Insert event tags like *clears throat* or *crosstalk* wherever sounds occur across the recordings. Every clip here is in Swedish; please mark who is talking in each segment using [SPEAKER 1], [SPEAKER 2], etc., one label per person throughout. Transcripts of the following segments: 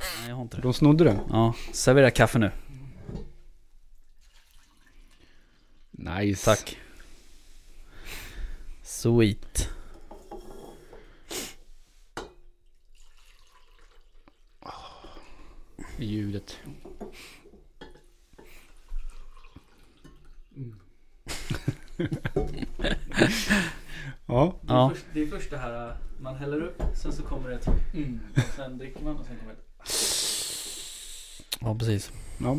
[SPEAKER 1] Nej, jag har inte det.
[SPEAKER 2] De snodde den.
[SPEAKER 1] Ja, servera kaffe nu.
[SPEAKER 2] Nice.
[SPEAKER 1] Tack. Sweet.
[SPEAKER 2] Ljudet. *laughs* ja.
[SPEAKER 1] Ja,
[SPEAKER 3] Det är först det här, äh, man häller upp, sen så kommer det ett mm, Sen dricker man och sen kommer det
[SPEAKER 1] ja precis.
[SPEAKER 2] ja.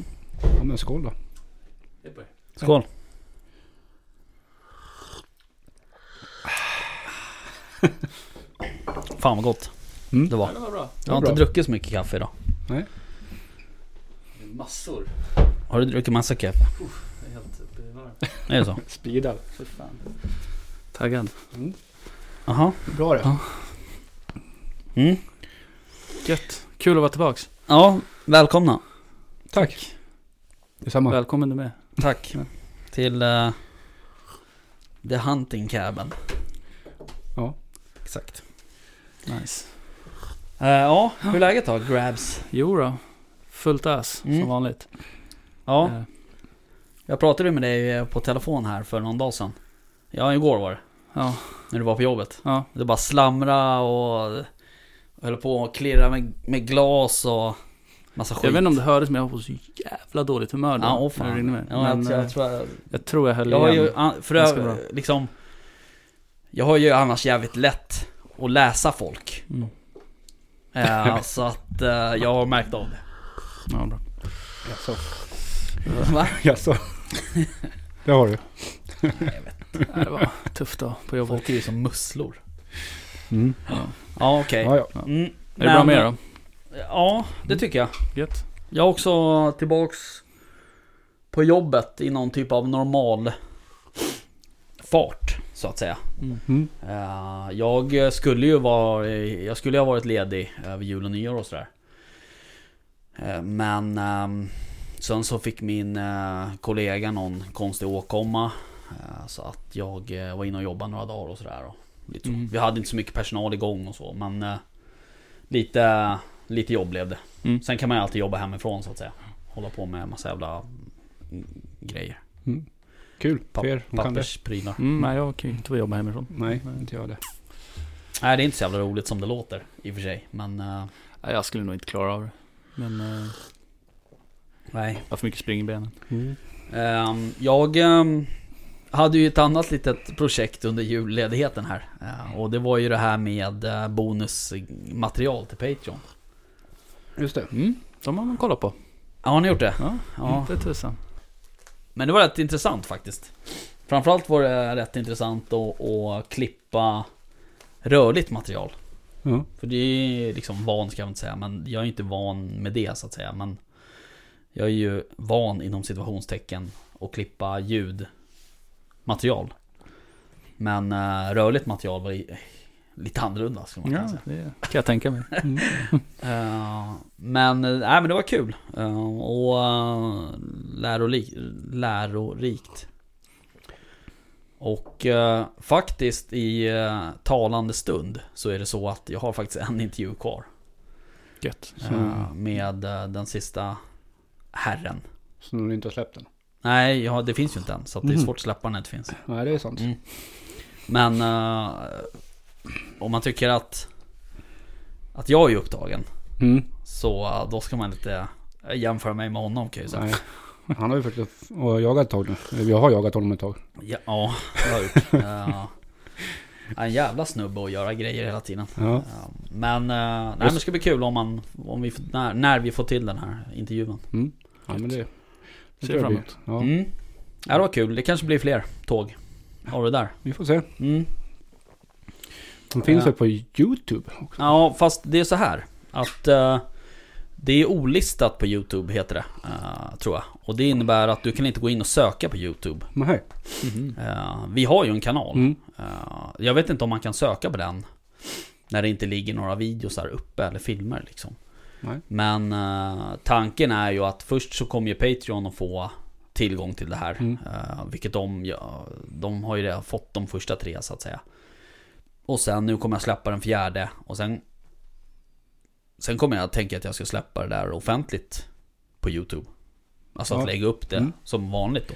[SPEAKER 2] Ja men skål då.
[SPEAKER 3] ett på
[SPEAKER 1] Skål. Fan vad gott
[SPEAKER 2] Mm.
[SPEAKER 1] det var.
[SPEAKER 3] var bra.
[SPEAKER 1] Jag har
[SPEAKER 2] bra.
[SPEAKER 1] inte druckit så mycket kaffe idag.
[SPEAKER 3] Det är massor.
[SPEAKER 1] Har du druckit massa kaffe?
[SPEAKER 3] Jag är helt äh, uppe i varv.
[SPEAKER 1] Är det så?
[SPEAKER 2] Speedad.
[SPEAKER 3] För fan.
[SPEAKER 1] Taggad.
[SPEAKER 2] Mm.
[SPEAKER 1] Jaha.
[SPEAKER 2] Bra det.
[SPEAKER 1] Ja. Mm.
[SPEAKER 3] Gött. Kul att vara tillbaks.
[SPEAKER 1] Ja, välkomna.
[SPEAKER 2] Tack. Detsamma.
[SPEAKER 3] Välkommen du med.
[SPEAKER 1] Tack.
[SPEAKER 2] Ja.
[SPEAKER 1] Till eh, The Hunting Cabin.
[SPEAKER 2] Ja.
[SPEAKER 1] Exakt.
[SPEAKER 3] Nice.
[SPEAKER 1] Eh, ja, hur är läget då? Grabs.
[SPEAKER 3] Jo då. Fullt ös
[SPEAKER 1] Mm.
[SPEAKER 3] som vanligt.
[SPEAKER 1] Ja,
[SPEAKER 3] Eh,
[SPEAKER 1] jag pratade ju med dig eh, på telefon här för någon dag sedan. Ja, igår var det.
[SPEAKER 3] Ja.
[SPEAKER 1] När du var på jobbet.
[SPEAKER 3] Ja.
[SPEAKER 1] Det bara slamra och höll på att klirra med, med glas och massa skit.
[SPEAKER 3] Jag vet inte om det hördes men jag var på så jävla dåligt humör då.
[SPEAKER 1] Ja, åh
[SPEAKER 3] när du
[SPEAKER 1] fan.
[SPEAKER 3] ringde
[SPEAKER 1] Ja,
[SPEAKER 3] mig.
[SPEAKER 1] jag,
[SPEAKER 3] men,
[SPEAKER 1] jag,
[SPEAKER 3] eh,
[SPEAKER 1] tror jag,
[SPEAKER 3] jag tror jag höll
[SPEAKER 1] jag har
[SPEAKER 3] igen.
[SPEAKER 1] ju, an- för
[SPEAKER 3] Ganska bra.
[SPEAKER 1] jag, liksom, jag har ju annars jävligt lätt att läsa folk.
[SPEAKER 3] Mm. *laughs*
[SPEAKER 1] Eh, så att eh, jag har märkt av det.
[SPEAKER 3] Ja,
[SPEAKER 1] *laughs*
[SPEAKER 3] bra.
[SPEAKER 2] Jaså.
[SPEAKER 1] Va?
[SPEAKER 2] *laughs* Jaså. det har du.
[SPEAKER 3] Nej, Det var tufft då på jobbet.
[SPEAKER 1] Folk är ju som musslor.
[SPEAKER 2] Mm.
[SPEAKER 1] Ja, okej.
[SPEAKER 2] Ja, ja.
[SPEAKER 1] Mm,
[SPEAKER 3] Är det bra med er då?
[SPEAKER 1] Ja, det tycker jag.
[SPEAKER 3] Gött.
[SPEAKER 1] Jag är också tillbaks på jobbet i någon typ av normal fart, så att säga.
[SPEAKER 2] Mm.
[SPEAKER 1] Eh, Jag skulle ju vara, eh, jag skulle ju ha varit ledig över jul och nyår och sådär. Eh, Men ehm, sen så fick min eh, kollega någon konstig åkomma. eh, Så att jag eh, var inne och jobbade några dagar och sådär. och Lite så.
[SPEAKER 3] Mm.
[SPEAKER 1] Vi hade inte så mycket personal igång och så men eh, lite, lite jobb blev det.
[SPEAKER 3] Mm.
[SPEAKER 1] Sen kan man ju alltid jobba hemifrån så att säga. Hålla på med massa jävla mm, grejer.
[SPEAKER 2] Kul
[SPEAKER 1] Papp-
[SPEAKER 2] för er som kan det.
[SPEAKER 1] Pappersprylar.
[SPEAKER 3] Mm, nej, jag kan ju inte jobba hemifrån.
[SPEAKER 2] Nej, inte jag det.
[SPEAKER 1] Nej det är inte så jävla roligt som det låter i och för sig. Men eh,
[SPEAKER 3] Nej, jag skulle nog inte klara av det. Men eh,
[SPEAKER 1] nej.
[SPEAKER 3] jag har för mycket spring i benen.
[SPEAKER 2] Mm.
[SPEAKER 1] Ehm, jag ehm, hade ju ett annat litet projekt under julledigheten här. Eh, och det var ju det här med eh, bonusmaterial till Patreon.
[SPEAKER 2] Just det.
[SPEAKER 3] Mm, de har man kollat på.
[SPEAKER 1] Ja, har ni gjort det?
[SPEAKER 3] Ja,
[SPEAKER 1] Ja.
[SPEAKER 3] inte tusan.
[SPEAKER 1] Men det var rätt intressant faktiskt. Framförallt var det rätt intressant att, att klippa rörligt material.
[SPEAKER 2] Ja.
[SPEAKER 1] För det är ju liksom van ska jag inte säga, men jag är ju inte van med det så att säga. Men jag är ju van inom situationstecken att klippa ljudmaterial. Men eh, rörligt material var i- lite annorlunda skulle man kunna
[SPEAKER 3] Ja,
[SPEAKER 1] säga.
[SPEAKER 3] det kan jag tänka
[SPEAKER 4] *laughs*
[SPEAKER 3] mig.
[SPEAKER 1] Eh, men, eh, nej, men det var kul. Eh, och uh, lärori, lärorikt. Och eh, faktiskt i eh, talande stund så är det så att jag har faktiskt en intervju kvar.
[SPEAKER 3] Gött.
[SPEAKER 2] Så-
[SPEAKER 1] Eh, Med eh, den sista herren.
[SPEAKER 2] Så du inte har släppt den.
[SPEAKER 1] Nej, ja, det finns ju inte än. Så att det är
[SPEAKER 2] Mhm.
[SPEAKER 1] svårt att släppa när det inte finns.
[SPEAKER 2] Nej, det är sant.
[SPEAKER 1] Mm. Men eh, om man tycker att, att jag är upptagen.
[SPEAKER 2] Mm.
[SPEAKER 1] Så eh, då ska man inte eh, jämföra mig med honom kan jag ju säga.
[SPEAKER 2] Nej. Han har ju försökt att jaga ett tag nu. Eller, Jag har jagat honom ett tag.
[SPEAKER 1] Ja, ja, det har jag
[SPEAKER 2] *laughs*
[SPEAKER 1] gjort. Eh, en jävla snubbe att göra grejer hela tiden.
[SPEAKER 2] Ja.
[SPEAKER 1] Eh, Men, eh, nej, men det ska bli kul om man, om vi, får- när, när vi får till den här intervjun.
[SPEAKER 2] ja men det...
[SPEAKER 3] Ser
[SPEAKER 2] det tror jag
[SPEAKER 3] fram
[SPEAKER 2] blir.
[SPEAKER 3] emot.
[SPEAKER 2] Ja.
[SPEAKER 1] Mm. Ja, det var kul. Det kanske blir fler tåg av det där.
[SPEAKER 2] Vi får se.
[SPEAKER 1] Mm.
[SPEAKER 2] De finns
[SPEAKER 1] Ja.
[SPEAKER 2] väl på YouTube också?
[SPEAKER 1] Ja, fast det är så här att eh, det är olistat på YouTube heter det, eh, tror jag. Och det innebär att du kan inte gå in och söka på YouTube.
[SPEAKER 2] Nej.
[SPEAKER 3] Mhm.
[SPEAKER 4] Mm,
[SPEAKER 1] Eh, vi har ju en kanal.
[SPEAKER 2] Mm.
[SPEAKER 1] Eh, jag vet inte om man kan söka på den när det inte ligger några videos här uppe eller filmer liksom.
[SPEAKER 2] Nej.
[SPEAKER 1] Men eh, tanken är ju att först så kommer ju Patreon att få tillgång till det här.
[SPEAKER 2] Mm.
[SPEAKER 1] Eh, vilket de, ja, de har ju redan fått de första tre så att säga. Och sen nu kommer jag släppa den fjärde och sen Sen kommer jag att tänka att jag ska släppa det där offentligt på YouTube. Alltså att
[SPEAKER 2] Ja.
[SPEAKER 1] lägga upp det
[SPEAKER 2] Mm.
[SPEAKER 1] som vanligt då.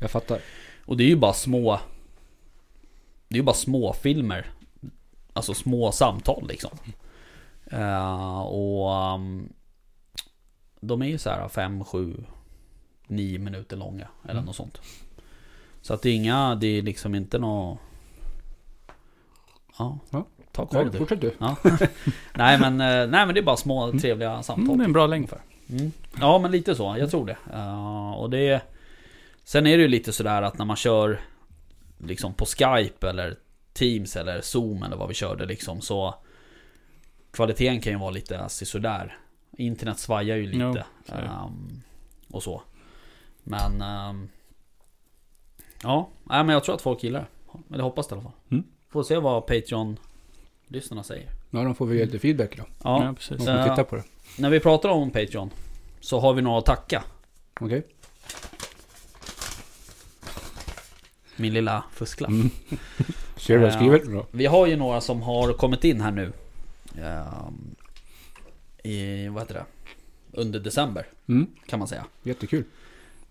[SPEAKER 2] Jag fattar.
[SPEAKER 1] Och det är ju bara små... Det är ju bara små filmer Alltså små samtal liksom. Eh, och... ehm, de är ju så här 5, 7, 9 minuter långa eller
[SPEAKER 2] Mm.
[SPEAKER 1] något sånt. Så att det är inga, det är liksom inte något... Ja,
[SPEAKER 2] Ja.
[SPEAKER 1] ta koll
[SPEAKER 2] Ja,
[SPEAKER 1] du.
[SPEAKER 2] fortsätt du.
[SPEAKER 1] Ja. nej, men, eh, nej men det är bara små trevliga samtal.
[SPEAKER 4] Mm, det är en bra längd för.
[SPEAKER 1] Mm. Ja men lite så, jag tror det. Eh, och det sen är det ju lite sådär att när man kör liksom på Skype eller Teams eller Zoom eller vad vi körde liksom så Kvaliteten kan ju vara lite sådär. Internet svajar ju lite.
[SPEAKER 4] Jo, så är det.
[SPEAKER 1] ehm, och så. Men ehm, Ja, nej, men jag tror att folk gillar det. Eller hoppas det i alla fall.
[SPEAKER 4] Mm.
[SPEAKER 1] Får se vad Patreon-lyssnarna säger.
[SPEAKER 2] Ja, de får vi ge lite feedback då.
[SPEAKER 1] Ja,
[SPEAKER 4] Ja, precis.
[SPEAKER 2] De
[SPEAKER 1] Så-
[SPEAKER 2] som tittar på det.
[SPEAKER 1] När vi pratar om Patreon så har vi några att tacka.
[SPEAKER 2] Okej?
[SPEAKER 1] Min lilla fusklapp.
[SPEAKER 2] Mm. *laughs* Ser du vad jag skriver? Bra.
[SPEAKER 1] Vi har ju några som har kommit in här nu. ehm, I, vad heter det? Under december
[SPEAKER 2] Mm.
[SPEAKER 1] kan man säga.
[SPEAKER 2] Jättekul.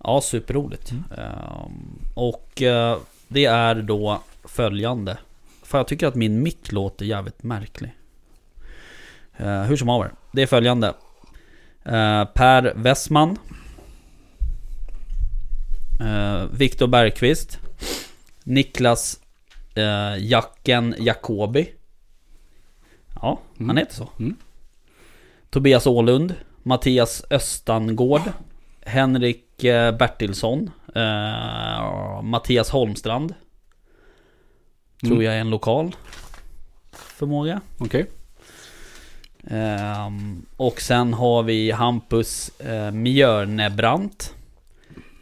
[SPEAKER 1] Ja, superroligt.
[SPEAKER 4] Mm.
[SPEAKER 1] Ehm, och eh, det är då följande. För jag tycker att min mick låter jävligt märklig. Eh, hur som haver, det är följande. Eh, per Westman. Eh, Viktor Bergqvist. Niklas eh, Jacken Jacobi. Ja, han
[SPEAKER 2] Mm.
[SPEAKER 1] heter så.
[SPEAKER 2] Mm.
[SPEAKER 1] Tobias Ålund. Mattias Östangård. Henrik eh, Bertilsson. Eh, Mattias Holmstrand. Tror
[SPEAKER 2] Mm.
[SPEAKER 1] jag är en lokal förmåga.
[SPEAKER 2] Okej.
[SPEAKER 1] Ehm, och sen har vi Hampus eh, Mjörnebrant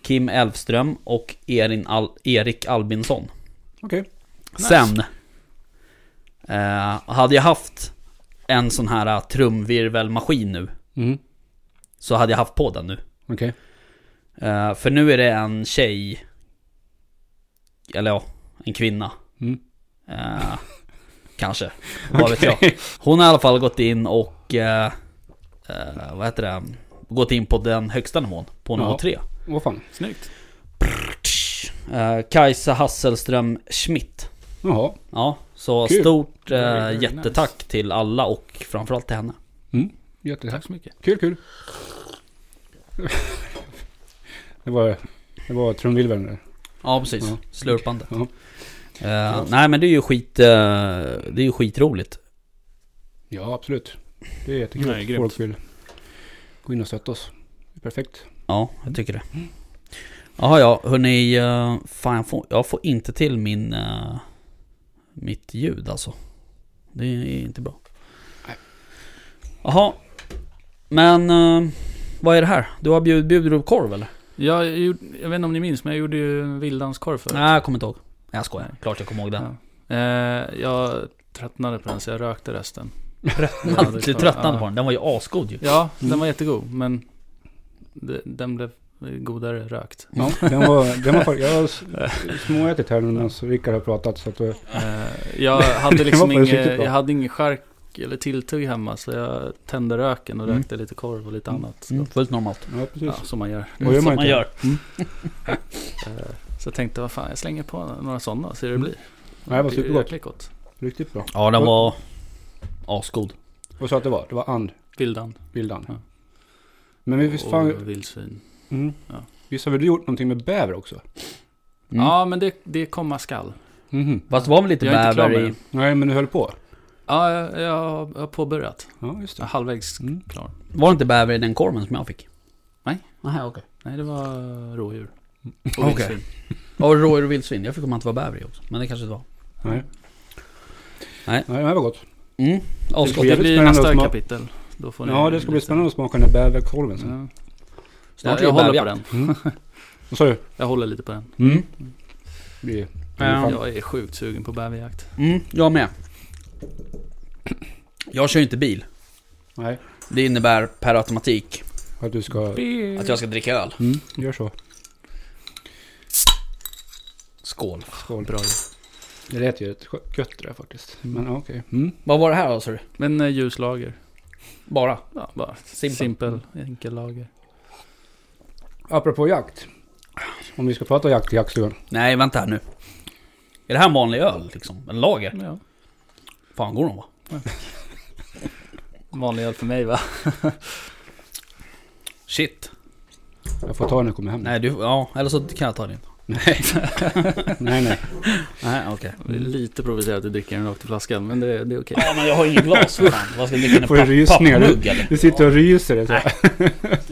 [SPEAKER 1] Kim Elfström och Erin Al Erik Albinsson.
[SPEAKER 2] Okej.
[SPEAKER 4] Nice.
[SPEAKER 1] Sen eh, hade jag haft en sån här eh, trumvirvelmaskin nu
[SPEAKER 2] Mm.
[SPEAKER 1] så hade jag haft på den nu.
[SPEAKER 2] Okej.
[SPEAKER 1] Eh, för nu är det en tjej, eller ja, en kvinna.
[SPEAKER 2] Mm. *laughs*
[SPEAKER 1] Eh, kanske, vad vet jag. Hon har i alla fall gått in och, eh, eh, vad heter det, gått in på den högsta nivån, på nivå
[SPEAKER 2] Ja.
[SPEAKER 1] 3.
[SPEAKER 2] Vad fan.
[SPEAKER 4] Snyggt.
[SPEAKER 1] Eh, Kajsa Hasselström Schmidt.
[SPEAKER 2] Jaha.
[SPEAKER 1] Ja, så
[SPEAKER 2] Kul.
[SPEAKER 1] stort eh,
[SPEAKER 4] Very, very
[SPEAKER 1] jättetack till alla och framförallt till henne.
[SPEAKER 2] Mm.
[SPEAKER 4] Tack
[SPEAKER 2] Jättetack.
[SPEAKER 4] så mycket.
[SPEAKER 2] Kul, *laughs* kul. det var, det var trumvirveln där.
[SPEAKER 1] Ja, precis.
[SPEAKER 2] Ja.
[SPEAKER 1] Slurpande.
[SPEAKER 2] Ja.
[SPEAKER 1] Eh, nej men det är ju skit, eh, det är ju skitroligt.
[SPEAKER 2] Ja, absolut. Det är jättekul.
[SPEAKER 4] Nej, grymt.
[SPEAKER 2] Folk vill gå in och stötta oss. Det är perfekt.
[SPEAKER 1] Ja, jag tycker det. Jaha ja, hörni. eh, Fan, jag får, jag får inte till min... eh, Mitt ljud alltså. Det är inte bra.
[SPEAKER 2] Nej.
[SPEAKER 1] Jaha. Men... eh, Vad är det här? Du har bjud, bjuder du på korv eller?
[SPEAKER 4] Jag, gjorde- jag vet inte om ni minns, men jag gjorde ju en vilddanskorv förut.
[SPEAKER 1] Nej, jag kommer inte ihåg. Nej, Jag skojar. Klart jag kommer ihåg den.
[SPEAKER 4] Ja. Eh, jag tröttnade på den, så jag rökte resten.
[SPEAKER 1] du tröttnade
[SPEAKER 4] Ja.
[SPEAKER 1] på den. Den var ju asgod ju.
[SPEAKER 4] Ja, den
[SPEAKER 3] Mm.
[SPEAKER 4] var jättegod, men de- den blev godare rökt.
[SPEAKER 2] *laughs* Ja, den var, den var, fakt- jag har s- småätit här nu medan Rickard har pratat. Så att, eh,
[SPEAKER 4] Eh,
[SPEAKER 2] *laughs*
[SPEAKER 4] Jag hade liksom
[SPEAKER 2] var försiktigt
[SPEAKER 4] inget,
[SPEAKER 2] bra.
[SPEAKER 4] jag hade ingen skärk eller tilltugg hemma, så jag tände röken och
[SPEAKER 1] Mm.
[SPEAKER 4] rökte lite korv och lite annat. Så,
[SPEAKER 1] Mm, fullt normalt. Mm,
[SPEAKER 2] ja, precis.
[SPEAKER 4] ja, som man gör.
[SPEAKER 2] Vad gör
[SPEAKER 1] Som man
[SPEAKER 2] inte?
[SPEAKER 1] gör.
[SPEAKER 4] Eh, Så jag tänkte, vad fan, jag slänger på några sådana och ser hur det blir.
[SPEAKER 2] Nej, Mm. det var
[SPEAKER 4] Det är ju
[SPEAKER 2] supergott.
[SPEAKER 4] jäkligt gott.
[SPEAKER 2] Riktigt bra.
[SPEAKER 1] Ja, den var asgod.
[SPEAKER 2] Vad sa att det var? Det var and,
[SPEAKER 4] Vildan
[SPEAKER 2] vildan.
[SPEAKER 4] Ja.
[SPEAKER 2] Men vi visst fan...
[SPEAKER 4] och vildsvin.
[SPEAKER 2] Mm.
[SPEAKER 4] Ja.
[SPEAKER 2] Visst har väl du gjort någonting med bäver också?
[SPEAKER 1] Mm.
[SPEAKER 4] Ja, men det, det komma skall.
[SPEAKER 2] Mhm.
[SPEAKER 1] Fast det var väl lite
[SPEAKER 4] Jag är inte klar
[SPEAKER 1] bäver
[SPEAKER 4] med
[SPEAKER 1] i...
[SPEAKER 4] den.
[SPEAKER 2] Nej, men du höll på?
[SPEAKER 4] Ja, jag, jag har påbörjat.
[SPEAKER 2] Ja, just
[SPEAKER 4] Jag är
[SPEAKER 2] det.
[SPEAKER 4] halvvägs
[SPEAKER 2] Mm.
[SPEAKER 4] klar.
[SPEAKER 1] Var det inte bäver i den korven som jag fick?
[SPEAKER 4] Nej.
[SPEAKER 1] Nej, okej.
[SPEAKER 4] Nej, det var rådjur. Och
[SPEAKER 1] Okej.
[SPEAKER 4] vildsvin.
[SPEAKER 1] Ja, och rådjur och vildsvin. Jag fick komma att det var bäver i också. Men det kanske det var.
[SPEAKER 2] Nej.
[SPEAKER 1] Nej.
[SPEAKER 2] Nej, det här var gott.
[SPEAKER 1] Mm.
[SPEAKER 4] Det,
[SPEAKER 1] Avskott.
[SPEAKER 2] jävligt
[SPEAKER 4] blir
[SPEAKER 2] spännande
[SPEAKER 4] nästa
[SPEAKER 2] att sma-
[SPEAKER 4] kapitel. Då får ni
[SPEAKER 2] Ja, det ska bli
[SPEAKER 4] lite-
[SPEAKER 2] spännande att smaka den där bäverkorven sen. Mm.
[SPEAKER 4] Ja.
[SPEAKER 1] Snart
[SPEAKER 4] Jag,
[SPEAKER 1] är det
[SPEAKER 4] jag håller på
[SPEAKER 1] bäverjakt.
[SPEAKER 4] den.
[SPEAKER 2] *laughs* Vad sa du?
[SPEAKER 4] Jag håller lite på den.
[SPEAKER 1] Mm.
[SPEAKER 2] Vi,
[SPEAKER 1] Ja.
[SPEAKER 4] Jag är sjukt sugen på bäverjakt.
[SPEAKER 1] Mm, jag med. Jag kör ju inte bil.
[SPEAKER 2] Nej,
[SPEAKER 1] Det innebär per automatik
[SPEAKER 2] för att du ska...
[SPEAKER 1] att jag ska dricka öl.
[SPEAKER 2] Mm, gör så.
[SPEAKER 1] Skål.
[SPEAKER 2] Skål.
[SPEAKER 4] Bra.
[SPEAKER 2] Det lät ju rätt skö- gött det där faktiskt. Men ja, okej. Mm.
[SPEAKER 1] Vad var det här då sa du?
[SPEAKER 4] Men eh, ljuslager.
[SPEAKER 1] Bara.
[SPEAKER 4] Ja, bara
[SPEAKER 1] Simpel.
[SPEAKER 4] simpel, enkel lager.
[SPEAKER 2] Apropå jakt. Om vi ska prata jakt i jaktstugan.
[SPEAKER 1] Nej, vänta här nu. Är det här en vanlig öl liksom? En lager?
[SPEAKER 4] Ja.
[SPEAKER 1] Fan går de va?
[SPEAKER 4] Vanlig öl för mig va?
[SPEAKER 1] Shit.
[SPEAKER 2] Jag får ta den när jag kommer hem.
[SPEAKER 1] Nej du, ja, eller så kan jag ta din.
[SPEAKER 2] nej, *laughs* nej. nej.
[SPEAKER 1] Nej, okej.
[SPEAKER 4] Jag blir lite provocerad att du dricker den rakt i flaskan, men det, det är okej.
[SPEAKER 1] Ja men jag har ingen glas för fan. Vad ska jag dricka?
[SPEAKER 2] Får du
[SPEAKER 1] En papp-
[SPEAKER 2] rysningar?
[SPEAKER 1] pappmugg eller?
[SPEAKER 2] Du sitter och ryser. Det, är så här.
[SPEAKER 4] Det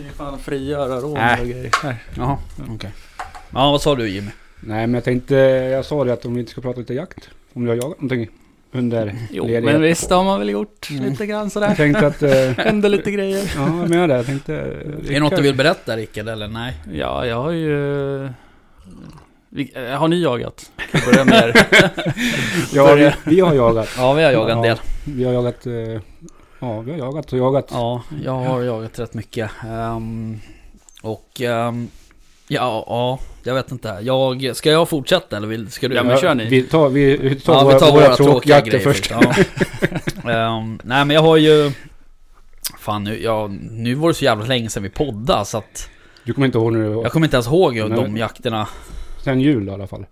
[SPEAKER 4] är fan frigöra rån
[SPEAKER 1] Äh.
[SPEAKER 4] och grejer. Här.
[SPEAKER 1] Jaha, okej. Ja vad sa du Jimmy?
[SPEAKER 2] nej, men jag tänkte, jag sa det att om vi inte ska prata lite jakt. Om du har jagat någonting under
[SPEAKER 4] Jo, men
[SPEAKER 2] ledigheten.
[SPEAKER 4] visst har man väl gjort lite grann
[SPEAKER 2] Jag
[SPEAKER 4] sådär.
[SPEAKER 2] tänkte att, eh,
[SPEAKER 4] Händer lite grejer.
[SPEAKER 2] ja jag menar det. Jag tänkte... eh,
[SPEAKER 1] Är det något du vill berätta Rickard eller nej?
[SPEAKER 4] *laughs* Ja, jag har ju... eh, vi- eh, Har ni jagat? Kan jag börja med er?
[SPEAKER 2] Ja, vi, vi har jagat.
[SPEAKER 1] Ja vi har jagat en
[SPEAKER 2] Ja.
[SPEAKER 1] del.
[SPEAKER 2] Vi har jagat, eh, ja vi har jagat och jagat.
[SPEAKER 1] Ja, jag har jagat rätt mycket. Ehm, och ehm, ja, ja, jag vet inte. Jag, ska jag fortsätta eller vill, ska du?
[SPEAKER 4] Ja, men kör ni.
[SPEAKER 2] Vi tar, vi, vi tar,
[SPEAKER 1] ja,
[SPEAKER 2] våra,
[SPEAKER 1] vi tar våra, tråkiga
[SPEAKER 2] tråkjakter
[SPEAKER 1] grejer
[SPEAKER 2] först.
[SPEAKER 1] först. Ja. Ehm, nej men jag har ju... Fan nu, ja, nu var det så jävla länge sedan vi poddade så att...
[SPEAKER 2] Du kommer inte ihåg när du
[SPEAKER 1] Jag kommer inte ens ihåg
[SPEAKER 2] Nej.
[SPEAKER 1] de jakterna.
[SPEAKER 2] Sen jul i alla fall.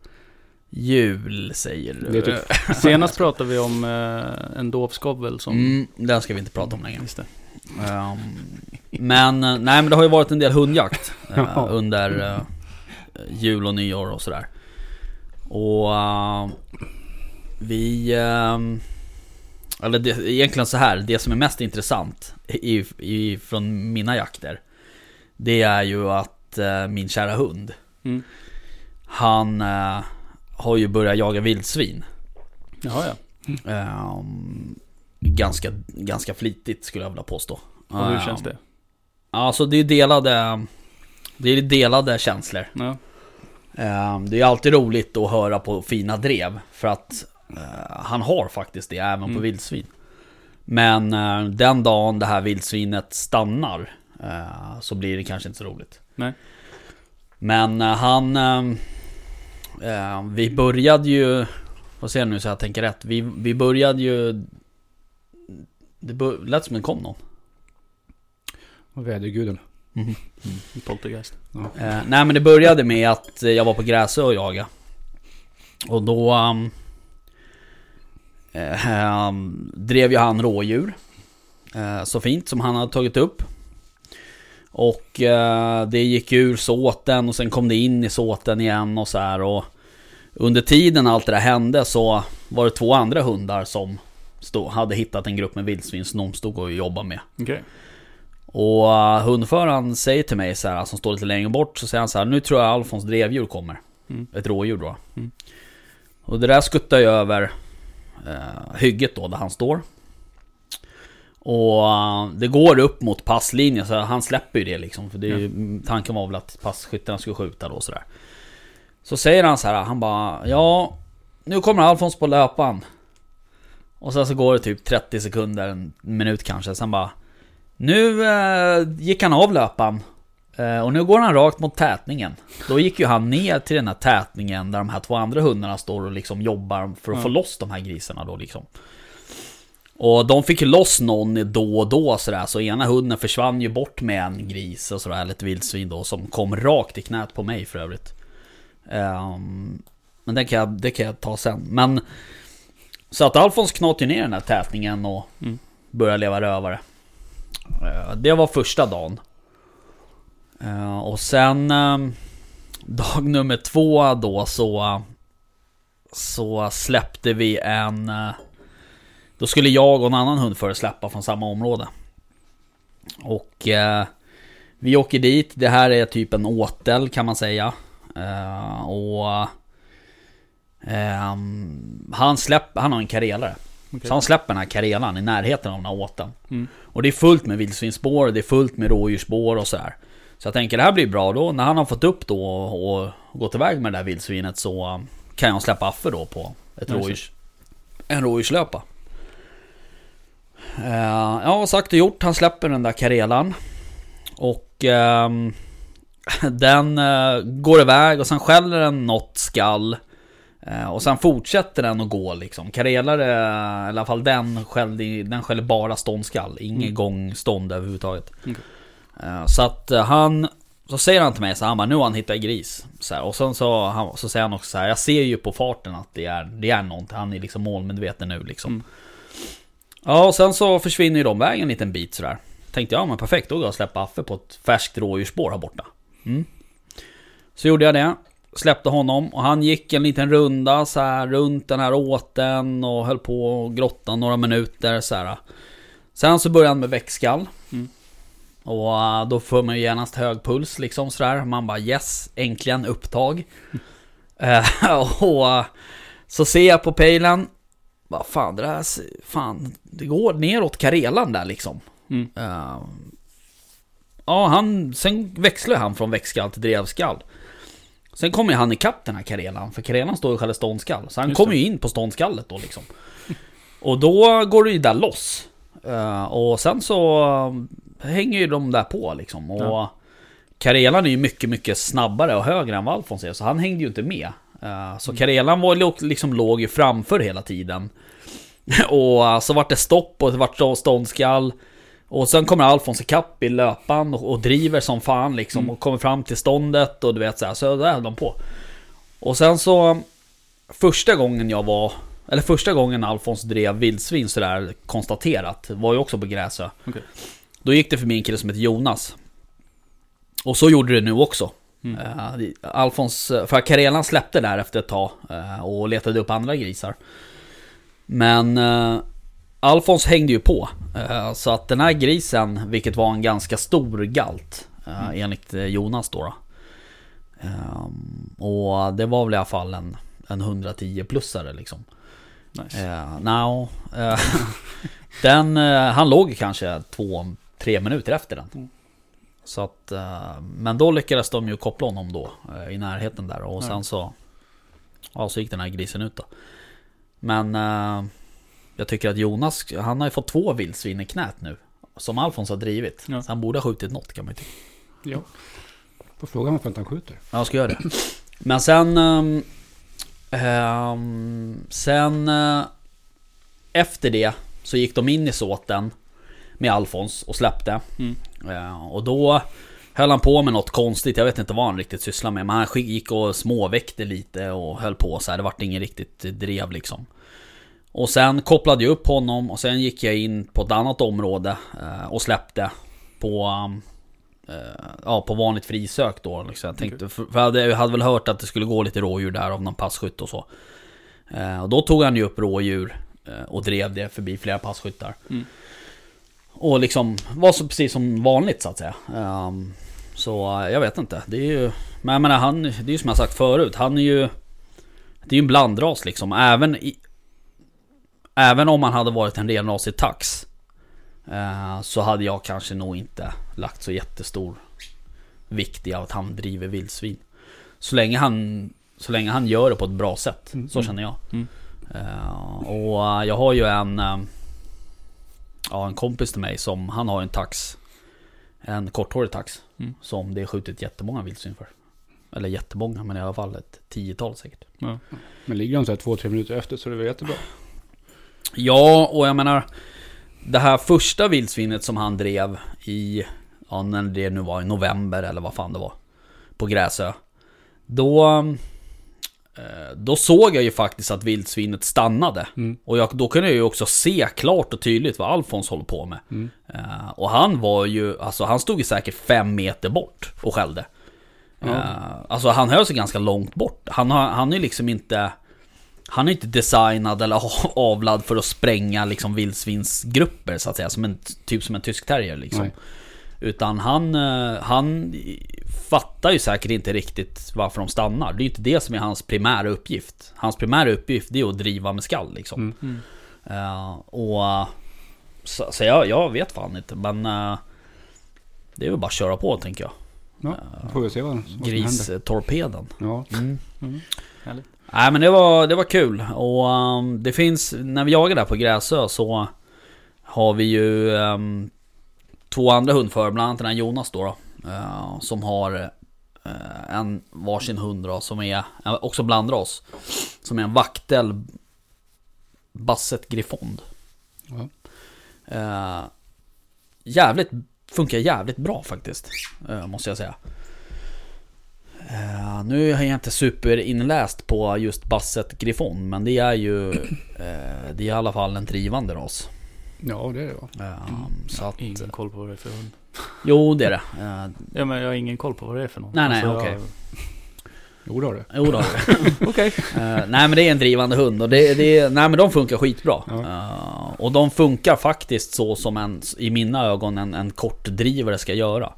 [SPEAKER 1] Jul säger du.
[SPEAKER 2] Det är typ-
[SPEAKER 4] Eh, Senast pratade vi om eh, en dovskovel som...
[SPEAKER 1] Mm, den ska vi inte prata om längre.
[SPEAKER 4] Just det.
[SPEAKER 1] Ehm, men, eh, nej men det har ju varit en del
[SPEAKER 4] *laughs*
[SPEAKER 1] hundjakt eh,
[SPEAKER 2] Ja.
[SPEAKER 1] under eh, jul och nyår och sådär. Och eh, vi... ehm, eller det, egentligen så här, det som är mest intressant i, i, från mina jakter Det är ju att eh, min kära hund
[SPEAKER 4] Mm.
[SPEAKER 1] Han eh, har ju börjat jaga vildsvin
[SPEAKER 4] Jaha, ja.
[SPEAKER 1] Ehm, ganska, ganska flitigt skulle jag vilja påstå.
[SPEAKER 4] Och hur
[SPEAKER 1] Ehm,
[SPEAKER 4] känns det?
[SPEAKER 1] Alltså det är delade, det är delade känslor.
[SPEAKER 4] Ja.
[SPEAKER 1] Ehm, Det är alltid roligt att höra på fina drev för att eh, han har faktiskt det även på
[SPEAKER 4] Mm.
[SPEAKER 1] vildsvin. Men eh, den dagen det här vildsvinet stannar eh, så blir det kanske inte så roligt.
[SPEAKER 4] Nej.
[SPEAKER 1] Men eh, han... ehm, eh, Vi började ju... Vad säger jag nu så jag tänker rätt? Vi, vi började ju... Det bör, lät som det kom någon.
[SPEAKER 2] Och väderguden.
[SPEAKER 4] Poltergeist.
[SPEAKER 1] Eh, nej men det började med att eh, jag var på Gräsö och jaga Och då... ehm, eh, ehm, drev ju han rådjur. Eh, så fint som han hade tagit upp. Och eh, det gick ur såten och sen kom det in i såten igen och så här och... Under tiden allt det där hände så var det två andra hundar som stod, hade hittat en grupp med vildsvin som de stod och jobbade med.
[SPEAKER 4] Okej.
[SPEAKER 1] Och eh, hundföraren säger till mig så här, som står lite längre bort, så säger han så här, nu tror jag Alfons drevdjur kommer.
[SPEAKER 4] Mm.
[SPEAKER 1] Ett rådjur då.
[SPEAKER 4] Mm.
[SPEAKER 1] Och det där skuttar ju över eh, hygget då, där han står. Och eh, det går upp mot passlinjen, så han släpper ju det liksom. För det är ju, tanken var väl att passkyttarna skulle skjuta då sådär. Så säger han så här, han bara, ja, nu kommer Alfons på löpan. Och sen så går det typ 30 sekunder, en minut kanske, sen bara nu eh, gick han av löpan. Eh, och nu går han rakt mot tätningen. Då gick ju han ner till den här tätningen där de här två andra hundarna står och liksom jobbar för att få
[SPEAKER 4] Ja.
[SPEAKER 1] loss de här grisarna då liksom. Och de fick ju loss någon då och då sådär, så ena hunden försvann ju bort med en gris och sådär, eller ett vildsvin då, som kom rakt i knät på mig för övrigt. Ehm, men det kan, jag, det kan jag ta sen. Men... Så att Alfons knatade ju ner den här tätningen och
[SPEAKER 4] Mm.
[SPEAKER 1] började leva rövare. Eh, Det var första dagen. Eh, Och sen... eh, Dag nummer två då så... Så släppte vi en... eh, Då skulle jag och en annan hund före släppa från samma område. Och... eh, Vi åker dit, det här är typ en åtel kan man säga. Eh, Och... Ehm, han, släpp, han har en karelare.
[SPEAKER 4] Okej.
[SPEAKER 1] Så han släpper den här karelan i närheten av den här åten.
[SPEAKER 4] Mm.
[SPEAKER 1] Och det är fullt med vildsvinsspår, det är fullt med rådjursspår och sådär. Så jag tänker det här blir bra då. När han har fått upp då och, och gått iväg med det där vildsvinet så um, kan jag släppa Affe då på ett
[SPEAKER 4] Ja,
[SPEAKER 1] rådjurs, en rådjurslöpa. Eh, ja, sagt och gjort. Han släpper den där karelan. Och *laughs* ehm, den eh, går iväg och sen skäller den något skall. Eh, Och sen fortsätter den att gå liksom. Karelare, i alla fall den skällde, den skällde bara ståndskall. Ingen
[SPEAKER 4] Mm.
[SPEAKER 1] gångstånd överhuvudtaget.
[SPEAKER 4] Okej.
[SPEAKER 1] Eh, Så att eh, han, så säger han till mig så här, han bara, nu har han hittat gris. Så här, och sen så, han, så säger han också så här, jag ser ju på farten att det är, det är någonting. Han är liksom målmedveten nu liksom.
[SPEAKER 4] Mm.
[SPEAKER 1] Ja, och sen så försvinner ju de vägen en liten bit sådär. Tänkte jag, ja, men perfekt, då går jag och släpper Affe på ett färskt rådjursspår här borta. Mm. Så gjorde jag det. Släppte honom och han gick en liten runda så här runt den här åten och höll på och grottade några minuter så här. Sen så började han med väckskall.
[SPEAKER 4] Mm.
[SPEAKER 1] Och eh, då får man ju genast hög puls liksom sådär. Man bara yes, äntligen upptag. Eh, *laughs* och eh, så ser jag på pejlen. Vad fan, det där, ser- fan, det går neråt Karelan där liksom.
[SPEAKER 4] Mm.
[SPEAKER 1] Eh, ja, han, sen växlar han från växtskall till drevskall. Sen kommer ju han ikapp den här Karelan, för Karelan står ju själv ståndskall. Så han
[SPEAKER 4] Just
[SPEAKER 1] kommer
[SPEAKER 4] det.
[SPEAKER 1] ju in på ståndskallet då liksom. Och då går det ju där loss. Eh, och sen så eh, hänger ju de där på liksom. Och
[SPEAKER 4] Ja.
[SPEAKER 1] Karelan är ju mycket, mycket snabbare och högre än Valfons är, så han hängde ju inte med. Eh, så Karelan var, ju liksom, låg ju framför hela tiden. *laughs* och eh, så vart det stopp och det vart så ståndskall. Och sen kommer Alfons ikapp i löpan och, och driver som fan liksom och kommer fram till ståndet och du vet så här, så där höll de på. Och sen så första gången jag var, eller första gången Alfons drev vildsvin sådär konstaterat, var ju också på Gräsö.
[SPEAKER 4] Okej.
[SPEAKER 1] Då gick det förbi en kille som heter Jonas. Och så gjorde det nu också.
[SPEAKER 4] Mm.
[SPEAKER 1] Eh, Alfons, eh, för Karelan släppte där efter ett tag eh, och letade upp andra grisar. Men eh, Alfons hängde ju på. eh, Så att den här grisen, vilket var en ganska stor galt eh, enligt eh, Jonas då. då. Ehm, Och det var väl i alla fall en, en 110-plussare liksom.
[SPEAKER 4] Nice.
[SPEAKER 1] Eh, no, eh, *laughs* den, eh, han låg kanske två, tre minuter efter den.
[SPEAKER 4] Mm.
[SPEAKER 1] Så att, eh, men då lyckades de ju koppla honom då eh, i närheten där och
[SPEAKER 4] Ja.
[SPEAKER 1] sen så, ja, så gick den här grisen ut då. Men eh, jag tycker att Jonas, han har ju fått två vildsvin i knät nu. Som Alfons har drivit.
[SPEAKER 4] Ja.
[SPEAKER 1] Så han borde ha skjutit något kan man ju tycka.
[SPEAKER 4] Ja.
[SPEAKER 2] På frågan varför inte han skjuter.
[SPEAKER 1] Ja, jag ska göra det. Men sen... ehm, ehm, sen... eh, efter det så gick de in i såten med Alfons och släppte.
[SPEAKER 4] Mm.
[SPEAKER 1] Eh, och då höll han på med något konstigt. Jag vet inte vad han riktigt sysslade med. Men han skick- gick och småväckte lite och höll på så här. Det vart ingen riktigt drev liksom. Och sen kopplade jag upp honom och sen gick jag in på ett annat område eh, och släppte på... ehm, eh, ja, på vanligt frisök då. Liksom. Jag, tänkte, för, för jag, hade, jag hade väl hört att det skulle gå lite rådjur där av någon passkytt och så. Eh, och då tog han ju upp rådjur eh, och drev det förbi flera passkyttar.
[SPEAKER 4] Mm.
[SPEAKER 1] Och liksom var så precis som vanligt så att säga. Ehm, så eh, jag vet inte. Det är ju... Men jag menar, han, det är ju som jag sagt förut. Han är ju... Det är ju en blandras liksom. Även i, Även om han hade varit en renrasig tax. eh, Så hade jag kanske nog inte lagt så jättestor vikt i att han driver vildsvin. Så länge han, så länge han gör det på ett bra sätt. Så känner jag.
[SPEAKER 4] Mm.
[SPEAKER 1] Eh, Och eh, jag har ju en, eh, ja, en kompis till mig som, han har en tax. En korthårig tax.
[SPEAKER 4] Mm.
[SPEAKER 1] Som det är skjutit jättemånga vildsvin för. Eller jättemånga, men i alla fall ett tiotal säkert.
[SPEAKER 4] Ja.
[SPEAKER 2] Men ligger de så här två, tre minuter efter så är det väl jättebra.
[SPEAKER 1] Ja, och jag menar Det här första vildsvinet som han drev i Ja, när det nu var i november eller vad fan det var På Gräsö Då eh, Då såg jag ju faktiskt att vildsvinet stannade
[SPEAKER 2] Mm.
[SPEAKER 1] Och jag, då kunde jag ju också se klart och tydligt vad Alfons håller på med
[SPEAKER 2] Mm.
[SPEAKER 1] Eh, Och han var ju, alltså han stod ju säkert fem meter bort och skällde
[SPEAKER 2] Ja.
[SPEAKER 1] Eh, Alltså han höll sig ganska långt bort Han, har, han är liksom inte han är inte designad eller avlad för att spränga liksom vildsvinsgrupper så att säga, som en, typ som en tysk terrier liksom.
[SPEAKER 2] Nej.
[SPEAKER 1] Utan han, eh, han fattar ju säkert inte riktigt varför de stannar. Det är ju inte det som är hans primära uppgift. Hans primära uppgift det är att driva med skall liksom.
[SPEAKER 2] Mm.
[SPEAKER 4] Mm.
[SPEAKER 1] Eh, och, eh, så så jag, jag vet fan inte men eh, det är väl bara att köra på tänker jag.
[SPEAKER 2] Ja, då får vi se vad, vad som händer.
[SPEAKER 1] Gristorpeden.
[SPEAKER 2] Ja.
[SPEAKER 1] Mm.
[SPEAKER 4] Härligt.
[SPEAKER 1] Nej men det var, det var kul och ehm, det finns, när vi jagar där på Gräsö så har vi ju ehm, två andra hundförare, bland annat den här Jonas då, då eh, uh, som har eh, en varsin hundras som är eh, också blandras. Som är en vaktel Basset Griffond.
[SPEAKER 2] Ja.
[SPEAKER 1] Eh, jävligt, funkar jävligt bra faktiskt. Eh, måste jag säga. Eh, nu är jag inte superinläst på just Basset Griffon. Men det är
[SPEAKER 4] *clears throat*
[SPEAKER 1] ju eh, det är i alla fall en trivande ras.
[SPEAKER 2] Ja, det är det va.
[SPEAKER 1] Eh, Så att,
[SPEAKER 4] Mm. Ingen koll på vad det är för hund.
[SPEAKER 1] jo det är det. Eh,
[SPEAKER 4] Ja, men jag har ingen koll på vad det är för någon. Alltså,
[SPEAKER 1] Nej, nej,
[SPEAKER 4] jag-
[SPEAKER 2] Jo, det har det.
[SPEAKER 1] jo
[SPEAKER 4] *laughs*
[SPEAKER 1] då.
[SPEAKER 4] Okej.
[SPEAKER 1] Eh, nej men det är en drivande hund och det, det, nej men de funkar skitbra.
[SPEAKER 2] Ja.
[SPEAKER 1] Eh, och de funkar faktiskt så som en, i mina ögon, en, en kortdrivare ska göra.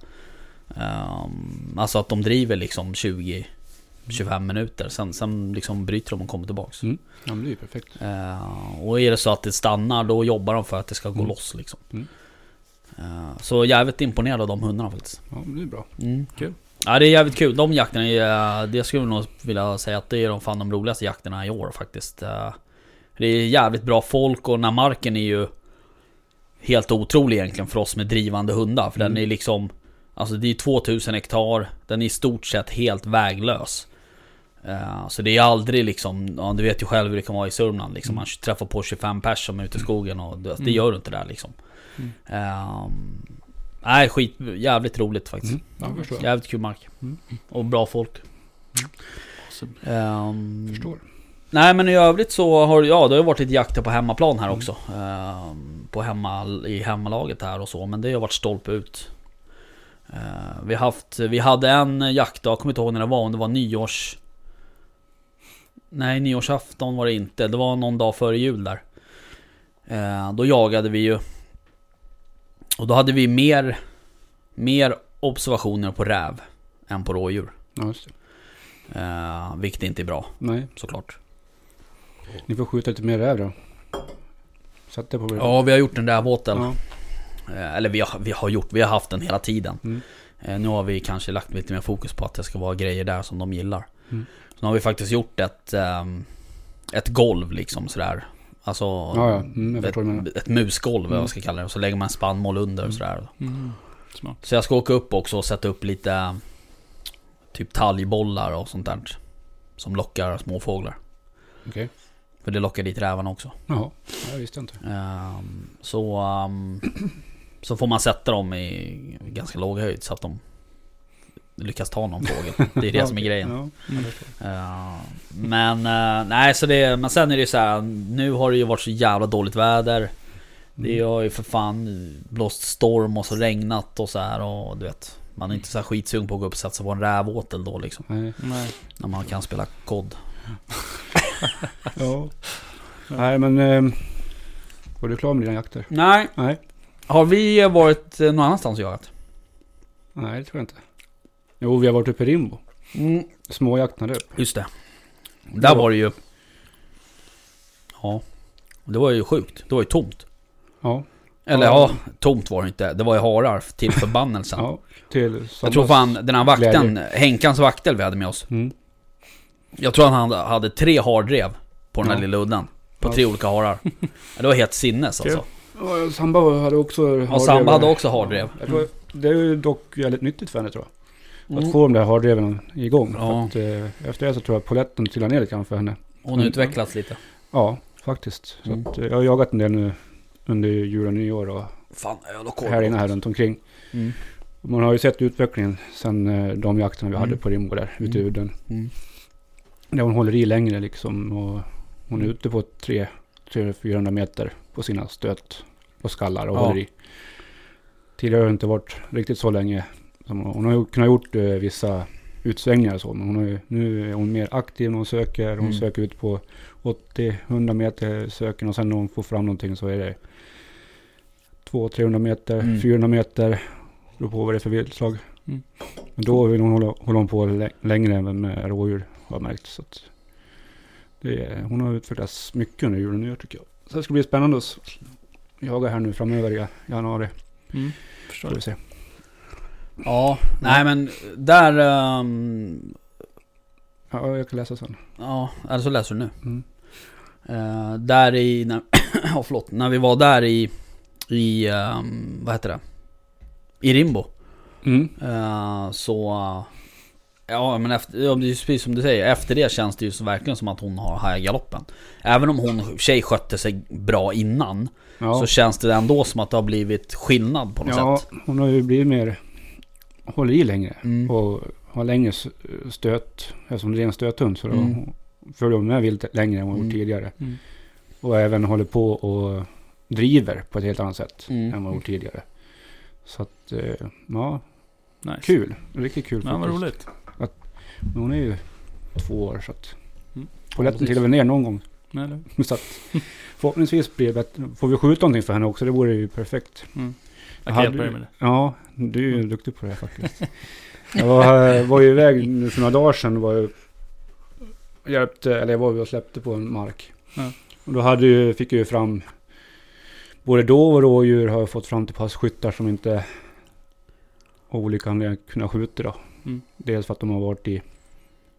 [SPEAKER 1] Eh, alltså att de driver liksom 20-25 minuter, sen, sen liksom bryter de och kommer tillbaks.
[SPEAKER 2] Mm. Ja, men det är ju perfekt.
[SPEAKER 1] Eh, och är det så att det stannar, då jobbar de för att det ska gå
[SPEAKER 2] Mm.
[SPEAKER 1] loss liksom.
[SPEAKER 2] Mm.
[SPEAKER 1] Eh, så jävligt imponerad av de hundarna faktiskt.
[SPEAKER 2] Ja, men det är bra.
[SPEAKER 1] Mm.
[SPEAKER 4] Kul.
[SPEAKER 1] Ja det är jävligt kul. De jakterna är, eh, det skulle jag nog vilja säga att det är de fan de roligaste jakterna i år faktiskt. Eh, Det är jävligt bra folk och den här marken är ju helt otrolig egentligen för oss med drivande hundar. För den
[SPEAKER 2] Mm.
[SPEAKER 1] är liksom, alltså det är 2000 hektar, den är i stort sett helt väglös. Eh, Så det är aldrig liksom, ja, du vet ju själv hur det kan vara i Sörmland liksom. Man
[SPEAKER 2] Mm.
[SPEAKER 1] träffar på 25 pers som är ute i skogen och det, det
[SPEAKER 4] Mm.
[SPEAKER 1] gör du inte där liksom.
[SPEAKER 4] Mm.
[SPEAKER 1] Ehm, nej skit, jävligt roligt faktiskt.
[SPEAKER 2] Mm. Ja, jag förstår. Jag
[SPEAKER 1] Jävligt kul mark.
[SPEAKER 2] Mm.
[SPEAKER 1] Och bra folk.
[SPEAKER 4] Awesome.
[SPEAKER 1] Ehm,
[SPEAKER 2] förstår.
[SPEAKER 1] nej men i övrigt så har ja, det har ju varit lite jakter på hemmaplan här också. Ehm, på hemma, I hemmalaget här och så. Men det har varit stolpe ut. Ehm, vi, har haft, vi hade en jaktdag, jag kommer inte ihåg när det var, om det var nyårs... Nej, nyårsafton var det inte. Det var någon dag före jul där. Ehm, då jagade vi ju. Och då hade vi mer, mer observationer på räv än på rådjur.
[SPEAKER 2] Ja, just det.
[SPEAKER 1] Eh, vilket inte är bra
[SPEAKER 2] Nej,
[SPEAKER 1] såklart.
[SPEAKER 2] ni får skjuta lite mer räv då. Sätt det på bredvid.
[SPEAKER 1] Ja, vi har gjort en rävåtel.
[SPEAKER 2] Ja.
[SPEAKER 1] Eh, eller vi har, vi har gjort, vi har haft den hela tiden.
[SPEAKER 2] Mm.
[SPEAKER 1] Eh, nu har vi kanske lagt lite mer fokus på att det ska vara grejer där som de gillar.
[SPEAKER 2] Mm.
[SPEAKER 1] Så nu har vi faktiskt gjort ett, ehm, ett golv liksom sådär. Alltså
[SPEAKER 2] Ja, ja. Mm, jag förstår vad du menar. Mm.
[SPEAKER 1] ett, ett musgolv eller vad jag ska kalla det. Och så lägger man en spannmål under och sådär.
[SPEAKER 4] Mm,
[SPEAKER 1] Så jag ska åka upp också och sätta upp lite typ talgbollar och sånt där. Som lockar småfåglar.
[SPEAKER 2] Okej.
[SPEAKER 1] För det lockar dit rävarna också.
[SPEAKER 2] Jaha, ja, jag visste inte.
[SPEAKER 1] Ehm, så, ehm, så får man sätta dem i ganska låg höjd så att de lyckas ta någon fågel. Det är det som är grejen.
[SPEAKER 2] *laughs* Ja,
[SPEAKER 4] mm.
[SPEAKER 1] Ehm, men, eh, nej, så det, men sen är det ju så här, nu har det ju varit så jävla dåligt väder. Det
[SPEAKER 2] Mm.
[SPEAKER 1] har ju för fan blåst storm och så regnat och så här och du vet. Man är inte så här skitsugen på att gå upp och satsa på en rävåtel då liksom.
[SPEAKER 2] nej.
[SPEAKER 4] Nej.
[SPEAKER 1] När man kan spela kod. *laughs*
[SPEAKER 2] Ja. nej, men... ehm, var du klar med dina jakter?
[SPEAKER 1] Nej,
[SPEAKER 2] Nej.
[SPEAKER 1] har vi varit eh, någon annanstans och jagat?
[SPEAKER 2] Nej, det tror jag inte. Jo, vi har varit uppe i Rimbo.
[SPEAKER 1] Mm.
[SPEAKER 2] Småjakten där upp.
[SPEAKER 1] Just det. Där var det ju... Ja. Det var ju sjukt. Det var ju tomt.
[SPEAKER 2] Ja.
[SPEAKER 1] Eller ja,
[SPEAKER 2] Ja.
[SPEAKER 1] tomt var det inte. Det var ju harar till förbannelsen.
[SPEAKER 2] *laughs* ja. Till
[SPEAKER 1] jag tror fan den här vakten, Henkans vaktel vi hade med oss.
[SPEAKER 2] Mm.
[SPEAKER 1] Jag tror han hade tre hardrev på den här
[SPEAKER 2] Ja.
[SPEAKER 1] lilla udden. På
[SPEAKER 2] Ja.
[SPEAKER 1] tre olika harar.
[SPEAKER 2] *laughs*
[SPEAKER 1] Ja, Det var helt sinnes
[SPEAKER 4] Kul.
[SPEAKER 1] alltså.
[SPEAKER 2] Ja, Samba hade också
[SPEAKER 1] Och Samba hade också hardrev.
[SPEAKER 2] Jag tror, det är ju dock väldigt nyttigt för henne tror jag. Att
[SPEAKER 1] Mm.
[SPEAKER 2] få de där hardreven igång.
[SPEAKER 1] Ja.
[SPEAKER 2] För att, eh, efter det så tror jag poletten trillar ner lite grann för henne.
[SPEAKER 1] Hon har utvecklats lite.
[SPEAKER 2] Ja, faktiskt. Så
[SPEAKER 1] Mm.
[SPEAKER 2] att, eh, jag har jagat en del nu under jul och nyår och
[SPEAKER 1] Fan, öl och
[SPEAKER 2] här inne
[SPEAKER 1] korv.
[SPEAKER 2] här runt omkring.
[SPEAKER 1] Mm.
[SPEAKER 2] Och Man har ju sett utvecklingen sen eh, de jakterna vi
[SPEAKER 1] Mm.
[SPEAKER 2] hade på Rimbo där ute i
[SPEAKER 1] Mm.
[SPEAKER 2] udden.
[SPEAKER 1] Mm.
[SPEAKER 2] Där hon håller i längre liksom och hon är
[SPEAKER 1] Mm.
[SPEAKER 2] ute på 300-400 meter på sina stöt och skallar och
[SPEAKER 1] Ja.
[SPEAKER 2] håller i. Tidigare har det inte varit riktigt så länge. Som hon, hon har ju kunnat gjort eh, vissa utsvängningar och så. Men hon har ju, nu är hon mer aktiv när hon söker. Hon
[SPEAKER 1] Mm.
[SPEAKER 2] söker ut på 80-100 meter söker och sen när hon får fram någonting så är det 200-300 meter,
[SPEAKER 1] Mm.
[SPEAKER 2] 400 meter. Beror på vad det är för viltslag.
[SPEAKER 4] Mm.
[SPEAKER 2] Men då vill hon hålla, håller hon på lä- längre än med rådjur har jag märkt. Så att det är, hon har utvecklats mycket under julen nu tycker jag. Så det ska bli spännande att s- jaga här nu framöver i januari.
[SPEAKER 4] Mm.
[SPEAKER 2] Får
[SPEAKER 4] Förstår.
[SPEAKER 2] vi se.
[SPEAKER 1] Ja, nej men där... ehm,
[SPEAKER 2] Ja, jag kan läsa sen.
[SPEAKER 1] Ja, eller så läser du nu.
[SPEAKER 2] Mm.
[SPEAKER 1] Eh, där i... När, *clears throat* oh, förlåt, när vi var där i... I... ehm, vad heter det? I Rimbo.
[SPEAKER 2] Mm.
[SPEAKER 1] eh, så... Ja men efter, ja, det är ju precis som du säger, efter det känns det ju så verkligen som att hon har hajgaloppen. Även om hon tjej skötte sig bra innan
[SPEAKER 2] Ja,
[SPEAKER 1] så känns det ändå som att det har blivit skillnad på något
[SPEAKER 2] ja
[SPEAKER 1] sätt.
[SPEAKER 2] hon har ju blivit mer... Håller i längre.
[SPEAKER 1] Mm.
[SPEAKER 2] Och har längre s- stöt. Eftersom det är en stöthund så
[SPEAKER 1] Mm.
[SPEAKER 2] mm. följer hon med vilt längre än vad hon
[SPEAKER 1] Mm.
[SPEAKER 2] gjort tidigare.
[SPEAKER 4] Mm.
[SPEAKER 2] Och även håller på och driver på ett helt annat sätt
[SPEAKER 1] Mm.
[SPEAKER 2] än vad hon gjort tidigare. Så att, eh, ja,
[SPEAKER 4] Nice.
[SPEAKER 2] kul. Riktigt kul
[SPEAKER 4] Ja, vad
[SPEAKER 2] faktiskt.
[SPEAKER 4] roligt.
[SPEAKER 2] Men hon är ju två år så att...
[SPEAKER 4] Mm.
[SPEAKER 2] Polletten
[SPEAKER 4] Ja,
[SPEAKER 2] trillar väl ner någon gång. *laughs*
[SPEAKER 4] Nej, eller?
[SPEAKER 1] *laughs*
[SPEAKER 2] Så att förhoppningsvis blir det bättre. Får vi skjuta någonting för henne också? Det vore ju perfekt.
[SPEAKER 4] Mm. Jag kan
[SPEAKER 2] Hade
[SPEAKER 4] hjälpa dig
[SPEAKER 2] du-
[SPEAKER 4] med det.
[SPEAKER 2] Ja, du är ju
[SPEAKER 4] Mm.
[SPEAKER 2] duktig på det här faktiskt. Jag var, eh, var ju iväg nu för några dagar sedan. och Var ju, hjälpte, eller jag var ju och släppte på en mark.
[SPEAKER 4] Ja.
[SPEAKER 2] Och då hade ju, fick jag ju fram... Både då och rådjur har jag fått fram till pass skyttar som inte av olika anledningar kunnat skjuta. Då.
[SPEAKER 4] Mm.
[SPEAKER 2] Dels för att de har varit i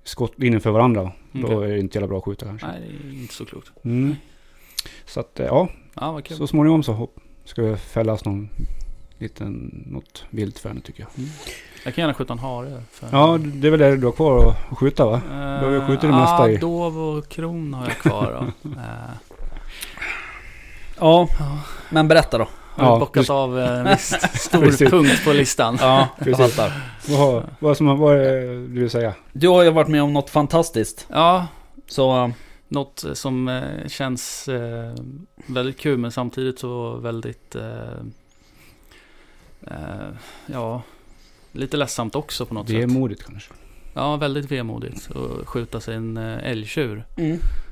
[SPEAKER 2] skottlinjen för varandra. Då
[SPEAKER 4] Okej.
[SPEAKER 2] är det inte jävla bra att skjuta kanske.
[SPEAKER 4] Nej, det är inte så klokt.
[SPEAKER 2] Mm. Så att eh, ja,
[SPEAKER 4] Ja, vad kul.
[SPEAKER 2] så småningom så hopp, ska det fällas någon liten, något vilt för henne tycker jag.
[SPEAKER 4] Jag kan gärna skjuta en hare. För... Eh,
[SPEAKER 2] Ja, det är väl det du har kvar att skjuta va? då har vi skjutit det mesta i.
[SPEAKER 4] Ja, dov och kron har jag kvar
[SPEAKER 2] *laughs*
[SPEAKER 4] då. Eh,
[SPEAKER 1] Ja,
[SPEAKER 4] Ja.
[SPEAKER 1] men berätta
[SPEAKER 2] *laughs*
[SPEAKER 1] då.
[SPEAKER 4] Har ja,
[SPEAKER 2] Ja,
[SPEAKER 4] bockat
[SPEAKER 2] du-
[SPEAKER 4] av eh, en viss
[SPEAKER 2] *laughs*
[SPEAKER 4] stor
[SPEAKER 2] Precis.
[SPEAKER 4] punkt på listan.
[SPEAKER 1] Ja, jag
[SPEAKER 2] precis.
[SPEAKER 1] fattar.
[SPEAKER 2] Vad, vad, som, vad är det du vill säga?
[SPEAKER 1] Du har ju varit med om något fantastiskt.
[SPEAKER 4] Ja,
[SPEAKER 1] Så eh,
[SPEAKER 4] något som eh, känns eh, väldigt kul men samtidigt så väldigt, eh, eh, ja, lite ledsamt också på något
[SPEAKER 2] Det är
[SPEAKER 4] sätt.
[SPEAKER 2] modigt kanske.
[SPEAKER 4] Ja, väldigt vemodigt att skjuta sig en eh, älgtjur.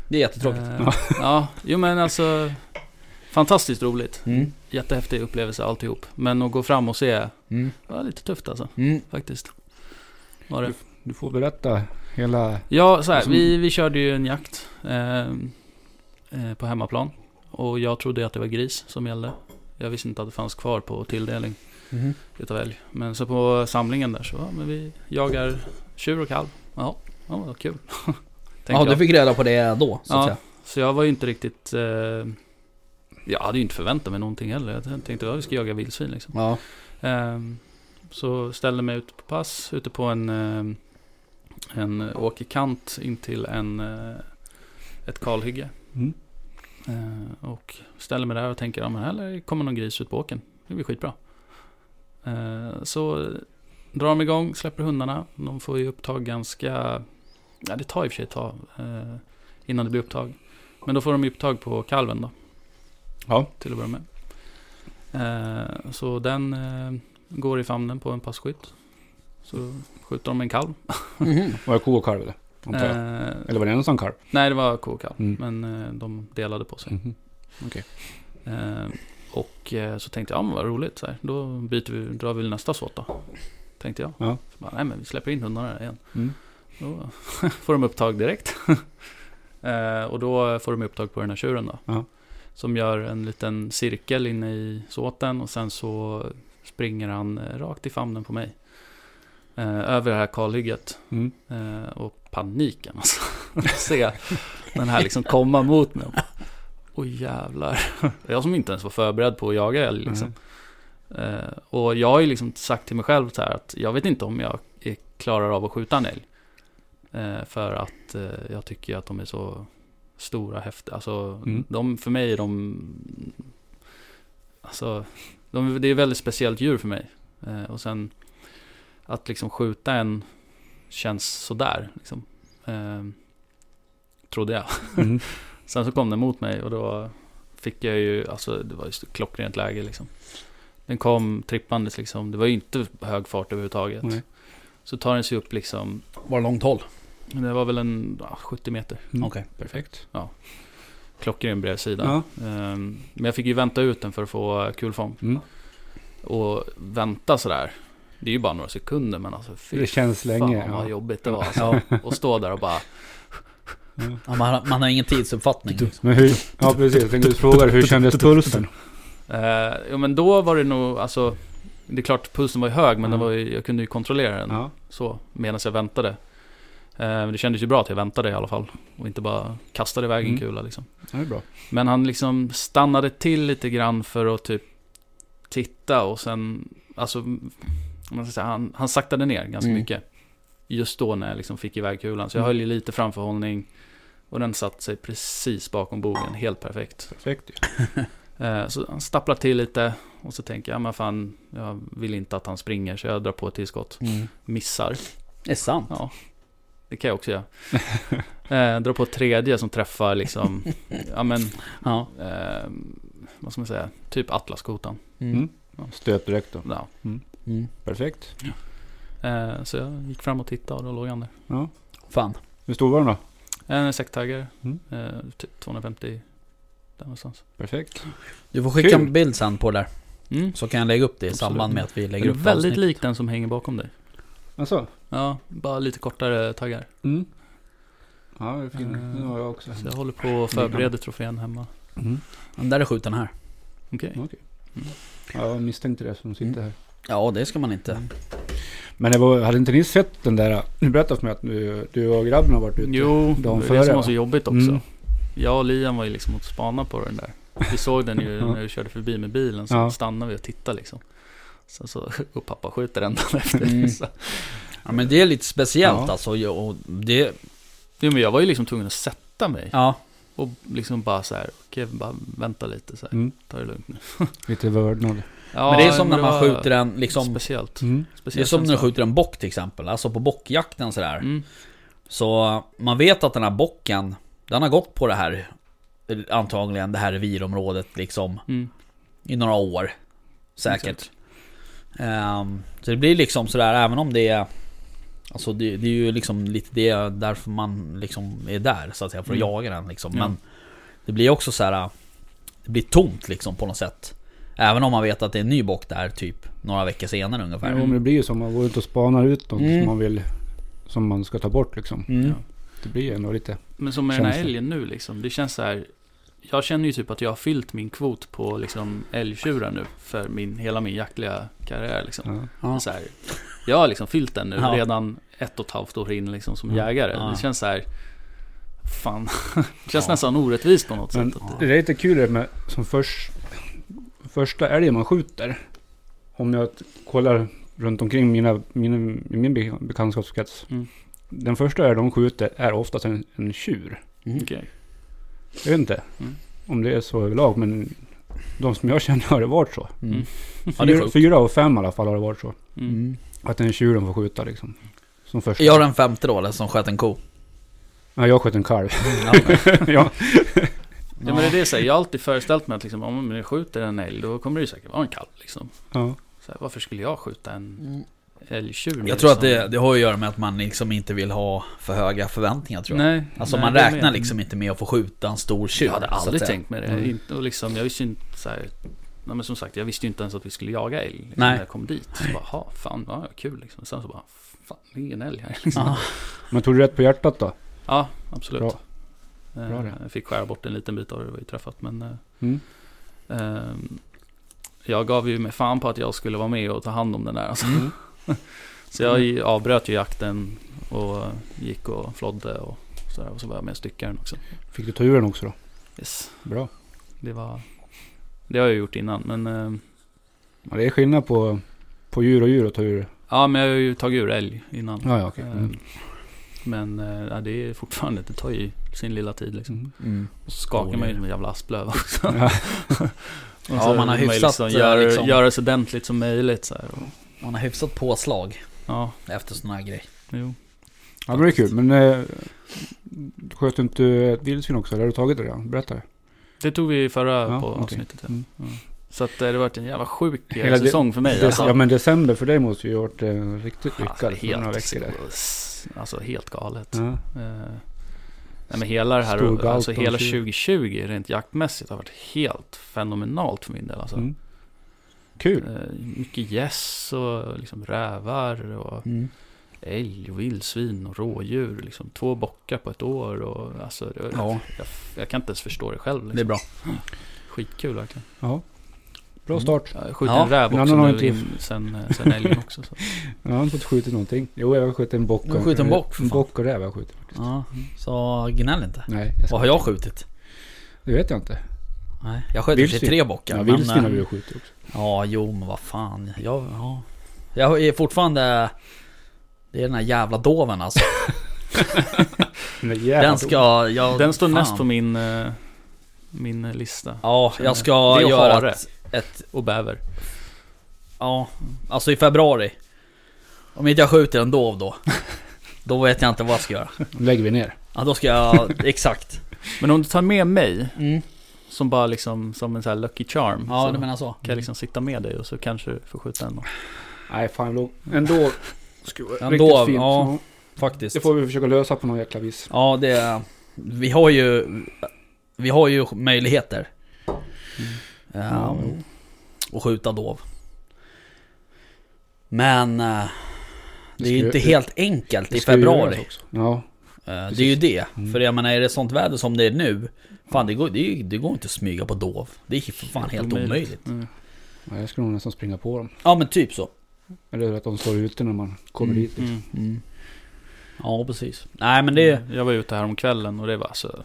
[SPEAKER 1] det är jättetråkigt.
[SPEAKER 4] Eh, ja, jo men alltså, fantastiskt roligt.
[SPEAKER 1] Mm.
[SPEAKER 4] Jättehäftig upplevelse alltihop. Men att gå fram och se,
[SPEAKER 1] Mm.
[SPEAKER 4] var lite tufft alltså,
[SPEAKER 1] Mm.
[SPEAKER 4] faktiskt. Var det.
[SPEAKER 2] Du får berätta hela...
[SPEAKER 4] Ja, så här,
[SPEAKER 2] Som-
[SPEAKER 4] vi, vi körde ju en jakt eh, eh, på hemmaplan. Och jag trodde att det var gris som gällde. Jag visste inte att det fanns kvar på tilldelning
[SPEAKER 1] Mhm.
[SPEAKER 4] utav älg. Men så på samlingen där så, ja, men vi jagar tjur och kalv. Ja, ja vad kul. *laughs* Tänkte
[SPEAKER 1] Jaha,
[SPEAKER 4] jag.
[SPEAKER 1] du fick reda på det då, så att
[SPEAKER 4] Ja.
[SPEAKER 1] säga.
[SPEAKER 4] Så jag var ju inte riktigt... Eh, jag hade ju inte förväntat mig någonting heller. Jag tänkte, ja, vi ska jaga vildsvin liksom.
[SPEAKER 1] Ja.
[SPEAKER 4] Ehm, Så ställde mig ut på pass ute på en, ehm, en åkerkant in till en, eh, ett kalhygge.
[SPEAKER 2] Mm.
[SPEAKER 4] Ehm, Och ställer mig där och tänker, ja men här lär det komma någon gris ut på åkern. Det blir skitbra. Ehm, Så drar de igång, släpper hundarna. De får ju upptag ganska, ja det tar i och för sig ett tag eh, innan det blir upptag. Men då får de ju upptag på kalven då.
[SPEAKER 2] Ja.
[SPEAKER 4] Till att börja med. Eh, Så den eh, går i famnen på en passkytt. Så skjuter de en kalv.
[SPEAKER 1] Mhm.
[SPEAKER 2] Var det ko och kalv eller? Antar jag.
[SPEAKER 4] Eh,
[SPEAKER 2] Eller var det ensam kalv?
[SPEAKER 4] nej, det var ko och kalv.
[SPEAKER 2] Mm.
[SPEAKER 4] Men eh, de delade på sig.
[SPEAKER 2] Mhm.
[SPEAKER 4] Eh, och eh, så tänkte jag, ja men vad roligt. Så här. Då byter vi, drar vi nästa såt då. Tänkte jag.
[SPEAKER 2] Ja.
[SPEAKER 4] Så bara, nej men vi släpper in hundarna igen.
[SPEAKER 2] Mm.
[SPEAKER 4] Då *laughs* får de upptag direkt. *laughs* eh, och då får de upptag på den här tjuren då.
[SPEAKER 2] Ja.
[SPEAKER 4] Som gör en liten cirkel inne i såten och sen så springer han eh, rakt i famnen på mig. Eh, över det här kalhygget.
[SPEAKER 2] Mm.
[SPEAKER 4] Eh, och paniken alltså. *laughs* Att se den här liksom komma mot mig. Oj jävlar. Jag som inte ens var förberedd på att jaga älg liksom.
[SPEAKER 2] Mm.
[SPEAKER 4] Eh, och jag har ju liksom sagt till mig själv så här att jag vet inte om jag är, klarar av att skjuta en älg. Eh, för att eh, jag tycker att de är så stora, häftiga. Alltså,
[SPEAKER 2] Mm.
[SPEAKER 4] de, för mig är de... Alltså, de, det är ett väldigt speciellt djur för mig. Eh, och sen att liksom skjuta en känns sådär. Liksom. Eh, trodde jag.
[SPEAKER 2] Mm.
[SPEAKER 4] *laughs* Sen så kom den mot mig och då fick jag ju, alltså det var ju ett klockrent läge liksom. Den kom trippandes liksom, det var ju inte hög fart överhuvudtaget.
[SPEAKER 2] Nej.
[SPEAKER 4] Så tar den sig upp liksom,
[SPEAKER 1] *laughs* Var det långt håll?
[SPEAKER 4] det var väl en ja, 70 meter,
[SPEAKER 2] Mm.
[SPEAKER 1] Okej.
[SPEAKER 2] Perfekt.
[SPEAKER 4] klockren bredsida.
[SPEAKER 2] Ja.
[SPEAKER 4] Ehm, men jag fick ju vänta ut den för att få kulfång.
[SPEAKER 2] Mm.
[SPEAKER 4] Och vänta sådär, det är ju bara några sekunder men alltså fy
[SPEAKER 2] Det känns länge.
[SPEAKER 4] fan vad
[SPEAKER 2] ja.
[SPEAKER 4] jobbigt det var alltså. Och stå där och bara,
[SPEAKER 1] Ja, man, har- man har ingen tidsuppfattning.
[SPEAKER 2] Men hur, ja precis, jag tänkte fråga dig, hur kändes pulsen?
[SPEAKER 4] eh, ja men då var det nog, alltså det är klart pulsen var ju hög men den
[SPEAKER 2] Ja.
[SPEAKER 4] var ju, jag kunde ju kontrollera den.
[SPEAKER 2] Ja.
[SPEAKER 4] så medan jag väntade. Eh, men det kändes ju bra att jag väntade i alla fall och inte bara kastade iväg en
[SPEAKER 2] Mm.
[SPEAKER 4] kula liksom.
[SPEAKER 2] Ja, det är bra.
[SPEAKER 4] Men han liksom stannade till lite grann för att typ titta och sen, alltså, om man ska säga, han, han saktade ner ganska
[SPEAKER 1] Mm.
[SPEAKER 4] mycket. just då när jag liksom fick iväg kulan. Så jag
[SPEAKER 2] Mm.
[SPEAKER 4] höll ju lite framförhållning. Och den satte sig precis bakom bogen, helt perfekt.
[SPEAKER 2] Perfekt ju.
[SPEAKER 4] Eh, Så han stapplar till lite. Och så tänker jag, men fan, jag vill inte att han springer. Så jag drar på ett tillskott.
[SPEAKER 1] Mm.
[SPEAKER 4] Missar.
[SPEAKER 1] Det är sant.
[SPEAKER 4] Ja, det kan jag också göra. Eh, drar på ett tredje som träffar liksom, ja men,
[SPEAKER 1] Ja.
[SPEAKER 4] eh, vad ska man säga, typ Atlaskotan.
[SPEAKER 1] Mm.
[SPEAKER 2] Stöp direkt då.
[SPEAKER 4] Ja.
[SPEAKER 1] Mm.
[SPEAKER 2] Perfekt.
[SPEAKER 4] Eh, så jag gick fram och tittade och då låg han där.
[SPEAKER 2] Ja.
[SPEAKER 1] Fan.
[SPEAKER 2] Hur stor var den då?
[SPEAKER 4] En sektaggare,
[SPEAKER 2] Mm.
[SPEAKER 4] eh, typ 250 där någonstans.
[SPEAKER 2] Perfekt.
[SPEAKER 1] Du får skicka
[SPEAKER 2] Kul.
[SPEAKER 1] en bild sen på det där.
[SPEAKER 4] Mm.
[SPEAKER 1] Så kan jag lägga upp det i
[SPEAKER 4] Absolut.
[SPEAKER 1] samband med att vi
[SPEAKER 4] Är
[SPEAKER 1] lägger
[SPEAKER 4] du
[SPEAKER 1] upp
[SPEAKER 4] väldigt
[SPEAKER 1] avsnitt.
[SPEAKER 4] lik den som hänger bakom dig?
[SPEAKER 2] Alltså.
[SPEAKER 4] Ja, bara lite kortare taggar.
[SPEAKER 2] Mm. Ja, det är fin.
[SPEAKER 4] Eh,
[SPEAKER 2] Nu har jag också.
[SPEAKER 4] Så jag håller på och förbereder trofén hemma. Mm.
[SPEAKER 2] Mm.
[SPEAKER 1] Den där är skjuten här.
[SPEAKER 4] Okej.
[SPEAKER 2] Okej. Ja, jag misstänkte det som sitter här.
[SPEAKER 1] Ja, det ska man inte.
[SPEAKER 2] Men det var, hade inte ni sett den där? Du berättade för mig att du, du och grabben har varit ute.
[SPEAKER 4] Jo, det
[SPEAKER 2] dagen
[SPEAKER 4] var
[SPEAKER 2] före,
[SPEAKER 4] det som
[SPEAKER 2] va?
[SPEAKER 4] var så jobbigt också.
[SPEAKER 2] Mm.
[SPEAKER 4] Jag och Liam var ju liksom och spana på den där. Vi såg den ju
[SPEAKER 2] *laughs* Ja.
[SPEAKER 4] när vi körde förbi med bilen, så
[SPEAKER 2] Ja.
[SPEAKER 4] stannade vi och tittade liksom. Sen så går pappa och skjuter den dagen efter.
[SPEAKER 1] Mm.
[SPEAKER 4] Så.
[SPEAKER 1] Ja, men det är lite speciellt
[SPEAKER 2] Ja.
[SPEAKER 1] alltså. ju- Och det,
[SPEAKER 4] Jo, men jag var ju liksom tvungen att sätta mig
[SPEAKER 1] ja.
[SPEAKER 4] och liksom bara så här, okej, bara vänta lite så här,
[SPEAKER 2] Mm.
[SPEAKER 4] ta det lugnt nu.
[SPEAKER 2] Lite vördnad.
[SPEAKER 4] Ja,
[SPEAKER 1] men det är som när
[SPEAKER 4] men
[SPEAKER 1] man
[SPEAKER 4] var
[SPEAKER 1] skjuter en, liksom,
[SPEAKER 4] Speciellt.
[SPEAKER 2] Mm.
[SPEAKER 1] det är
[SPEAKER 4] speciellt
[SPEAKER 1] som när du
[SPEAKER 4] känsla.
[SPEAKER 1] skjuter en bock till exempel. Alltså på bockjakten sådär.
[SPEAKER 4] Mm.
[SPEAKER 1] Så man vet att den här bocken, den har gått på det här antagligen det här revirområdet liksom
[SPEAKER 4] Mm.
[SPEAKER 1] i några år. Säkert. Ehm, så det blir liksom sådär även om det är Alltså det, det är ju liksom lite det därför man liksom är där så att säga för att
[SPEAKER 4] Mm.
[SPEAKER 1] jaga den liksom.
[SPEAKER 4] Ja.
[SPEAKER 1] Men det blir också så här. Det blir tomt liksom på något sätt. Även om man vet att det är en ny bock där typ några veckor senare ungefär.
[SPEAKER 2] Jo, men det blir ju som att man går ut och spanar ut något
[SPEAKER 1] Mm.
[SPEAKER 2] som man vill. Som man ska ta bort liksom.
[SPEAKER 1] Mm.
[SPEAKER 4] Ja.
[SPEAKER 2] Det blir ändå lite.
[SPEAKER 4] Men som med den här
[SPEAKER 2] Känsla.
[SPEAKER 4] älgen nu liksom, det känns så här. Jag känner ju typ att jag har fyllt min kvot på liksom älgtjurar nu för min, hela min jaktliga karriär liksom.
[SPEAKER 2] Ja.
[SPEAKER 1] Ja.
[SPEAKER 4] Så här, jag har liksom fyllt den nu
[SPEAKER 1] Ja.
[SPEAKER 4] redan ett och ett halvt år in liksom som
[SPEAKER 2] Ja.
[SPEAKER 4] jägare.
[SPEAKER 1] Ja.
[SPEAKER 4] Det känns så här, fan, *laughs* det känns
[SPEAKER 1] Ja.
[SPEAKER 4] nästan orättvist på något
[SPEAKER 2] Men
[SPEAKER 4] sätt. Att
[SPEAKER 2] det
[SPEAKER 4] det,
[SPEAKER 2] är lite kul det med som först, första älgen man skjuter. Om jag t- kollar runt omkring mina, mina, i min be- bekantskapskrets.
[SPEAKER 4] Mm.
[SPEAKER 2] Den första älgen de skjuter är oftast en, en tjur.
[SPEAKER 1] Mm.
[SPEAKER 4] okej.
[SPEAKER 2] Jag vet inte
[SPEAKER 4] Mm.
[SPEAKER 2] om det är så överlag men de som jag känner har det varit så.
[SPEAKER 1] Mm. Ja, det är
[SPEAKER 2] Fyra,
[SPEAKER 1] sjukt.
[SPEAKER 2] fyra av fem i alla fall har det varit så.
[SPEAKER 4] Mm.
[SPEAKER 1] Mm.
[SPEAKER 2] Att en tjur de får skjuta liksom. Som första.
[SPEAKER 1] Jag är den femte då eller, som sköt en ko.
[SPEAKER 2] ja, jag sköt en kalv. *laughs*
[SPEAKER 1] Ja.
[SPEAKER 2] ja.
[SPEAKER 4] Ja, men det är det, så här, jag har alltid föreställt mig att liksom, om jag skjuter en älg då kommer det ju säkert vara en kalv. Liksom.
[SPEAKER 2] Ja.
[SPEAKER 4] Så här, varför skulle jag skjuta en älgtjur? nu,
[SPEAKER 1] Mm. Jag tror att det,
[SPEAKER 4] liksom?
[SPEAKER 1] det har att göra med att man liksom inte vill ha för höga förväntningar tror jag.
[SPEAKER 4] Nej,
[SPEAKER 1] alltså
[SPEAKER 4] nej,
[SPEAKER 1] man
[SPEAKER 4] det är
[SPEAKER 1] räknar
[SPEAKER 4] med.
[SPEAKER 1] liksom inte med att få skjuta en stor tjur.
[SPEAKER 4] Jag hade
[SPEAKER 1] så att
[SPEAKER 4] aldrig
[SPEAKER 1] säga.
[SPEAKER 4] tänkt mig det.
[SPEAKER 2] Mm.
[SPEAKER 4] Inte- Och liksom, jag visste ju inte så här, nej, men som sagt, jag visste ju inte ens att vi skulle jaga älg. Liksom,
[SPEAKER 1] Nej.
[SPEAKER 4] När jag kom dit. Så bara, "Ha, fan, ja, kul liksom. Sen så bara, fan, det är ingen älg här. Liksom.
[SPEAKER 1] Ja.
[SPEAKER 2] Men tog du rätt på hjärtat då?
[SPEAKER 4] Ja, absolut.
[SPEAKER 2] Bra.
[SPEAKER 4] Eh,
[SPEAKER 2] Bra det.
[SPEAKER 4] Jag fick skära bort en liten bit av det, det var ju träffat. Men, eh,
[SPEAKER 2] Mm.
[SPEAKER 4] ehm, jag gav ju mig fan på att jag skulle vara med och ta hand om den där. Alltså.
[SPEAKER 2] Mm.
[SPEAKER 4] *laughs* Så jag
[SPEAKER 1] Mm.
[SPEAKER 4] ju- avbröt ju jakten och gick och flodde och sådär. Och så var jag med och styckade den också.
[SPEAKER 2] Fick du ta ur den också då?
[SPEAKER 4] Yes.
[SPEAKER 2] Bra.
[SPEAKER 4] Det, var, det har jag gjort innan. Men, eh,
[SPEAKER 2] Ja, det är skillnad på, på djur och djur och ta ur.
[SPEAKER 4] ja, men jag har ju tagit ur älg innan.
[SPEAKER 2] Ja, ja okej. Mm.
[SPEAKER 4] Eh, Men eh, ja, det är fortfarande, det tar ju sin lilla tid liksom.
[SPEAKER 2] Mm.
[SPEAKER 1] Mm.
[SPEAKER 4] Och så skakar
[SPEAKER 1] Oh,
[SPEAKER 4] man ju
[SPEAKER 1] ja.
[SPEAKER 4] som en jävla asplöv också.
[SPEAKER 2] *laughs* Ja.
[SPEAKER 4] Och
[SPEAKER 1] Ja,
[SPEAKER 4] så
[SPEAKER 1] man har
[SPEAKER 4] vill ju
[SPEAKER 1] hyfsat, eh,
[SPEAKER 4] liksom göra,
[SPEAKER 1] liksom-
[SPEAKER 4] göra så ordentligt som möjligt så här. Och,
[SPEAKER 1] Man har hyfsat påslag
[SPEAKER 4] ja,
[SPEAKER 1] efter sådana här grejer.
[SPEAKER 4] jo.
[SPEAKER 2] Ja, men det är kul. Men eh, sköt du inte ett vildsvin också? Eller har du tagit det redan? Berätta.
[SPEAKER 4] Det tog vi i förra
[SPEAKER 2] Ja,
[SPEAKER 4] på
[SPEAKER 2] okej.
[SPEAKER 4] avsnittet. Ja.
[SPEAKER 2] Mm.
[SPEAKER 4] Ja. Så att eh, det har varit en jävla sjuk eh,
[SPEAKER 2] Hela det-
[SPEAKER 4] säsong för mig.
[SPEAKER 2] Ja,
[SPEAKER 4] Alltså.
[SPEAKER 2] ja, men december för dig måste ju ha varit eh, riktigt lyckad.
[SPEAKER 4] alltså,
[SPEAKER 2] för några
[SPEAKER 4] helt,
[SPEAKER 2] veckor där.
[SPEAKER 4] s- alltså helt galet.
[SPEAKER 2] Ja.
[SPEAKER 4] Eh, Nej, men hela det här,
[SPEAKER 2] Storgalt
[SPEAKER 4] alltså
[SPEAKER 2] och
[SPEAKER 4] hela
[SPEAKER 2] tjuv.
[SPEAKER 4] 2020 rent jaktmässigt har varit helt fenomenalt för min del. Alltså.
[SPEAKER 2] Mm. Kul.
[SPEAKER 4] Eh, mycket gäss och liksom rävar och
[SPEAKER 1] Mm.
[SPEAKER 4] älg och vildsvin och rådjur. Liksom två bockar på ett år. Och, alltså, det-
[SPEAKER 1] Ja,
[SPEAKER 4] jag, jag kan inte ens förstå det själv. Liksom.
[SPEAKER 1] det är bra.
[SPEAKER 4] Skitkul verkligen.
[SPEAKER 2] Ja. Bra
[SPEAKER 1] Mm.
[SPEAKER 2] start.
[SPEAKER 4] Jag skjuter
[SPEAKER 1] Ja,
[SPEAKER 4] en räv
[SPEAKER 2] men
[SPEAKER 4] också
[SPEAKER 2] han har
[SPEAKER 4] nu
[SPEAKER 2] inte-
[SPEAKER 4] in, sen, eh,
[SPEAKER 2] *laughs*
[SPEAKER 4] sen älgen också. Så.
[SPEAKER 2] Jag har inte fått skjutit någonting. Jo, jag har skjutit en bock.
[SPEAKER 1] Du har skjutit en bock, för
[SPEAKER 2] En
[SPEAKER 1] fan.
[SPEAKER 2] bock och räv har jag skjutit. faktiskt.
[SPEAKER 1] Ja, så gnäll inte.
[SPEAKER 2] Nej, jag ska,
[SPEAKER 1] Vad har jag skjutit?
[SPEAKER 2] det vet jag inte.
[SPEAKER 1] Nej, jag sköt i och för sig
[SPEAKER 2] Vildsvin.
[SPEAKER 1] tre bockar.
[SPEAKER 2] Ja,
[SPEAKER 1] men,
[SPEAKER 2] vildsvin har
[SPEAKER 1] eh,
[SPEAKER 2] vi ju skjutit också.
[SPEAKER 1] Ja, jo men vad fan. Jag, ja. jag är fortfarande Det är den här jävla doven
[SPEAKER 4] *laughs*
[SPEAKER 1] alltså.
[SPEAKER 2] Den, där jävla
[SPEAKER 1] Den ska jag...
[SPEAKER 4] Den står
[SPEAKER 1] fan.
[SPEAKER 4] näst på min, eh, min eh, lista.
[SPEAKER 1] Ja,
[SPEAKER 4] känner
[SPEAKER 1] jag
[SPEAKER 4] jag.
[SPEAKER 1] ska
[SPEAKER 4] Det och
[SPEAKER 1] göra
[SPEAKER 4] hare.
[SPEAKER 1] ett, ett...
[SPEAKER 4] Och bäver.
[SPEAKER 1] Ja, alltså i februari. Om inte jag skjuter en dov då. Då vet jag inte vad jag ska göra.
[SPEAKER 2] do- lägger vi ner.
[SPEAKER 1] Ja, då ska jag... Exakt.
[SPEAKER 4] Men om du tar med mig,
[SPEAKER 1] Mm.
[SPEAKER 4] som bara liksom, som en sån här lucky charm.
[SPEAKER 1] Ja,
[SPEAKER 4] så
[SPEAKER 1] du menar så. Mm.
[SPEAKER 4] kan jag liksom sitta med dig och så kanske du får skjuta en. då.
[SPEAKER 2] Nej, fan. Ändå. ändå skulle vara
[SPEAKER 1] En
[SPEAKER 2] riktigt
[SPEAKER 1] dov,
[SPEAKER 2] fint.
[SPEAKER 1] ja.
[SPEAKER 2] Ja.
[SPEAKER 1] Faktiskt.
[SPEAKER 2] Det får vi försöka lösa på något jäkla vis.
[SPEAKER 1] Ja, det... Vi har ju... Vi har ju möjligheter.
[SPEAKER 2] Ja,
[SPEAKER 1] Ehm,
[SPEAKER 2] jo.
[SPEAKER 1] och skjuta dov. Men... eh, Det är ju
[SPEAKER 2] ska-
[SPEAKER 1] inte helt enkelt i
[SPEAKER 2] Det ska ju
[SPEAKER 1] februari.
[SPEAKER 2] göras också. Ja.
[SPEAKER 1] Eh, Det är ju
[SPEAKER 2] Precis.
[SPEAKER 1] det.
[SPEAKER 2] Mm.
[SPEAKER 1] För jag menar, är det sånt väder som det är nu. Fan, det går, det, är ju- det går inte att smyga på dov. Det är ju för fan helt omöjligt.
[SPEAKER 4] Mm.
[SPEAKER 2] Nej, jag skulle nog nästan springa på dem.
[SPEAKER 1] Ja, men typ så.
[SPEAKER 2] Eller att de står ute när man kommer
[SPEAKER 1] Mm.
[SPEAKER 2] dit. Liksom.
[SPEAKER 4] Mm.
[SPEAKER 1] Ja, precis. Nej, men det...
[SPEAKER 4] Jag var ute här om kvällen och det var alltså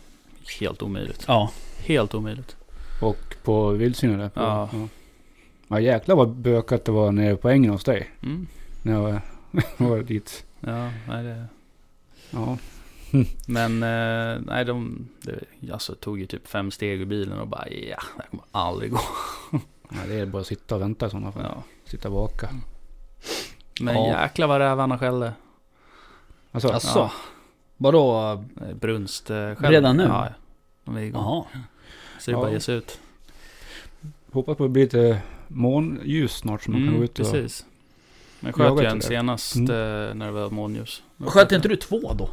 [SPEAKER 4] helt omöjligt.
[SPEAKER 1] Ja.
[SPEAKER 4] Helt omöjligt.
[SPEAKER 2] Och på vildsvinen där. På,
[SPEAKER 4] Ja.
[SPEAKER 2] ja. Ja. jäklar vad bökat det var nere på ängen hos dig.
[SPEAKER 4] Mm.
[SPEAKER 2] När jag var- *laughs* var dit.
[SPEAKER 4] Ja, nej, det...
[SPEAKER 2] Ja.
[SPEAKER 4] Men eh, nej, de det, alltså, tog ju typ fem steg ur bilen och bara ja, det här kommer aldrig gå. *laughs*
[SPEAKER 2] Nej, det är bara att sitta och vänta i sådana fall.
[SPEAKER 4] Ja.
[SPEAKER 2] Sitta och baka.
[SPEAKER 4] Men
[SPEAKER 1] Ja.
[SPEAKER 4] jäklar vad rävarna skällde.
[SPEAKER 2] Alltså,
[SPEAKER 1] Asså. Vadå?
[SPEAKER 4] eh, Brunst eh,
[SPEAKER 1] Redan nu?
[SPEAKER 4] Ja, ja. de är igång.
[SPEAKER 1] Jaha.
[SPEAKER 4] Så det är
[SPEAKER 2] Ja.
[SPEAKER 4] bara att ge sig ut.
[SPEAKER 2] hoppas på att det blir lite månljus snart så man kan gå
[SPEAKER 4] Mm,
[SPEAKER 2] ut och...
[SPEAKER 4] precis. Men
[SPEAKER 2] Jag
[SPEAKER 4] sköt
[SPEAKER 2] vet
[SPEAKER 4] jag en
[SPEAKER 2] det.
[SPEAKER 4] senast
[SPEAKER 2] Mm.
[SPEAKER 4] eh, när det var månljus.
[SPEAKER 1] Sköt inte du två då?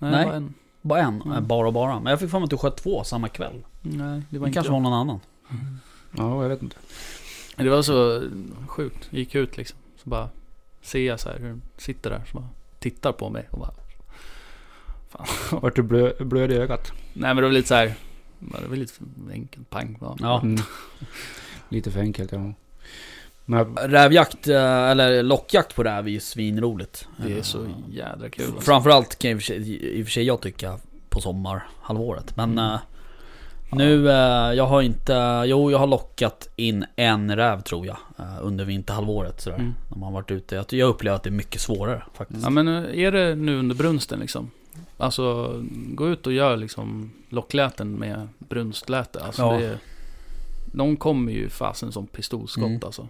[SPEAKER 4] Nej,
[SPEAKER 1] Nej.
[SPEAKER 4] Det var en,
[SPEAKER 1] Bara en?
[SPEAKER 4] Mm.
[SPEAKER 1] Nej, Bara och bara. Men jag fick för mig att du sköt två samma kväll.
[SPEAKER 4] nej det
[SPEAKER 1] Det,
[SPEAKER 4] var inte
[SPEAKER 1] kanske
[SPEAKER 4] jag.
[SPEAKER 1] var någon annan.
[SPEAKER 2] Ja, jag vet inte. *laughs*
[SPEAKER 4] Det var så sjukt. Gick ut liksom. Så bara ser jag så här hur de sitter där. Så bara tittar på mig och bara.
[SPEAKER 2] Vart du blö, blöd i ögat?
[SPEAKER 4] Nej men det var lite så här. Bara, det var lite för enkelt. Pang. Bara.
[SPEAKER 1] Ja.
[SPEAKER 2] Mm. Lite för enkelt, ja. Men
[SPEAKER 1] Rävjakt, eh, eller lockjakt på räv är ju svinroligt.
[SPEAKER 4] Det är
[SPEAKER 1] Eh,
[SPEAKER 4] så jädra kul. Alltså.
[SPEAKER 1] Framförallt kan i och för sig, i och för sig jag tycka på sommarhalvåret. Men
[SPEAKER 4] Mm.
[SPEAKER 1] eh, nu, eh, jag har inte, jo jag har lockat in en räv tror jag. eh, under vinterhalvåret sådär.
[SPEAKER 4] Mm.
[SPEAKER 1] När man varit ute. Jag- Jag upplever att det är mycket svårare faktiskt.
[SPEAKER 4] Ja men eh, är det nu under brunsten liksom? Alltså gå ut och gör liksom lockläten med brunstläte. Alltså,
[SPEAKER 1] Ja.
[SPEAKER 4] det är, de kommer ju fasen som pistolskott
[SPEAKER 1] Mm.
[SPEAKER 4] alltså.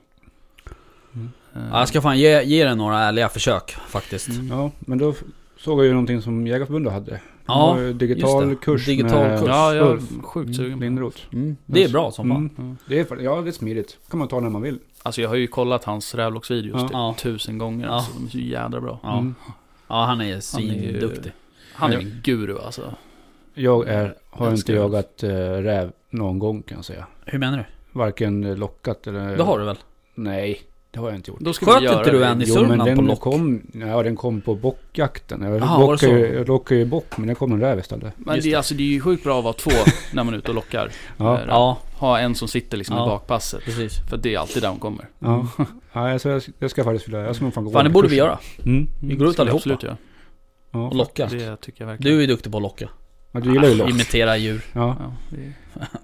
[SPEAKER 2] Mm.
[SPEAKER 4] Eh,
[SPEAKER 1] Ja, jag ska fan ge, ge det några ärliga försök faktiskt.
[SPEAKER 4] Mm.
[SPEAKER 2] Ja, men då f- såg jag ju någonting som Jägarförbundet hade. De
[SPEAKER 1] Ja,
[SPEAKER 2] har ju digital
[SPEAKER 1] just det.
[SPEAKER 2] kurs
[SPEAKER 1] Digital
[SPEAKER 2] med
[SPEAKER 1] kurs.
[SPEAKER 4] Ja, jag
[SPEAKER 2] Ulf
[SPEAKER 4] är sjukt sugen på det.
[SPEAKER 2] Lindroth.
[SPEAKER 1] Mm. Det är bra som fan.
[SPEAKER 2] Mm.
[SPEAKER 4] Mm.
[SPEAKER 2] Det är, fa- ja, det är smidigt. kan man ta när man vill.
[SPEAKER 4] Alltså jag har ju kollat hans rävlocksvideos
[SPEAKER 2] Ja.
[SPEAKER 4] typ
[SPEAKER 1] Ja.
[SPEAKER 4] tusen gånger.
[SPEAKER 1] Ja.
[SPEAKER 4] Alltså, de är så jädra bra.
[SPEAKER 1] Ja.
[SPEAKER 2] Mm.
[SPEAKER 1] Ja han är
[SPEAKER 4] ju-
[SPEAKER 1] svinduktig.
[SPEAKER 4] Han är
[SPEAKER 2] Nej.
[SPEAKER 4] min guru alltså.
[SPEAKER 2] Jag är, har inte
[SPEAKER 4] Älskar det.
[SPEAKER 2] jagat eh, räv någon gång kan jag säga.
[SPEAKER 1] Hur menar du?
[SPEAKER 2] Varken eh, lockat eller...
[SPEAKER 1] Det har du väl?
[SPEAKER 2] Nej, det har jag inte gjort.
[SPEAKER 4] Då ska
[SPEAKER 1] Sköt
[SPEAKER 4] vi göra
[SPEAKER 1] inte du
[SPEAKER 4] det.
[SPEAKER 1] än i
[SPEAKER 2] Jo,
[SPEAKER 1] Sörmland
[SPEAKER 2] men den
[SPEAKER 1] på lock?
[SPEAKER 2] kom... Ja, den kom på bockjakten. Jag,
[SPEAKER 1] Aha, var det
[SPEAKER 2] lockar ju,
[SPEAKER 1] så?
[SPEAKER 2] jag lockar ju bock, men det kom en räv istället.
[SPEAKER 4] Men
[SPEAKER 1] Just
[SPEAKER 4] det, är-
[SPEAKER 1] det.
[SPEAKER 4] alltså, det är ju sjukt bra att vara två när man är ute och lockar.
[SPEAKER 2] Ja.
[SPEAKER 4] Eh,
[SPEAKER 1] Ja,
[SPEAKER 4] Ha en som sitter liksom
[SPEAKER 1] Ja.
[SPEAKER 4] i bakpasset.
[SPEAKER 1] precis.
[SPEAKER 4] För det är alltid där de kommer.
[SPEAKER 2] Ja. *laughs* ja, alltså, jag, jag ska faktiskt vilja... Jag ska nog fan gå
[SPEAKER 1] Fan det
[SPEAKER 2] den
[SPEAKER 1] borde vi
[SPEAKER 2] kursen.
[SPEAKER 1] göra.
[SPEAKER 2] Mm.
[SPEAKER 1] Vi går ut
[SPEAKER 4] Skulle jag
[SPEAKER 1] allihopa.
[SPEAKER 4] Absolut ja.
[SPEAKER 2] Ja.
[SPEAKER 1] Och locka. Ah,
[SPEAKER 4] Det tycker jag verkligen.
[SPEAKER 1] Du är duktig på att locka.
[SPEAKER 2] ja, du gillar ju lock.
[SPEAKER 1] Imitera djur.
[SPEAKER 2] Ja.
[SPEAKER 4] Ja, det är...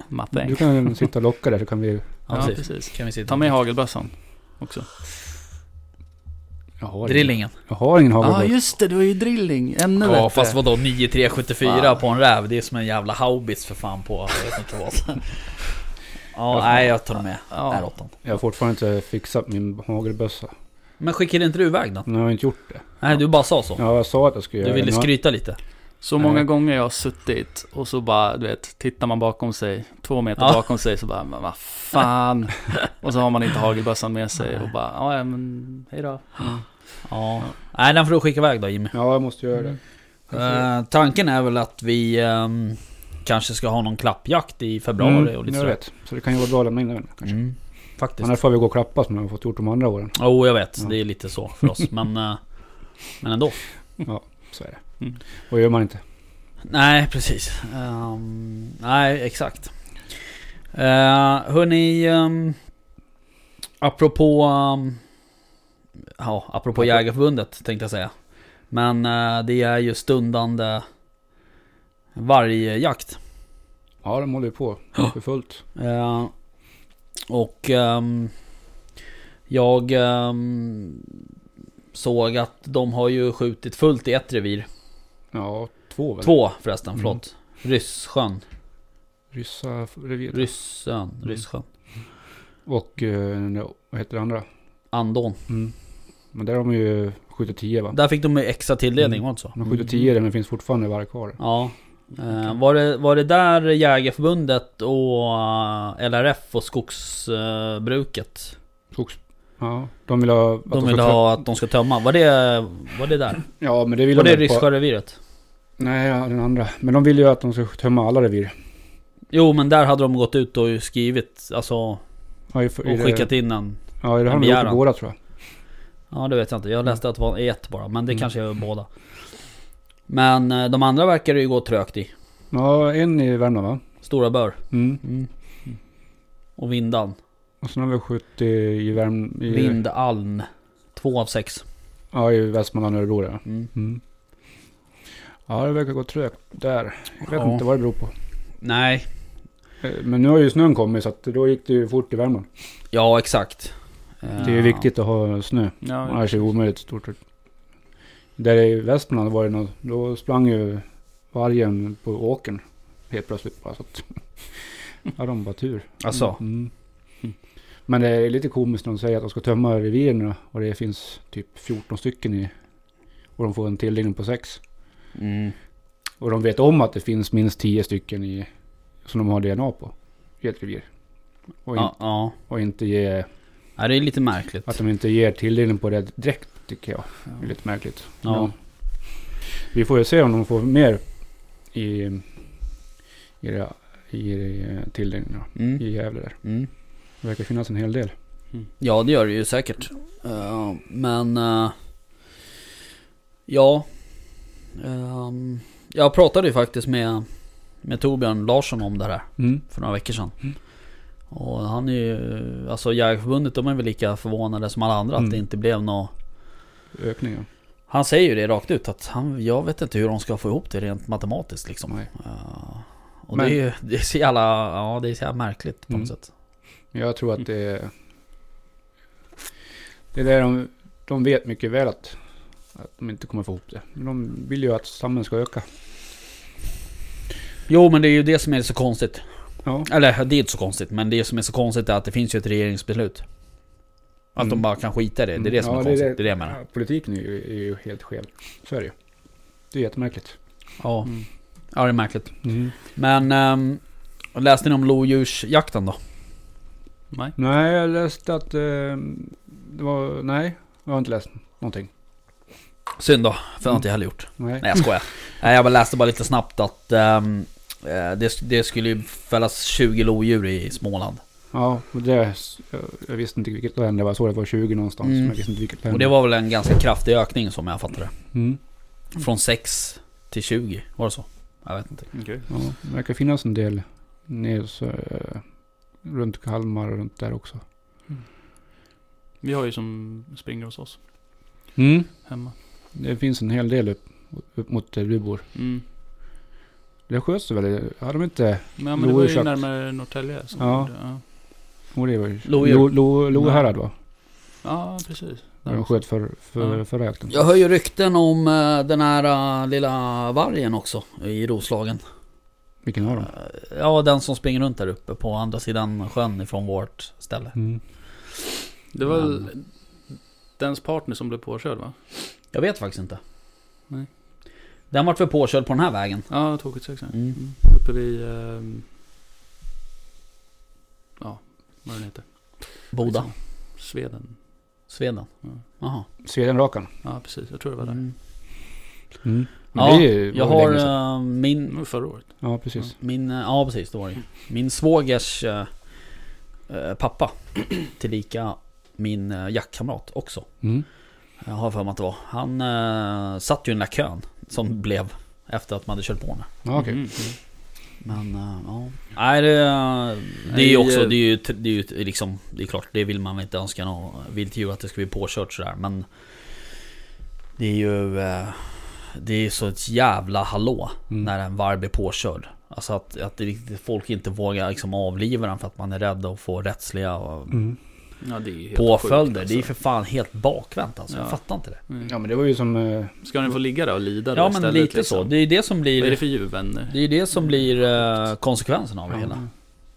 [SPEAKER 4] My
[SPEAKER 2] Du
[SPEAKER 4] thing.
[SPEAKER 2] kan sitta och locka där så kan vi...
[SPEAKER 1] Ja,
[SPEAKER 4] Ja,
[SPEAKER 1] precis.
[SPEAKER 4] precis.
[SPEAKER 1] Kan vi sitta
[SPEAKER 4] Ta med hagelbössan också.
[SPEAKER 2] Jag har, ingen,
[SPEAKER 1] Drillingen.
[SPEAKER 2] jag har
[SPEAKER 1] Ah,
[SPEAKER 2] ingen hagelbössa.
[SPEAKER 4] just det. Du är ju drilling. Ännu
[SPEAKER 1] Ja fast vadå 9374
[SPEAKER 4] Fan.
[SPEAKER 1] på en räv? Det är som en jävla haubits för fan på... Jag vet inte vad. ja,
[SPEAKER 2] Jag-
[SPEAKER 1] nej jag tar med
[SPEAKER 4] Ja.
[SPEAKER 1] R8.
[SPEAKER 2] Jag har fortfarande inte fixat min hagelbössa.
[SPEAKER 1] Men skickade inte du iväg den?
[SPEAKER 2] Men jag har inte gjort det.
[SPEAKER 1] Nej du bara sa så.
[SPEAKER 2] Ja, jag sa att jag skulle göra
[SPEAKER 1] Du ville
[SPEAKER 2] det. men
[SPEAKER 1] skryta lite.
[SPEAKER 4] Så många
[SPEAKER 2] Nej.
[SPEAKER 4] gånger jag har suttit och så bara, du vet, tittar man bakom sig, två meter
[SPEAKER 1] Ja.
[SPEAKER 4] bakom sig så bara, men
[SPEAKER 1] *laughs*
[SPEAKER 4] vad fan. och så har man inte hagelbössan med sig och bara, ja ja, men hej då.
[SPEAKER 1] Mm. Ja. Nej den får du skicka iväg då Jimmy.
[SPEAKER 2] Ja, jag måste göra
[SPEAKER 1] Mm.
[SPEAKER 2] det.
[SPEAKER 1] Eh, tanken är väl att vi ehm, kanske ska ha någon klappjakt i februari och lite
[SPEAKER 2] Mm, jag
[SPEAKER 1] sådär.
[SPEAKER 2] vet. Så det kan ju vara bra att lämna in den kanske.
[SPEAKER 1] Mm. Faktiskt.
[SPEAKER 2] Annars får vi gå och klappa som jag har fått gjort de andra åren.
[SPEAKER 1] Jo jag vet,
[SPEAKER 2] Ja.
[SPEAKER 1] det är lite så för oss. Men, eh, men ändå.
[SPEAKER 2] Så är det.
[SPEAKER 4] Mm.
[SPEAKER 2] Och gör man inte.
[SPEAKER 1] Nej, precis. Ehm, nej, exakt. Uh, hörni, um, apropå... ehm, ja, apropå Jägarförbundet tänkte jag säga. Men eh, det är ju stundande vargjakt.
[SPEAKER 2] Ja, de håller ju på
[SPEAKER 1] Ja.
[SPEAKER 2] för fullt.
[SPEAKER 1] Eh, och ehm, jag... ehm, såg att de har ju skjutit fullt i ett revir.
[SPEAKER 2] Ja, två väl?
[SPEAKER 1] Två förresten,
[SPEAKER 2] Mm.
[SPEAKER 1] förlåt. Ryssjön.
[SPEAKER 2] Ryssa reviret.
[SPEAKER 1] Ryssön. Ryssjön.
[SPEAKER 2] Och eh, ja, vad heter det andra?
[SPEAKER 1] Andon.
[SPEAKER 2] Mm. Men där har de ju skjutit tio va?
[SPEAKER 1] Där fick de ju extra tilldelning,
[SPEAKER 2] Mm.
[SPEAKER 1] var det inte så?
[SPEAKER 2] De har skjutit tio där men det finns fortfarande varg kvar.
[SPEAKER 1] Ja. Eh, var, det, var det där Jägarförbundet och eh, LRF och skogsbruket?
[SPEAKER 2] Skogs... Ja, de vill ha... att
[SPEAKER 1] De
[SPEAKER 2] ska
[SPEAKER 1] ville
[SPEAKER 2] tö-
[SPEAKER 1] ha att de ska tömma. Var det, var det där?
[SPEAKER 2] Ja, men det vill
[SPEAKER 1] Var
[SPEAKER 2] de
[SPEAKER 1] det
[SPEAKER 2] väl på-
[SPEAKER 1] Ryssjöreviret?
[SPEAKER 2] Nej, ja, den andra. Men de vill ju att de ska tömma alla revir.
[SPEAKER 1] Jo, men där hade de gått ut och skrivit, alltså,
[SPEAKER 2] Ja, i, i
[SPEAKER 1] och
[SPEAKER 2] det-
[SPEAKER 1] skickat in en
[SPEAKER 2] Ja, det har
[SPEAKER 1] en
[SPEAKER 2] de gjort i
[SPEAKER 1] begäran.
[SPEAKER 2] båda tror jag.
[SPEAKER 1] Ja det vet jag inte, jag läste att det var ett bara, men det
[SPEAKER 2] Mm.
[SPEAKER 1] kanske är båda Men eh, de andra verkar det ju gå trögt i
[SPEAKER 2] Ja, en i Värmland va?
[SPEAKER 1] Stora Bör
[SPEAKER 2] Mm.
[SPEAKER 1] och Vindan
[SPEAKER 2] Och sen har vi skjutit i Värmland... I,
[SPEAKER 1] Vindalm Två av sex
[SPEAKER 2] Ja, i Västmanland och Örebro ja.
[SPEAKER 1] mm.
[SPEAKER 2] Mm. Ja, det verkar gå trögt där. Jag vet
[SPEAKER 1] Ja.
[SPEAKER 2] inte vad det beror på.
[SPEAKER 1] Nej,
[SPEAKER 2] Eh, Men nu har ju snön kommit så att då gick det ju fort i Värmland.
[SPEAKER 1] ja exakt
[SPEAKER 2] Det är ju
[SPEAKER 1] Eh,
[SPEAKER 2] viktigt att ha snö.
[SPEAKER 4] Ja,
[SPEAKER 2] Annars är det omöjligt i stort sett. Där i Västmanland var det något, då sprang ju vargen på åkern helt plötsligt. Bara, så att, *laughs* ja, de bara tur.
[SPEAKER 1] Alltså,
[SPEAKER 2] Mm. Men det är lite komiskt när de säger att de ska tömma reviren och det finns typ 14 stycken i. Och de får en tilldelning på 6.
[SPEAKER 1] mm.
[SPEAKER 2] Och de vet om att det finns minst 10 stycken i, som de har DNA på. I ett revir. Och, in,
[SPEAKER 1] ja, ja.
[SPEAKER 2] och inte ge,
[SPEAKER 1] Ja, det är lite märkligt
[SPEAKER 2] att de inte ger tilldelning på det direkt tycker jag. Det är
[SPEAKER 4] ja.
[SPEAKER 2] lite märkligt.
[SPEAKER 1] Ja.
[SPEAKER 2] Men Vi får ju se om de får mer i, i, det, i det tilldelningen då,
[SPEAKER 1] mm.
[SPEAKER 2] i Gävle där.
[SPEAKER 1] Mm.
[SPEAKER 2] Det verkar finnas en hel del.
[SPEAKER 1] Ja det gör det ju säkert Eh, Men eh, Ja Ehm, Jag pratade ju faktiskt med Med Torbjörn Larsson om det här
[SPEAKER 2] Mm.
[SPEAKER 1] för några veckor sedan.
[SPEAKER 2] Mm.
[SPEAKER 1] Och han är ju, alltså Jägarförbundet de är väl lika förvånade som alla andra
[SPEAKER 2] Mm.
[SPEAKER 1] att det inte blev något.
[SPEAKER 2] Ökningen.
[SPEAKER 1] Han säger ju det rakt ut att han, jag vet inte hur de ska få ihop det rent matematiskt liksom.
[SPEAKER 2] Nej.
[SPEAKER 1] Eh, och
[SPEAKER 2] Men-
[SPEAKER 1] det är ju, det är så jävla, ja det är så jävla märkligt på
[SPEAKER 2] Mm.
[SPEAKER 1] något sätt.
[SPEAKER 2] Men Jag tror att det är... Det är där de, de vet mycket väl att, att de inte kommer få ihop det. Men de vill ju att stammen ska öka.
[SPEAKER 1] Jo men det är ju det som är så konstigt.
[SPEAKER 2] Ja.
[SPEAKER 1] Eller det är inte så konstigt men det som är så konstigt är att det finns ju ett regeringsbeslut. Att
[SPEAKER 2] Mm.
[SPEAKER 1] de bara kan skita i det, det är det som
[SPEAKER 2] Ja,
[SPEAKER 1] är konstigt. Det är det, jag menar.
[SPEAKER 2] Ja, Politiken är ju, är ju helt skev. Så är det ju. Det är jättemärkligt.
[SPEAKER 1] Ja.
[SPEAKER 4] Mm.
[SPEAKER 1] ja, det är märkligt. Men, ehm, läste ni om lodjursjakten då?
[SPEAKER 4] Nej.
[SPEAKER 2] Nej, jag läste att... Eh, det var, nej, jag har inte läst någonting.
[SPEAKER 1] Synd då, för det har
[SPEAKER 2] Mm.
[SPEAKER 1] inte jag heller gjort.
[SPEAKER 2] Nej.
[SPEAKER 1] Nej jag skojar. Nej, jag bara läste bara lite snabbt att ehm, eh, det, det skulle ju fällas 20 lodjur i Småland.
[SPEAKER 2] Ja, och det, jag visste inte vilket län det var. Jag såg att det var 20 någonstans.
[SPEAKER 1] Mm.
[SPEAKER 2] Men jag visste inte vilket län.
[SPEAKER 1] Och det var väl en ganska kraftig ökning som jag fattade
[SPEAKER 2] Mm.
[SPEAKER 1] det. Från 6 till 20, var det så? Jag vet inte.
[SPEAKER 4] Okej.
[SPEAKER 2] Ja, det verkar finnas en del nere så, eh, runt Kalmar och runt där också.
[SPEAKER 4] Vi har ju som springer hos oss
[SPEAKER 2] Mm.
[SPEAKER 4] hemma.
[SPEAKER 2] Det finns en hel del upp, upp mot eh, där du bor.
[SPEAKER 4] Mm.
[SPEAKER 2] Det sköts det väl? Har de inte?
[SPEAKER 4] Men, ja, men det var ju
[SPEAKER 2] Loerköpt.
[SPEAKER 4] närmare Norrtälje. Som
[SPEAKER 2] Ja.
[SPEAKER 4] gjorde- ja.
[SPEAKER 2] Oh, det var ju
[SPEAKER 1] Lodjur.
[SPEAKER 2] Lo- Lo- Lohärad va?
[SPEAKER 4] ja, precis.
[SPEAKER 2] Där de sköt för, för,
[SPEAKER 4] Ja.
[SPEAKER 2] förra jakten.
[SPEAKER 1] Jag hör ju rykten om eh, den här eh, lilla vargen också i Roslagen.
[SPEAKER 2] Vilken av dem?
[SPEAKER 1] Eh, ja, den som springer runt där uppe på andra sidan sjön ifrån vårt ställe.
[SPEAKER 2] Mm.
[SPEAKER 4] Det var väl dens partner som blev påkörd va?
[SPEAKER 1] Jag vet faktiskt inte.
[SPEAKER 4] Nej.
[SPEAKER 1] Den vart väl påkörd på den här vägen.
[SPEAKER 4] Ja, 276
[SPEAKER 1] Mm.
[SPEAKER 4] mm. Uppe vid... ehm, ja, vad den heter. Liksom.
[SPEAKER 1] Boda,
[SPEAKER 4] Sveden.
[SPEAKER 1] Sveden.
[SPEAKER 4] Mm.
[SPEAKER 1] Jaha.
[SPEAKER 2] Svedenrakan.
[SPEAKER 4] Ja, precis. Jag tror det var där.
[SPEAKER 1] Mm.
[SPEAKER 2] Mm. Men
[SPEAKER 1] Ja,
[SPEAKER 2] det är ju-
[SPEAKER 1] Jag
[SPEAKER 2] var ju
[SPEAKER 1] har
[SPEAKER 2] länge sedan.
[SPEAKER 1] eh,
[SPEAKER 4] Mm, Det
[SPEAKER 1] min,
[SPEAKER 4] var förra året.
[SPEAKER 2] Ja, precis.
[SPEAKER 1] min, eh, ja precis det var det ju. Min svågers eh, eh, pappa, tillika min eh, jackkamrat också.
[SPEAKER 2] Mm.
[SPEAKER 1] Jag har för mig att det var. Han eh, satt ju i den där kön som blev efter att man hade kört på henne.
[SPEAKER 2] Ja, okej.
[SPEAKER 4] Mm.
[SPEAKER 1] Men eh, ja. Nej det, det är ju
[SPEAKER 4] eh,
[SPEAKER 1] också, det är ju, det är ju liksom, det är klart, det vill man väl inte önska något vilt djur att det ska bli påkört sådär men Det är ju, eh, det är ju så ett jävla hallå
[SPEAKER 2] Mm.
[SPEAKER 1] när en varg blir påkörd. Alltså att, att det, riktigt- folk inte vågar liksom avliva den för att man är rädd och få rättsliga och,
[SPEAKER 2] Mm.
[SPEAKER 4] Ja, det är ju helt
[SPEAKER 1] påföljder.
[SPEAKER 4] sjukt, alltså.
[SPEAKER 1] Det är för fan helt bakvänt alltså. Jag
[SPEAKER 4] Ja.
[SPEAKER 1] fattar inte det.
[SPEAKER 4] Mm.
[SPEAKER 2] Ja men det var ju som... eh,
[SPEAKER 4] Ska den få ligga där och lida
[SPEAKER 1] Ja
[SPEAKER 4] då
[SPEAKER 1] men
[SPEAKER 4] istället?
[SPEAKER 1] lite så.
[SPEAKER 4] liksom?
[SPEAKER 1] Det är det som
[SPEAKER 4] Vad är det
[SPEAKER 1] blir,
[SPEAKER 4] för djurvänner?
[SPEAKER 1] det är det som blir eh, konsekvensen av det hela.
[SPEAKER 4] Mm.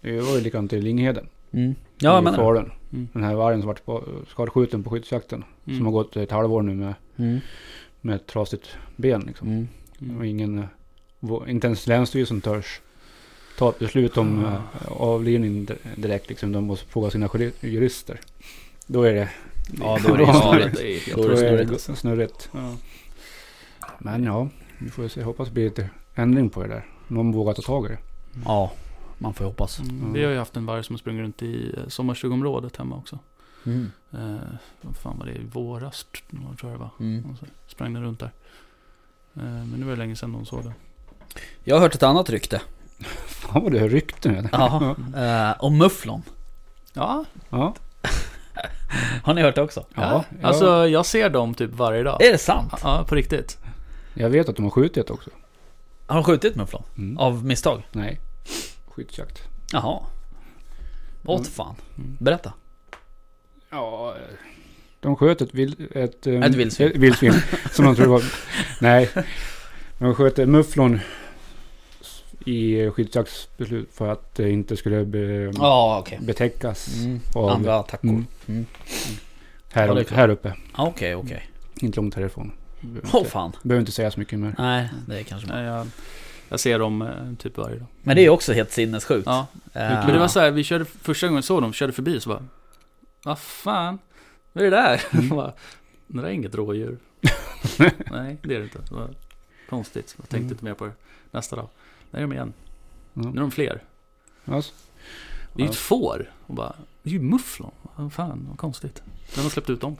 [SPEAKER 2] ja, Det var ju likadant i Lingheden.
[SPEAKER 1] Mm. Ja
[SPEAKER 2] I
[SPEAKER 1] men
[SPEAKER 2] Falun.
[SPEAKER 4] Mm.
[SPEAKER 2] Den här vargen som vart på- skadskjuten på skyddsjakten. Som har gått ett halvår nu med,
[SPEAKER 1] mm.
[SPEAKER 2] med ett trasigt ben liksom.
[SPEAKER 1] Mm.
[SPEAKER 2] Och ingen, eh, vå- inte ens länsstyrelsen törs ta ett beslut om
[SPEAKER 4] Ah.
[SPEAKER 2] eh, avlivning di- direkt. Liksom. De måste fråga sina juri- jurister. Då är det,
[SPEAKER 1] Ja, då är det ju
[SPEAKER 4] ja,
[SPEAKER 1] snurrigt.
[SPEAKER 4] det är helt
[SPEAKER 1] Då
[SPEAKER 2] då
[SPEAKER 1] är det
[SPEAKER 2] är
[SPEAKER 1] snurrigt
[SPEAKER 2] det
[SPEAKER 1] alltså.
[SPEAKER 2] snurrigt. Men ja, vi får ju se. Hoppas det blir lite ändring på det där. Någon vågar ta tag i det. *laughs*
[SPEAKER 1] Ja, man får ju hoppas.
[SPEAKER 4] Mm, Vi har ju haft en varg som har sprungit runt i eh, sommarstugområdet hemma också.
[SPEAKER 1] Mm.
[SPEAKER 4] Eh, vad fan var det? I våras tror jag det var.
[SPEAKER 1] Mm.
[SPEAKER 4] Och så sprang den runt där. Eh, men nu var det länge sedan någon såg den.
[SPEAKER 1] Jag har hört ett annat rykte.
[SPEAKER 2] Fan vad det är rykten. eller?
[SPEAKER 1] Ja. Eh, om mufflon.
[SPEAKER 4] Ja,
[SPEAKER 2] Ja.
[SPEAKER 1] Har ni hört det också?
[SPEAKER 4] ja. alltså jag ser dem typ varje dag.
[SPEAKER 1] Är det sant?
[SPEAKER 4] Ja, på riktigt.
[SPEAKER 2] Jag vet att de har skjutit också.
[SPEAKER 1] Har de skjutit mufflon?
[SPEAKER 2] Mm.
[SPEAKER 1] Av misstag?
[SPEAKER 2] Nej. Skyddsjakt.
[SPEAKER 1] Jaha. Åt
[SPEAKER 2] Mm.
[SPEAKER 1] fan.
[SPEAKER 4] Mm.
[SPEAKER 1] Berätta.
[SPEAKER 2] Ja. eh, De sköt ett, vil, ett, eh,
[SPEAKER 1] Ett vildsvin.
[SPEAKER 2] Ett vildsvin. som de trodde var...
[SPEAKER 1] *laughs*
[SPEAKER 2] Nej. De sköt en mufflon i eh, skyddsjaktsbeslut för att det inte skulle be,
[SPEAKER 4] Mm.
[SPEAKER 1] Ja, ah, okej.
[SPEAKER 2] betäckas
[SPEAKER 1] Mm.
[SPEAKER 2] av...
[SPEAKER 1] Andra attackor.
[SPEAKER 2] Mm.
[SPEAKER 1] Mm.
[SPEAKER 2] Här,
[SPEAKER 1] Ja, det är
[SPEAKER 2] upp-
[SPEAKER 1] klart.
[SPEAKER 2] här uppe.
[SPEAKER 1] Ah, Okej, okej.
[SPEAKER 2] Inte långt härifrån.
[SPEAKER 4] Mm.
[SPEAKER 2] Behöver
[SPEAKER 1] Åh
[SPEAKER 2] inte,
[SPEAKER 1] fan.
[SPEAKER 2] behöver inte säga så mycket mer.
[SPEAKER 1] Nej, det är kanske man.
[SPEAKER 4] Nej, jag, jag ser dem eh, typ varje dag.
[SPEAKER 1] Men det är också helt sinnessjukt.
[SPEAKER 4] Ja,
[SPEAKER 1] Eh,
[SPEAKER 4] Men det var så här, vi körde, första gången jag såg dem, körde förbi så bara, vad fan, vad är det där? *laughs* Bara, det där är inget rådjur. Nej, det är det inte. Det var konstigt, jag tänkte
[SPEAKER 2] Mm.
[SPEAKER 4] inte mer på det. Nästa dag, där är de igen.
[SPEAKER 2] Ja.
[SPEAKER 4] Nu är de fler.
[SPEAKER 2] Alltså,
[SPEAKER 4] Det är ju
[SPEAKER 2] Ja.
[SPEAKER 4] ett får. Och bara, det är ju mufflon. Vad fan, vad konstigt. Vem har släppt ut dem?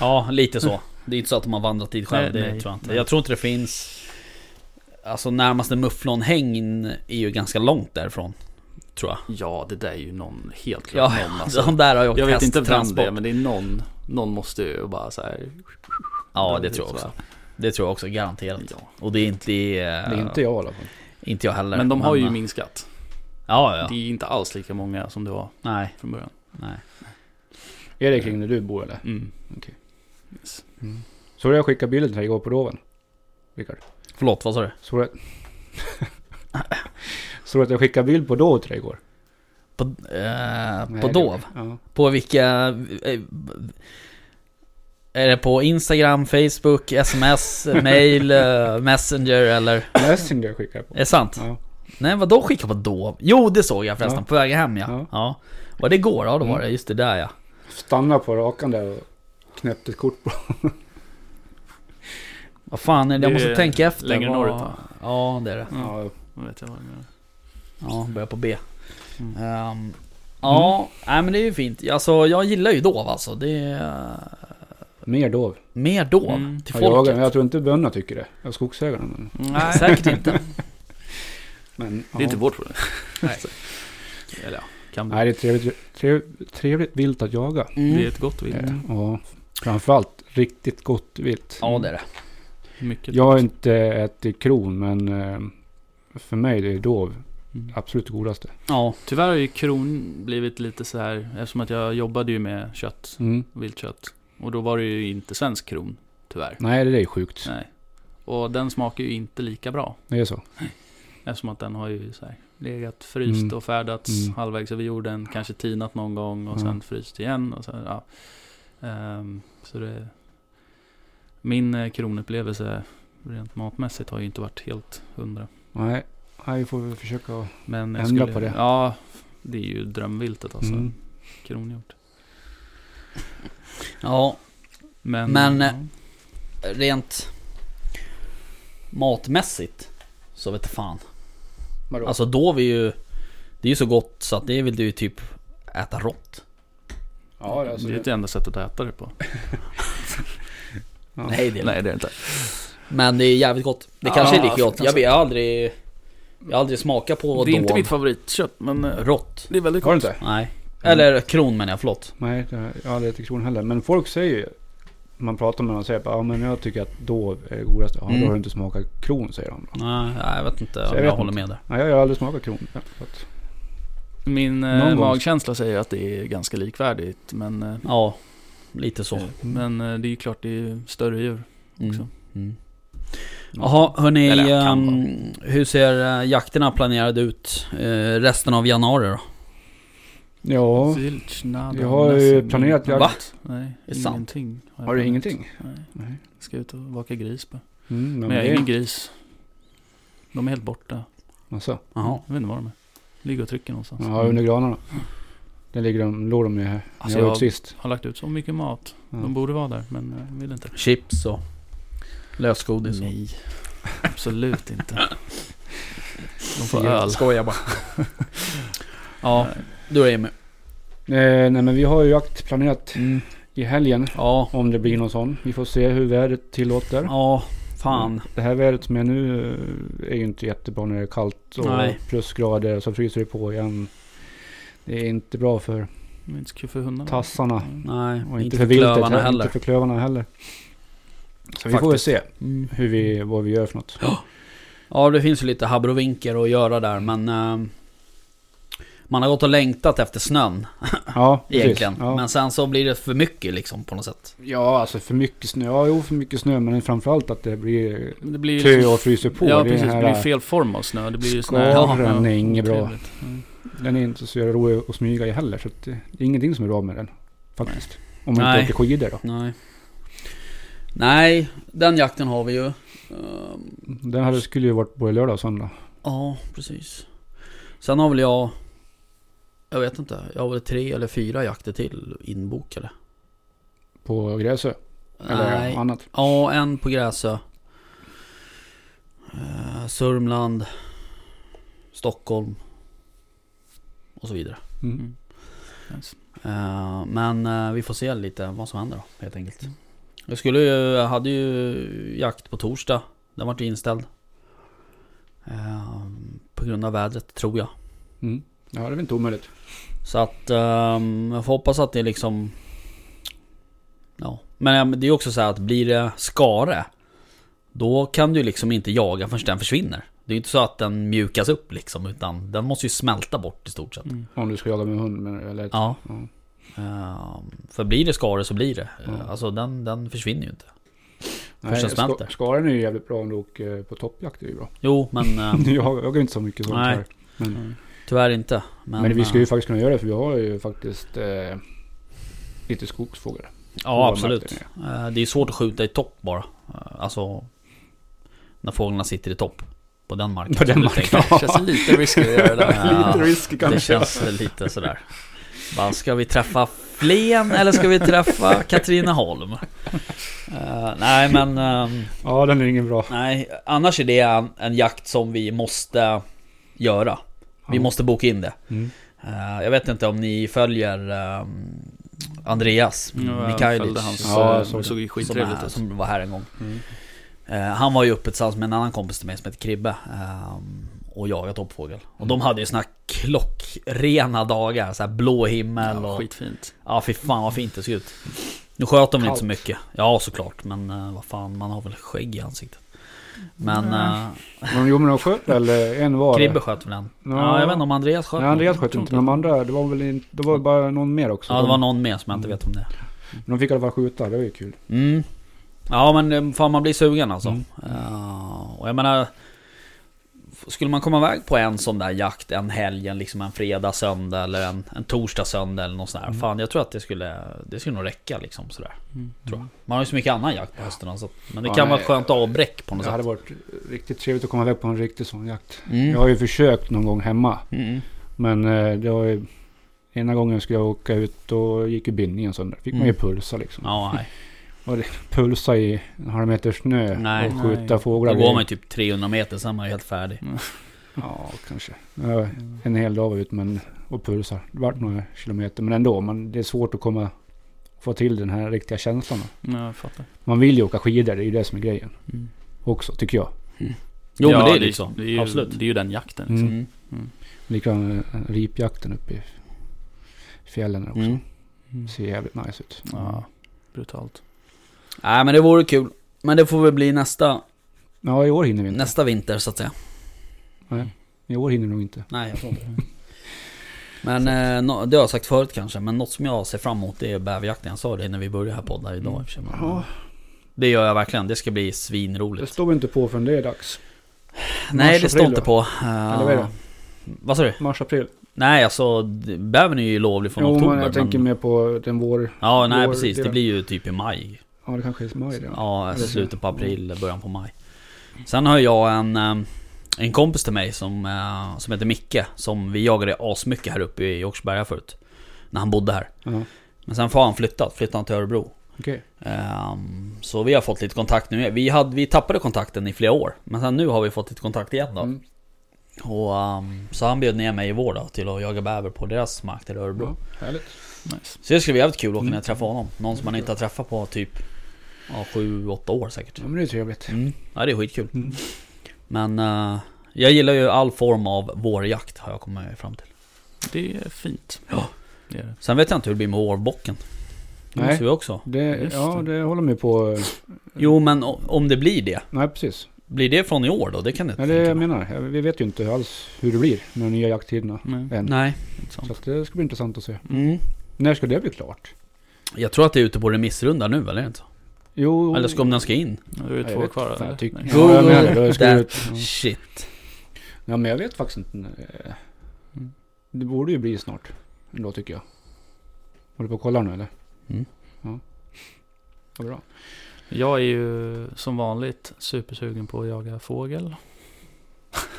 [SPEAKER 1] Ja, lite så. Det är inte så att de har vandrat dit själv,
[SPEAKER 4] Mm. Nej,
[SPEAKER 1] det
[SPEAKER 4] nej,
[SPEAKER 1] tror jag inte.
[SPEAKER 4] nej.
[SPEAKER 1] Jag tror inte det finns... Alltså närmaste mufflonhägn är ju ganska långt därifrån. Tror jag.
[SPEAKER 4] Ja, det där är ju någon, helt klart
[SPEAKER 1] Ja,
[SPEAKER 4] någon alltså.
[SPEAKER 1] de där har ju åkt
[SPEAKER 4] Jag vet inte vem
[SPEAKER 1] hästtransport.
[SPEAKER 4] det är, men det är någon. Någon måste ju bara så här.
[SPEAKER 1] Ja, det tror jag också. Det tror jag också, garanterat.
[SPEAKER 4] Ja.
[SPEAKER 1] Och det är inte... Det
[SPEAKER 2] det är inte jag i alla fall.
[SPEAKER 1] Inte jag heller.
[SPEAKER 4] Men de har ju
[SPEAKER 1] eh,
[SPEAKER 4] minskat.
[SPEAKER 1] Ja, ja.
[SPEAKER 4] Det är inte alls lika många som det var
[SPEAKER 1] Nej,
[SPEAKER 4] från början.
[SPEAKER 1] nej.
[SPEAKER 2] Är det kring där du bor eller?
[SPEAKER 4] Mm.
[SPEAKER 2] Okej.
[SPEAKER 4] Yes.
[SPEAKER 2] Såg du jag skickade bilden till dig igår på Doven? Rickard.
[SPEAKER 1] Förlåt, vad sa du?
[SPEAKER 2] Såg du
[SPEAKER 1] *laughs*
[SPEAKER 2] att... Såg du att jag skickade bild på Dov till dig igår?
[SPEAKER 1] På, eh,
[SPEAKER 2] Nej,
[SPEAKER 1] på
[SPEAKER 2] det-
[SPEAKER 1] Dov?
[SPEAKER 2] Ja.
[SPEAKER 1] På vilka... eh, Är det på Instagram, Facebook,
[SPEAKER 4] *laughs*
[SPEAKER 1] sms, mail, eh, messenger eller? Är
[SPEAKER 2] Messenger skickade jag på.
[SPEAKER 1] det sant?
[SPEAKER 2] Ja.
[SPEAKER 1] Nej vadå skicka på Dov? Jo det såg jag förresten,
[SPEAKER 2] Ja.
[SPEAKER 1] på vägen hem ja. ja.
[SPEAKER 2] Ja.
[SPEAKER 1] Var det igår? Ja då var
[SPEAKER 2] Mm.
[SPEAKER 1] det, just det där ja.
[SPEAKER 2] Stannade på rakan där och knäppte ett kort på.
[SPEAKER 1] Vad fan är det? Jag
[SPEAKER 4] Det
[SPEAKER 1] måste
[SPEAKER 4] är
[SPEAKER 1] tänka efter.
[SPEAKER 4] längre
[SPEAKER 1] vad...
[SPEAKER 4] norrut, va?
[SPEAKER 1] Ja det är det.
[SPEAKER 2] Ja.
[SPEAKER 4] Jag vet jag vad jag menar.
[SPEAKER 1] Ja, börjar på B.
[SPEAKER 4] Mm.
[SPEAKER 1] Ehm, ja, nej men det är ju fint. Alltså jag gillar ju Dov alltså. Det är... eh,
[SPEAKER 2] Mer Dov.
[SPEAKER 1] Mer Dov
[SPEAKER 4] Mm.
[SPEAKER 1] till
[SPEAKER 2] Ja, Jag,
[SPEAKER 1] folket.
[SPEAKER 2] men jag tror inte bönderna tycker det. Jag skogsägarna. Men,
[SPEAKER 4] Nej,
[SPEAKER 1] *laughs* Säkert
[SPEAKER 4] *laughs*
[SPEAKER 1] inte.
[SPEAKER 2] men,
[SPEAKER 4] det är inte vårt problem.
[SPEAKER 1] Nej.
[SPEAKER 4] Eller ja, kan bli.
[SPEAKER 2] Nej, det är trevligt, trevligt, trevligt vilt att jaga.
[SPEAKER 4] Det
[SPEAKER 1] Mm.
[SPEAKER 4] är ett gott vilt.
[SPEAKER 2] Eh, Ja. Framförallt riktigt gott vilt.
[SPEAKER 1] Ja det är det.
[SPEAKER 4] Mycket.
[SPEAKER 2] Jag har inte ätit kron men eh, för mig det är Dov
[SPEAKER 4] Mm.
[SPEAKER 2] absolut det godaste.
[SPEAKER 1] Ja.
[SPEAKER 4] Tyvärr har ju kron blivit lite så här, eftersom att jag jobbade ju med kött,
[SPEAKER 2] Mm.
[SPEAKER 4] viltkött. Och då var det ju inte svensk kron, tyvärr.
[SPEAKER 2] Nej, det är sjukt.
[SPEAKER 4] Nej. Och den smakar ju inte lika bra.
[SPEAKER 2] Det är så.
[SPEAKER 4] Eftersom att den har ju så här legat fryst
[SPEAKER 2] Mm.
[SPEAKER 4] och färdats
[SPEAKER 2] Mm.
[SPEAKER 4] halvvägs över jorden. Kanske tinat någon gång och
[SPEAKER 2] Ja.
[SPEAKER 4] sen fryst igen. Och så, här, ja. Ehm, så det, min eh, kronupplevelse rent matmässigt har ju inte varit helt hundra.
[SPEAKER 2] Nej, nej vi får väl försöka.
[SPEAKER 4] Men jag
[SPEAKER 2] Ändra
[SPEAKER 4] skulle,
[SPEAKER 2] på det.
[SPEAKER 4] Ja, det är ju drömviltet alltså.
[SPEAKER 2] Mm.
[SPEAKER 4] Kronhjort.
[SPEAKER 1] ja,
[SPEAKER 4] Men,
[SPEAKER 1] Men,
[SPEAKER 4] ja.
[SPEAKER 1] eh, rent matmässigt så vet jag fan.
[SPEAKER 2] Vadå?
[SPEAKER 1] Alltså Dov är ju... Det är ju så gott så att det vill du ju typ äta rått.
[SPEAKER 2] ja, alltså,
[SPEAKER 4] det är
[SPEAKER 2] det,
[SPEAKER 4] det enda sättet att äta det på.
[SPEAKER 2] Ja.
[SPEAKER 1] Nej det är det
[SPEAKER 4] Nej, det är det inte.
[SPEAKER 1] Men det är jävligt gott. Det
[SPEAKER 4] Ja,
[SPEAKER 1] kanske är lika gott.
[SPEAKER 4] alltså.
[SPEAKER 1] Jag, vet- jag har aldrig... Jag har aldrig smakat på
[SPEAKER 4] det är inte
[SPEAKER 1] Dawn.
[SPEAKER 4] mitt favoritkött, men eh,
[SPEAKER 1] Rått.
[SPEAKER 4] det är väldigt
[SPEAKER 2] har du
[SPEAKER 4] gott.
[SPEAKER 2] inte?
[SPEAKER 1] Nej.
[SPEAKER 2] Mm.
[SPEAKER 1] Eller kron menar jag, förlåt.
[SPEAKER 2] Nej, det har jag har aldrig ätit kron heller. Men folk säger ju, man pratar med dem och säger bara, ja men jag tycker att Dov är det godaste. Ja,
[SPEAKER 1] Mm.
[SPEAKER 2] då har du inte smakat kron säger de.
[SPEAKER 1] Nej, jag vet inte
[SPEAKER 2] Så
[SPEAKER 1] om
[SPEAKER 2] jag
[SPEAKER 1] jag,
[SPEAKER 2] vet
[SPEAKER 1] håller
[SPEAKER 2] inte.
[SPEAKER 1] med där.
[SPEAKER 2] Nej, jag har aldrig smakat kron. Ja, så att-
[SPEAKER 4] min eh,
[SPEAKER 2] Någon gång.
[SPEAKER 4] magkänsla säger att det är ganska likvärdigt. Men, eh,
[SPEAKER 1] Ja, lite så.
[SPEAKER 4] eh,
[SPEAKER 2] Mm.
[SPEAKER 4] men eh, det är ju klart det är större djur också.
[SPEAKER 1] Mm. Mm. Jaha, hörni.
[SPEAKER 4] Eller kan vara.
[SPEAKER 1] ehm, hur ser eh, jakterna planerade ut eh, resten av januari då?
[SPEAKER 2] Ja,
[SPEAKER 4] Viltschnabel,
[SPEAKER 2] Jag har ju
[SPEAKER 4] nässan,
[SPEAKER 2] planerat
[SPEAKER 4] ingenting.
[SPEAKER 1] Va?
[SPEAKER 4] Nej,
[SPEAKER 1] Är det sant?
[SPEAKER 4] ingenting. jag
[SPEAKER 2] har du
[SPEAKER 4] planerat.
[SPEAKER 2] ingenting?
[SPEAKER 4] Nej,
[SPEAKER 2] Nej.
[SPEAKER 4] jag ska ut och vaka gris bara.
[SPEAKER 2] Mm, men
[SPEAKER 4] Men jag har
[SPEAKER 2] det
[SPEAKER 4] ingen
[SPEAKER 2] är...
[SPEAKER 4] gris. De är helt borta.
[SPEAKER 2] Alltså,
[SPEAKER 1] Jaha.
[SPEAKER 4] Jag vet inte var de är. Ligger och trycker någonstans.
[SPEAKER 2] jag har under granarna. Där ligger de, låg de ju här.
[SPEAKER 4] Alltså,
[SPEAKER 2] jag var
[SPEAKER 4] jag-
[SPEAKER 2] ute sist.
[SPEAKER 4] Har lagt ut så mycket mat.
[SPEAKER 2] Ja.
[SPEAKER 4] De borde vara där, men eh, vill inte.
[SPEAKER 1] Chips och lösgodis. och-
[SPEAKER 4] Nej, absolut inte. De får öl.
[SPEAKER 1] Skojar bara.
[SPEAKER 4] Ja,
[SPEAKER 1] Du då Jimmy.
[SPEAKER 2] Eh, nej men vi har ju jakt planerat
[SPEAKER 4] Mm.
[SPEAKER 2] i helgen.
[SPEAKER 1] Ja,
[SPEAKER 2] Om det blir någon sån. Vi får se hur vädret tillåter.
[SPEAKER 1] ja, fan.
[SPEAKER 2] Mm. Det här vädret som är nu eh, är ju inte jättebra när det är kallt och
[SPEAKER 1] Nej.
[SPEAKER 2] plusgrader och så fryser det på igen. Det är inte bra för
[SPEAKER 4] de är inte så kul för hundarna.
[SPEAKER 2] tassarna.
[SPEAKER 1] Nej,
[SPEAKER 2] Och inte, för viltet
[SPEAKER 1] klövarna
[SPEAKER 2] heller.
[SPEAKER 1] heller.
[SPEAKER 2] Inte för klövarna heller. Så vi får väl
[SPEAKER 1] Faktiskt.
[SPEAKER 2] se
[SPEAKER 1] Mm.
[SPEAKER 2] hur vi, vad vi gör för något.
[SPEAKER 1] Ja, det finns ju lite habrovinker att göra där, men... ehm, man har gått och längtat efter snön
[SPEAKER 2] Ja, precis.
[SPEAKER 1] egentligen.
[SPEAKER 2] Ja.
[SPEAKER 1] Men sen så blir det för mycket liksom på något sätt.
[SPEAKER 2] ja, alltså för mycket snö. Ja, jo, för mycket snö. Men framförallt att det blir
[SPEAKER 4] Men Det blir ju
[SPEAKER 2] kö
[SPEAKER 4] liksom-
[SPEAKER 2] och fryser på.
[SPEAKER 4] Ja,
[SPEAKER 2] det
[SPEAKER 4] precis. Det
[SPEAKER 2] här,
[SPEAKER 4] blir fel form av snö. Det blir ju snö.
[SPEAKER 2] Skorren
[SPEAKER 4] Ja,
[SPEAKER 2] är inget bra.
[SPEAKER 4] otrevligt. Mm.
[SPEAKER 2] Den är inte så rolig att smyga i heller. Så att det, det är ingenting som är bra med den. Faktiskt. Om man
[SPEAKER 1] Nej.
[SPEAKER 2] inte åker skidor då.
[SPEAKER 1] Nej. Nej, den jakten har vi ju. Ehm,
[SPEAKER 2] Den här skulle ju varit både lördag och söndag.
[SPEAKER 1] Ja, precis. Sen har väl jag... Jag vet inte. Jag har väl tre eller fyra jakter till inbokade.
[SPEAKER 2] På Gräsö. Eller
[SPEAKER 1] Nej.
[SPEAKER 2] annat.
[SPEAKER 1] Ja, en på Gräsö. Eh, Sörmland. Stockholm. Och så vidare.
[SPEAKER 2] Mm.
[SPEAKER 4] Mm. Nice.
[SPEAKER 1] Eh, men eh, vi får se lite vad som händer då, helt enkelt. Jag, skulle ju, jag hade ju jakt på torsdag. Den vart ju inställd. Eh, på grund av vädret, tror jag.
[SPEAKER 2] Mm. Ja, det är väl inte omöjligt.
[SPEAKER 1] Så att ehm, jag får hoppas att det liksom... Ja. Men ehm, det är ju också så här att blir det skare. Då kan du liksom inte jaga förrän den försvinner. Det är ju inte så att den mjukas upp liksom. Utan den måste ju smälta bort i stort sett.
[SPEAKER 4] Mm.
[SPEAKER 2] Om du ska jaga med hund. Men, eller,
[SPEAKER 1] Ja.
[SPEAKER 2] Ja.
[SPEAKER 1] Ehm, för blir det skare så blir det.
[SPEAKER 2] Ja.
[SPEAKER 1] Eh, Alltså den, den försvinner ju inte.
[SPEAKER 2] Nej,
[SPEAKER 1] den smälter.
[SPEAKER 2] ska- Skaran är ju jävligt bra om du åker på toppjakt. Det är ju bra.
[SPEAKER 1] Jo, men ehm, *laughs*
[SPEAKER 2] *laughs* Jag jagar inte så mycket sånt
[SPEAKER 1] Nej.
[SPEAKER 2] här. Men,
[SPEAKER 4] Mm.
[SPEAKER 1] tyvärr inte. Men,
[SPEAKER 2] men, vi skulle ju
[SPEAKER 1] eh,
[SPEAKER 2] faktiskt kunna göra det. För vi har ju faktiskt eh, lite skogsfåglar.
[SPEAKER 1] Ja, absolut. Eh, Det är svårt att skjuta i topp bara. Eh, Alltså... När fåglarna sitter i topp. På den marken.
[SPEAKER 2] På den
[SPEAKER 1] skulle jag tänka.
[SPEAKER 2] marken.
[SPEAKER 1] *laughs*
[SPEAKER 4] Det känns lite risky att göra det där.
[SPEAKER 1] Ja,
[SPEAKER 2] lite risky
[SPEAKER 1] Det
[SPEAKER 2] kanske.
[SPEAKER 1] känns väl lite sådär. Bara, ska vi träffa Flen eller ska vi träffa Katrineholm? Eh, nej men, ehm,
[SPEAKER 2] Ja, den är ingen bra.
[SPEAKER 1] nej. Annars är det en, en jakt som vi måste göra. Vi
[SPEAKER 2] Ja.
[SPEAKER 1] måste boka in det.
[SPEAKER 2] Mm.
[SPEAKER 1] Eh, jag vet inte om ni följer ehm, Andreas
[SPEAKER 4] Ja, jag följde
[SPEAKER 1] Mikhailic.
[SPEAKER 4] hans,
[SPEAKER 2] Ja,
[SPEAKER 4] Mm. ja,
[SPEAKER 2] jag såg
[SPEAKER 4] såg ju
[SPEAKER 1] Som, är,
[SPEAKER 4] skittrevligt ut.
[SPEAKER 1] som var här en gång.
[SPEAKER 2] Mm.
[SPEAKER 1] Eh, han var ju uppe tillsammans med en annan kompis till mig som heter Kribbe. ehm, och jagade toppfågel. Och
[SPEAKER 2] Mm.
[SPEAKER 1] de hade ju såna här klockrena dagar. Så här blå himmel
[SPEAKER 4] Ja,
[SPEAKER 1] och...
[SPEAKER 4] skitfint.
[SPEAKER 1] Ja fy fan vad fint det såg ut. Nu sköt de väl inte
[SPEAKER 2] Kallt.
[SPEAKER 1] så mycket. Ja såklart. Men eh, vad fan man har väl skägg i ansiktet. Men eh,
[SPEAKER 2] Men jo, men de sköt eller en var?
[SPEAKER 1] Kribbe sköt väl en. Ja.
[SPEAKER 2] Ja.
[SPEAKER 1] jag vet inte om Andreas sköt
[SPEAKER 2] Nej, Andreas
[SPEAKER 1] någon.
[SPEAKER 2] sköt inte. Men de andra, det var väl inte, det var bara någon mer också.
[SPEAKER 1] Ja det var
[SPEAKER 2] de,
[SPEAKER 1] någon mer som jag inte vet om det är.
[SPEAKER 2] de fick i alla fall skjuta, det var ju kul.
[SPEAKER 1] Mm. Ja men eh, fan man blir sugen alltså.
[SPEAKER 2] Mm.
[SPEAKER 1] Ja, och jag menar... Skulle man komma iväg på en sån där jakt en helgen, liksom en fredag, söndag eller en, en torsdag, söndag eller något sånt där.
[SPEAKER 2] Mm.
[SPEAKER 1] Fan jag tror att det skulle, det skulle nog räcka liksom sådär.
[SPEAKER 4] Mm.
[SPEAKER 1] Tror jag. Man har ju så mycket annan jakt på hösten alltså. Men det
[SPEAKER 2] Ja,
[SPEAKER 1] kan vara
[SPEAKER 2] nej,
[SPEAKER 1] ett skönt avbräck på något
[SPEAKER 2] Det hade
[SPEAKER 1] sätt.
[SPEAKER 2] varit riktigt trevligt att komma iväg på en riktig sån jakt.
[SPEAKER 1] Mm.
[SPEAKER 2] Jag har ju försökt någon gång hemma.
[SPEAKER 1] Mm.
[SPEAKER 2] Men eh, det var ju... Ena gången skulle jag åka ut och gick ju bindningen sönder. Fick man ju
[SPEAKER 1] Mm.
[SPEAKER 2] pulsa liksom.
[SPEAKER 1] Ja, nej.
[SPEAKER 2] Pulsa i en halv meter snö
[SPEAKER 1] Nej.
[SPEAKER 2] och skjuta
[SPEAKER 4] Nej.
[SPEAKER 1] Då
[SPEAKER 2] fåglar.
[SPEAKER 1] går man ju typ 300 meter, sen är man ju helt färdig.
[SPEAKER 2] Ja, kanske. Ja, en hel dag var jag ute men, och pulsa. Det vart några kilometer. Men ändå, man, det är svårt att komma... Få till den här riktiga känslan.
[SPEAKER 4] Ja, jag fattar.
[SPEAKER 2] Man vill ju åka skidor, det är ju det som är grejen.
[SPEAKER 4] Mm.
[SPEAKER 2] Också, tycker jag.
[SPEAKER 1] Jo
[SPEAKER 4] Ja,
[SPEAKER 1] men det är liksom,
[SPEAKER 4] det är ju,
[SPEAKER 1] absolut.
[SPEAKER 4] Det är ju den jakten. Liksom.
[SPEAKER 2] Mm.
[SPEAKER 1] Mm.
[SPEAKER 2] Likadant eh, ripjakten uppe i fjällen också.
[SPEAKER 1] Mm.
[SPEAKER 2] Ser jävligt nice ut.
[SPEAKER 4] Ja, brutalt.
[SPEAKER 1] Nej men det vore kul. Men det får väl bli nästa,
[SPEAKER 2] Ja, i år hinner vi inte.
[SPEAKER 1] nästa vinter så att säga.
[SPEAKER 2] I år hinner vi nog inte.
[SPEAKER 1] Nej jag tror inte det. Men eh, nå- det har jag sagt förut kanske, men något som jag ser fram emot det är bäverjakten. Jag sa det när vi började här podden idag i och för sig, men,
[SPEAKER 2] Mm. Ja,
[SPEAKER 1] Det gör jag verkligen, det ska bli
[SPEAKER 2] det
[SPEAKER 1] svinroligt.
[SPEAKER 2] står vi inte på förrän det är dags.
[SPEAKER 1] Nej det
[SPEAKER 2] april
[SPEAKER 1] står inte
[SPEAKER 2] då?
[SPEAKER 1] på.
[SPEAKER 2] Eller vad är det?
[SPEAKER 1] Eh, Vad sa du?
[SPEAKER 2] Mars-april.
[SPEAKER 1] Nej alltså, d- bävern är ju lovlig från
[SPEAKER 2] Jo,
[SPEAKER 1] oktober.
[SPEAKER 2] men jag tänker mer på den vår...
[SPEAKER 1] Ja, nej
[SPEAKER 2] vår-
[SPEAKER 1] precis. Det blir ju typ i maj.
[SPEAKER 2] Ja, det kanske är Mm. maj redan.
[SPEAKER 1] Ja,
[SPEAKER 2] Eller-
[SPEAKER 1] slutet på april, början på maj. Sen har jag en, eh, en kompis till mig som, eh, som heter Micke. Som vi jagade asmycket här uppe i Åkersberga förut. När han bodde här.
[SPEAKER 2] Ja,
[SPEAKER 1] Men sen får han flyttat, flyttade han till Örebro.
[SPEAKER 2] okej.
[SPEAKER 1] Ehm, så vi har fått lite kontakt nu. Vi, hade, vi tappade kontakten i flera år. Men sen nu har vi fått lite kontakt igen då.
[SPEAKER 2] Mm.
[SPEAKER 1] Och, ehm, så han bjöd ner mig i vår då, till att jaga bäver på deras mark där i Örebro.
[SPEAKER 2] Bra. Härligt.
[SPEAKER 4] Nice.
[SPEAKER 1] Så det skulle bli jävligt kul att
[SPEAKER 2] Mm.
[SPEAKER 1] kunna träffa honom. Någon som man inte har träffat på typ ja, 7-8 år säkert.
[SPEAKER 2] Ja, men det är trevligt.
[SPEAKER 1] Mm. Ja det är skitkul.
[SPEAKER 2] Mm.
[SPEAKER 1] Men eh, jag gillar ju all form av vårjakt har jag kommit fram till.
[SPEAKER 4] Det är fint.
[SPEAKER 1] Ja.
[SPEAKER 4] Det är det.
[SPEAKER 1] Sen vet jag inte hur det blir med vårbocken. Det
[SPEAKER 2] Nej.
[SPEAKER 1] måste vi också.
[SPEAKER 2] Det,
[SPEAKER 4] Just
[SPEAKER 2] ja,
[SPEAKER 4] det.
[SPEAKER 2] det håller mig på... eh,
[SPEAKER 1] Jo men o- om det blir det.
[SPEAKER 2] Nej, precis.
[SPEAKER 1] Blir det från i år då? Det kan jag inte
[SPEAKER 2] Ja, det är
[SPEAKER 1] tänka
[SPEAKER 2] jag
[SPEAKER 1] mig.
[SPEAKER 2] menar. Ja, Vi vet ju inte alls hur det blir med de nya jakttiderna
[SPEAKER 4] Nej,
[SPEAKER 2] än.
[SPEAKER 1] Nej.
[SPEAKER 4] inte sant.
[SPEAKER 2] Så att eh, det ska bli intressant att se.
[SPEAKER 1] Mm.
[SPEAKER 2] När ska det bli klart?
[SPEAKER 1] Jag tror att det är ute på remissrunda nu eller? Inte?
[SPEAKER 2] Jo...
[SPEAKER 1] Eller ska om den ska in?
[SPEAKER 4] Nu är
[SPEAKER 2] Ja,
[SPEAKER 4] det
[SPEAKER 2] jag
[SPEAKER 4] två
[SPEAKER 2] vet
[SPEAKER 4] kvar
[SPEAKER 2] fan,
[SPEAKER 4] eller?
[SPEAKER 2] Jag tycker...
[SPEAKER 4] Nej.
[SPEAKER 2] Ja, jag menar det. Jag ska
[SPEAKER 1] Där.
[SPEAKER 2] ut. Ja.
[SPEAKER 1] Shit.
[SPEAKER 2] Ja, men jag vet faktiskt inte. eh,
[SPEAKER 4] Mm.
[SPEAKER 2] Det borde ju bli snart. Ändå tycker jag. Håller du på och kollar nu eller?
[SPEAKER 1] Mm.
[SPEAKER 2] Ja. Vad
[SPEAKER 4] *laughs*
[SPEAKER 2] bra.
[SPEAKER 4] Jag är ju som vanligt supersugen på att jaga fågel.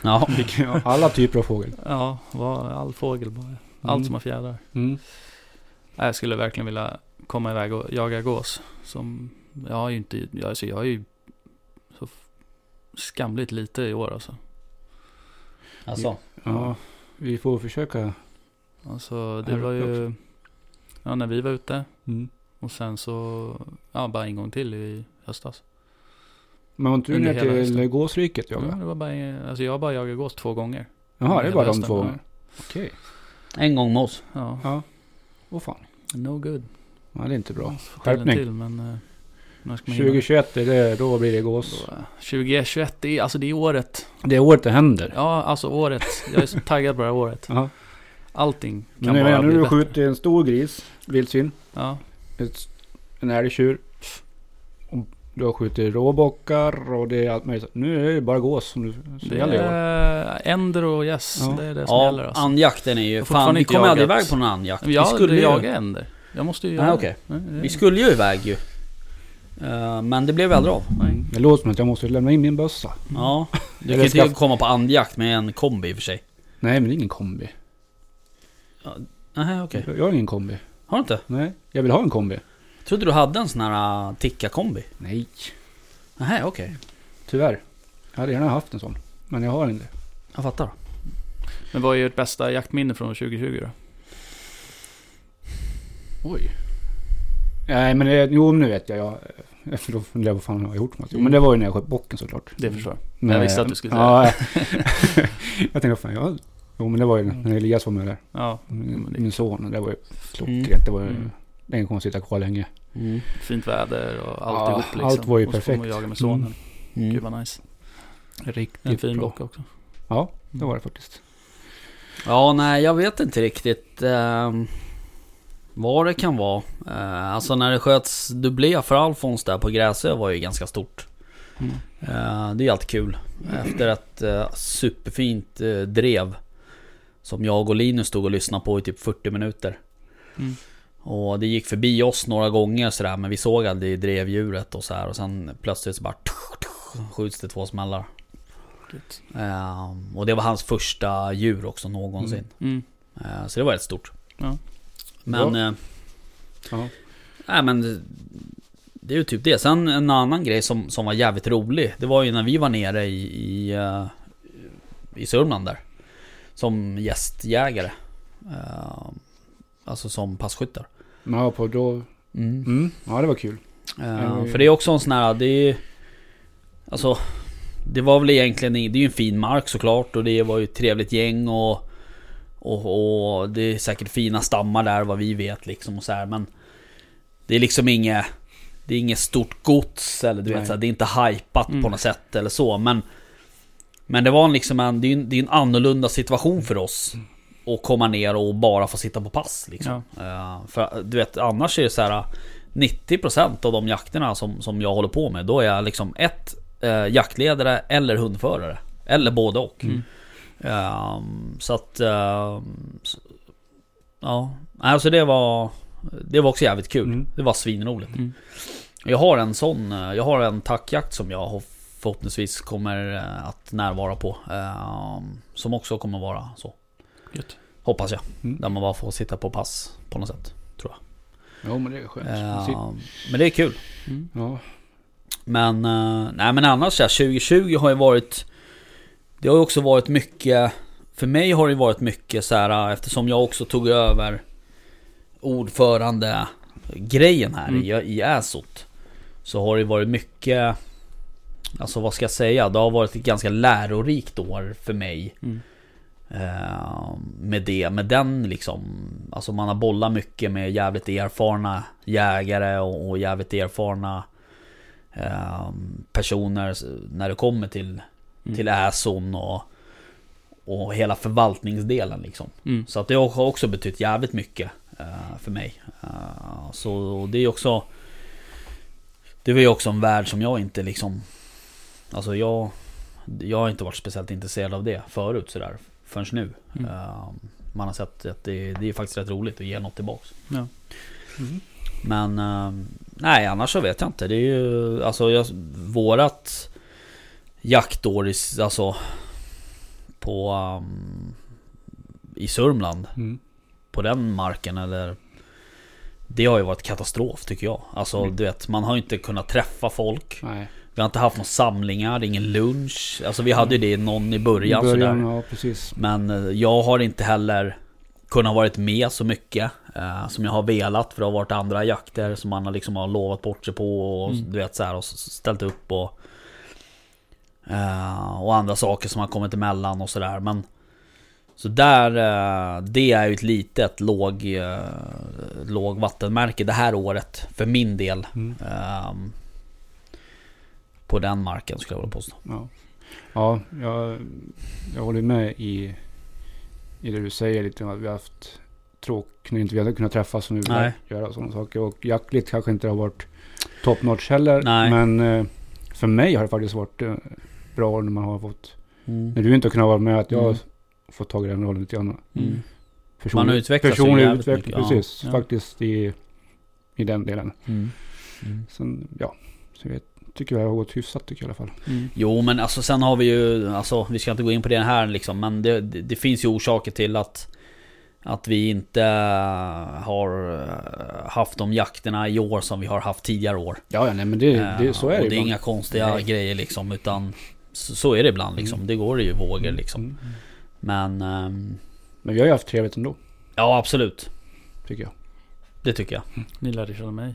[SPEAKER 1] Ja.
[SPEAKER 2] Ja, alla typer av fågel.
[SPEAKER 4] Ja, vad- all fågel bara.
[SPEAKER 2] Mm.
[SPEAKER 4] Allt som har fjädrar.
[SPEAKER 2] Mm.
[SPEAKER 4] Nej, Jag skulle verkligen vilja komma iväg och jaga gås. Som, jag har ju inte, jag, alltså, jag har ju så f- skamligt lite i år alltså.
[SPEAKER 1] Alltså.
[SPEAKER 2] Ja, vi får försöka.
[SPEAKER 4] Alltså det
[SPEAKER 2] Här
[SPEAKER 4] var
[SPEAKER 2] uppe
[SPEAKER 4] ju, ja när vi var ute
[SPEAKER 2] Mm.
[SPEAKER 4] och sen så, ja bara en gång till i höstas.
[SPEAKER 2] Men var inte du
[SPEAKER 4] Under
[SPEAKER 2] ner
[SPEAKER 4] hela
[SPEAKER 2] till
[SPEAKER 4] hösten.
[SPEAKER 2] gåsriket
[SPEAKER 4] Ja,
[SPEAKER 2] jagade?
[SPEAKER 4] det var bara, en- alltså jag har bara jagat gås två gånger.
[SPEAKER 2] Jaha, det är
[SPEAKER 4] Hela
[SPEAKER 2] bara de
[SPEAKER 4] hösten,
[SPEAKER 2] två
[SPEAKER 4] ja.
[SPEAKER 2] gånger. Okej.
[SPEAKER 1] En gång med oss.
[SPEAKER 4] Ja,
[SPEAKER 2] Ja. Åh fan.
[SPEAKER 4] no good.
[SPEAKER 2] Ja, det är inte bra.
[SPEAKER 4] Jag får till en
[SPEAKER 2] Skärpning.
[SPEAKER 4] Till, men, eh, när ska man hinna?
[SPEAKER 2] 2021, är det, då blir det gås.
[SPEAKER 4] Då, eh, 2021, det är, alltså det är året.
[SPEAKER 2] Det är året det händer.
[SPEAKER 4] Ja, alltså året. Jag
[SPEAKER 2] *laughs*
[SPEAKER 4] är så taggad på det här året.
[SPEAKER 2] Ja.
[SPEAKER 4] Allting
[SPEAKER 2] Men
[SPEAKER 4] kan
[SPEAKER 2] nu,
[SPEAKER 4] bara
[SPEAKER 2] nu
[SPEAKER 4] bli
[SPEAKER 2] har du
[SPEAKER 4] bättre.
[SPEAKER 2] skjutit en stor gris, vildsvin,
[SPEAKER 4] Ja,
[SPEAKER 2] ett, en älgtjur. Och Du har skjutit råbockar och det är allt möjligt. Nu är det bara gås som, du, som
[SPEAKER 4] det
[SPEAKER 2] gäller i år.
[SPEAKER 4] är änder Eh, och gäss.
[SPEAKER 2] Ja.
[SPEAKER 4] Det är det som gäller
[SPEAKER 1] Ja,
[SPEAKER 4] alltså.
[SPEAKER 1] andjakten är
[SPEAKER 4] Jag
[SPEAKER 1] ju...
[SPEAKER 4] har fortfarande
[SPEAKER 1] Fan, vi
[SPEAKER 4] inte
[SPEAKER 1] kommer aldrig
[SPEAKER 4] jagat.
[SPEAKER 1] iväg på någon andjakt.
[SPEAKER 4] Jag
[SPEAKER 1] vi
[SPEAKER 4] har
[SPEAKER 1] skulle
[SPEAKER 4] aldrig
[SPEAKER 1] ju...
[SPEAKER 4] jagat änder. Jag måste ju
[SPEAKER 1] Nej
[SPEAKER 4] göra
[SPEAKER 1] okej.
[SPEAKER 4] det. Nej, det-
[SPEAKER 1] Vi skulle ju iväg ju. Eh, Men det blev aldrig av.
[SPEAKER 4] nej.
[SPEAKER 2] Det låter som att jag måste lämna in min bössa.
[SPEAKER 1] Ja. Du
[SPEAKER 2] Eller
[SPEAKER 1] kan ju
[SPEAKER 2] ska-
[SPEAKER 1] inte komma på andjakt med en kombi i och för sig.
[SPEAKER 2] Nej, men det är ingen kombi.
[SPEAKER 1] Nej okej.
[SPEAKER 2] Jag har ingen kombi.
[SPEAKER 1] Har du inte?
[SPEAKER 2] Nej, jag vill ha en kombi.
[SPEAKER 1] Trodde du hade en sån här eh, ticka-kombi?
[SPEAKER 2] Nej,
[SPEAKER 1] Nej okej.
[SPEAKER 2] tyvärr. Jag hade gärna haft en sån. Men jag har inte.
[SPEAKER 1] Jag fattar.
[SPEAKER 4] Men vad är ert bästa jaktminne från 2020 då?
[SPEAKER 2] Oj. Nej, men det, jo, men nu vet jag. *laughs* jag efter då funderar jag på vad fan jag har gjort. för något. Jo, men det var ju när jag sköt bocken såklart.
[SPEAKER 4] Det förstår
[SPEAKER 2] Men,
[SPEAKER 4] Jag visste att du skulle säga
[SPEAKER 2] ja, *laughs* jag tänkte, fan, jag, jo men det var ju när Elias var med där.
[SPEAKER 4] Ja,
[SPEAKER 2] Min,
[SPEAKER 4] men det-
[SPEAKER 2] min son, och det var ju klockrent.
[SPEAKER 1] Mm.
[SPEAKER 2] Det var ju,
[SPEAKER 4] Mm.
[SPEAKER 2] den kommer sitta kvar länge.
[SPEAKER 1] Mm.
[SPEAKER 4] fint väder och
[SPEAKER 2] Ja,
[SPEAKER 4] alltihop liksom.
[SPEAKER 2] allt var ju
[SPEAKER 4] och så får man
[SPEAKER 2] perfekt.
[SPEAKER 4] jaga med sonen.
[SPEAKER 2] Mm.
[SPEAKER 4] Gud
[SPEAKER 1] Mm.
[SPEAKER 4] vad nice.
[SPEAKER 2] Riktigt
[SPEAKER 4] En fin
[SPEAKER 2] bra.
[SPEAKER 4] bock också. Mm.
[SPEAKER 2] Ja, det var det faktiskt.
[SPEAKER 1] Ja nej jag vet inte riktigt. ehm, vad det kan vara. Eh, alltså när det sköts dubblé för Alfons där på Gräsö var ju ganska stort.
[SPEAKER 4] Mm.
[SPEAKER 1] Eh, Det är alltid kul. Efter ett eh, superfint eh, drev. Som jag och Linus stod och lyssnade på i typ 40 minuter.
[SPEAKER 4] Mm.
[SPEAKER 1] Och det gick förbi oss några gånger sådär men vi såg aldrig drevdjuret och så här och sen plötsligt så bara tuff, tuff, skjuts det två smällar.
[SPEAKER 4] Gött.
[SPEAKER 1] Eh, Och det var hans första djur också någonsin.
[SPEAKER 4] Mm.
[SPEAKER 1] Eh, Så det var rätt stort.
[SPEAKER 4] Ja.
[SPEAKER 1] Men...
[SPEAKER 2] Bra.
[SPEAKER 1] eh,
[SPEAKER 2] Ja.
[SPEAKER 1] Nej men... Det är ju typ det. Sen en annan grej som, som var jävligt rolig. Det var ju när vi var nere i... I, eh, i Sörmland där. Som gästjägare. Eh, Alltså som passkyttar.
[SPEAKER 2] Men ja, på då,
[SPEAKER 1] Mm.
[SPEAKER 2] mm, ja det var kul.
[SPEAKER 1] Eh,
[SPEAKER 2] Mm.
[SPEAKER 1] För det är också en sån här, det är Alltså Det var väl egentligen, det är ju en fin mark såklart och det var ju ett trevligt gäng och Och, och det är säkert fina stammar där vad vi vet liksom och så här men Det är liksom inget Det är inget stort gods eller du
[SPEAKER 2] Nej.
[SPEAKER 1] vet så här, det är inte hypat på
[SPEAKER 4] Mm.
[SPEAKER 1] något sätt eller så men Men det var en liksom en, det är ju en, det är en annorlunda situation för oss och komma ner och bara få sitta på pass. Liksom. Eh, För du vet, annars är det så här 90% av de jakterna som, som jag håller på med, då är jag liksom ett eh, jaktledare eller hundförare. Eller både och.
[SPEAKER 4] Mm.
[SPEAKER 1] Ehm, så att... ehm, s- ja, alltså det var... Det var också jävligt kul.
[SPEAKER 2] Mm.
[SPEAKER 1] Det var svinroligt.
[SPEAKER 4] Mm.
[SPEAKER 1] Jag har en sån, eh, jag har en tackjakt som jag ho- förhoppningsvis kommer eh, att närvara på. ehm, Som också kommer vara så.
[SPEAKER 4] Gött.
[SPEAKER 1] Hoppas jag.
[SPEAKER 2] Mm.
[SPEAKER 1] Där man bara får sitta på pass på något sätt.
[SPEAKER 2] Jo men det är skönt.
[SPEAKER 1] Ehm, Men det är kul.
[SPEAKER 4] Mm.
[SPEAKER 2] Ja.
[SPEAKER 1] Men, eh, nej men annars så här, 2020 har ju varit Det har ju också varit mycket För mig har det ju varit mycket så här eh, eftersom jag också tog över Ordförande grejen här i, i Äsot Så har det varit mycket Alltså vad ska jag säga? Det har varit ett ganska lärorikt år för mig
[SPEAKER 4] Mm.
[SPEAKER 1] eh, Med det, med den liksom Alltså man har bollat mycket med jävligt erfarna jägare och, och jävligt erfarna eh, personer s- när det kommer till,
[SPEAKER 4] Mm.
[SPEAKER 1] till Äson och, och hela förvaltningsdelen liksom.
[SPEAKER 4] Mm.
[SPEAKER 1] Så att det har också betytt jävligt mycket eh, för mig. Eh, så och det är också Det var ju också en värld som jag inte liksom Alltså jag Jag har inte varit speciellt intresserad av det förut sådär Förrän nu.
[SPEAKER 4] Mm.
[SPEAKER 1] Eh, man har sett att det, det är faktiskt rätt roligt att ge något tillbaks.
[SPEAKER 4] Ja.
[SPEAKER 2] Mm.
[SPEAKER 1] Men eh, nej, annars så vet jag inte. Det är ju alltså jag, vårat jaktår i, s- alltså på um, i Sörmland
[SPEAKER 2] Mm.
[SPEAKER 1] på den marken eller det har ju varit katastrof tycker jag. Alltså
[SPEAKER 2] Mm.
[SPEAKER 1] du vet, man har ju inte kunnat träffa folk.
[SPEAKER 2] Nej.
[SPEAKER 1] Vi har inte haft några samlingar, ingen lunch. Alltså vi hade ju det någon i början, sådär.
[SPEAKER 2] ja precis.
[SPEAKER 1] Men eh, jag har inte heller kunnat varit med så mycket eh, som jag har velat. För det har varit andra jakter som man har liksom har lovat bort sig på och
[SPEAKER 4] Mm.
[SPEAKER 1] du vet så här och s- ställt upp och eh, och andra saker som har kommit emellan och sådär. Men så där, eh, det är ju ett litet låg, eh, låg vattenmärke det här året för min del.
[SPEAKER 2] Mm.
[SPEAKER 1] Ehm, på den marken skulle jag vilja påstå.
[SPEAKER 2] Ja, ja jag, jag håller med i, i det du säger lite om att vi har haft tråkigt när inte vi hade kunnat träffas som vi
[SPEAKER 1] Nej.
[SPEAKER 2] vill göra och sådana saker. Och jaktligt kanske inte har varit top notch heller.
[SPEAKER 1] Nej.
[SPEAKER 2] Men eh, för mig har det faktiskt varit eh, bra när man har fått, när du inte har kunnat vara med, att jag
[SPEAKER 1] Mm.
[SPEAKER 2] har fått tag i den rollen lite grann.
[SPEAKER 4] Mm.
[SPEAKER 2] Personlig,
[SPEAKER 1] Man har utvecklat sig
[SPEAKER 2] personlig
[SPEAKER 1] jävligt
[SPEAKER 2] utveckling,
[SPEAKER 1] mycket, ja.
[SPEAKER 2] precis.
[SPEAKER 4] Ja.
[SPEAKER 2] Faktiskt i, i den delen.
[SPEAKER 1] Mm. Mm.
[SPEAKER 2] Sen, ja, så jag tycker jag har gått hyfsat tycker jag i alla fall.
[SPEAKER 4] Mm.
[SPEAKER 1] Jo men alltså sen har vi ju, alltså vi ska inte gå in på det här liksom men det, det, det finns ju orsaker till att Att vi inte har eh, haft de jakterna i år som vi har haft tidigare år.
[SPEAKER 2] Ja, ja, nej men det,
[SPEAKER 1] Eh,
[SPEAKER 2] det, så
[SPEAKER 1] och
[SPEAKER 2] är det
[SPEAKER 1] det är
[SPEAKER 2] ibland.
[SPEAKER 1] inga konstiga
[SPEAKER 2] Nej.
[SPEAKER 1] grejer liksom utan så, så är det ibland liksom. Det går ju i vågor liksom.
[SPEAKER 2] Mm.
[SPEAKER 1] Men ehm,
[SPEAKER 2] Men vi har ju haft trevligt ändå,
[SPEAKER 1] ja absolut.
[SPEAKER 2] tycker jag.
[SPEAKER 1] Det tycker jag.
[SPEAKER 4] Ni lärde känna mig.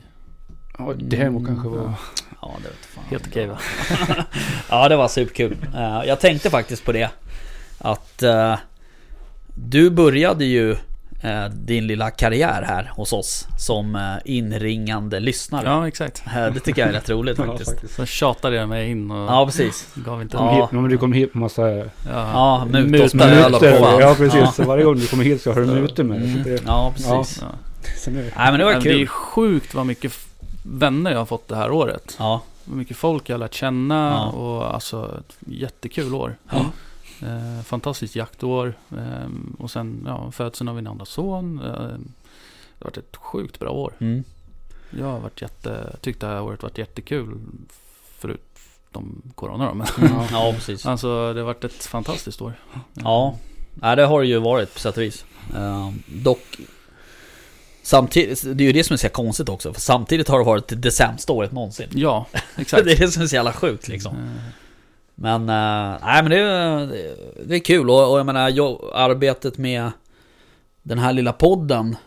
[SPEAKER 2] Ja, det här må kanske
[SPEAKER 1] Mm.
[SPEAKER 2] vara...
[SPEAKER 1] Ja det vet fan.
[SPEAKER 4] Helt okej va?
[SPEAKER 1] Ja, det var superkul. Eh, Jag tänkte faktiskt på det. Att eh, du började ju eh, din lilla karriär här hos oss som eh, inringande lyssnare.
[SPEAKER 4] Ja exakt.
[SPEAKER 1] Eh, Det tycker jag är rätt
[SPEAKER 2] *laughs*
[SPEAKER 1] roligt faktiskt.
[SPEAKER 4] Sen tjatade jag mig in och
[SPEAKER 1] Ja, precis.
[SPEAKER 4] gav inte
[SPEAKER 1] Ja.
[SPEAKER 4] en
[SPEAKER 2] Hit, men du kom hit med massa...
[SPEAKER 1] Ja, muta
[SPEAKER 4] Muta
[SPEAKER 1] oss med öl och
[SPEAKER 4] öl.
[SPEAKER 1] fan.
[SPEAKER 2] ja, precis.
[SPEAKER 1] Ja.
[SPEAKER 2] Så varje gång du kommer hit så har du mutor med dig. Så
[SPEAKER 1] Mm.
[SPEAKER 2] det-
[SPEAKER 1] Ja, precis.
[SPEAKER 4] Ja.
[SPEAKER 2] sen är det-
[SPEAKER 1] Nej, men det var
[SPEAKER 4] Men Det är
[SPEAKER 1] kul.
[SPEAKER 4] sjukt vad mycket f- vänner jag har fått det här året.
[SPEAKER 1] Ja,
[SPEAKER 4] Vad mycket folk jag har lärt känna
[SPEAKER 1] Ja.
[SPEAKER 4] och alltså ett jättekul år.
[SPEAKER 1] Ja.
[SPEAKER 4] Eh, fantastiskt jaktår eh, och sen ja, födseln av min andra son. Eh, det har varit ett sjukt bra år.
[SPEAKER 1] mm.
[SPEAKER 4] Jag har varit jätte, tyckt det här året varit jättekul förutom corona då. Men
[SPEAKER 1] Mm. *laughs* ja precis.
[SPEAKER 4] alltså det har varit ett fantastiskt år. Eh,
[SPEAKER 1] Ja, Nej, det har det ju varit på sätt och vis. Eh, Dock Samtidigt, det är ju det som är så jävla konstigt också, för samtidigt har det varit det sämsta året någonsin. *laughs*
[SPEAKER 4] Ja, exakt.
[SPEAKER 1] Det är det som är så jävla sjukt liksom.
[SPEAKER 4] Eh,
[SPEAKER 1] Men, eh, nej men det, är- det är kul och, och jag menar jag, arbetet med den här lilla podden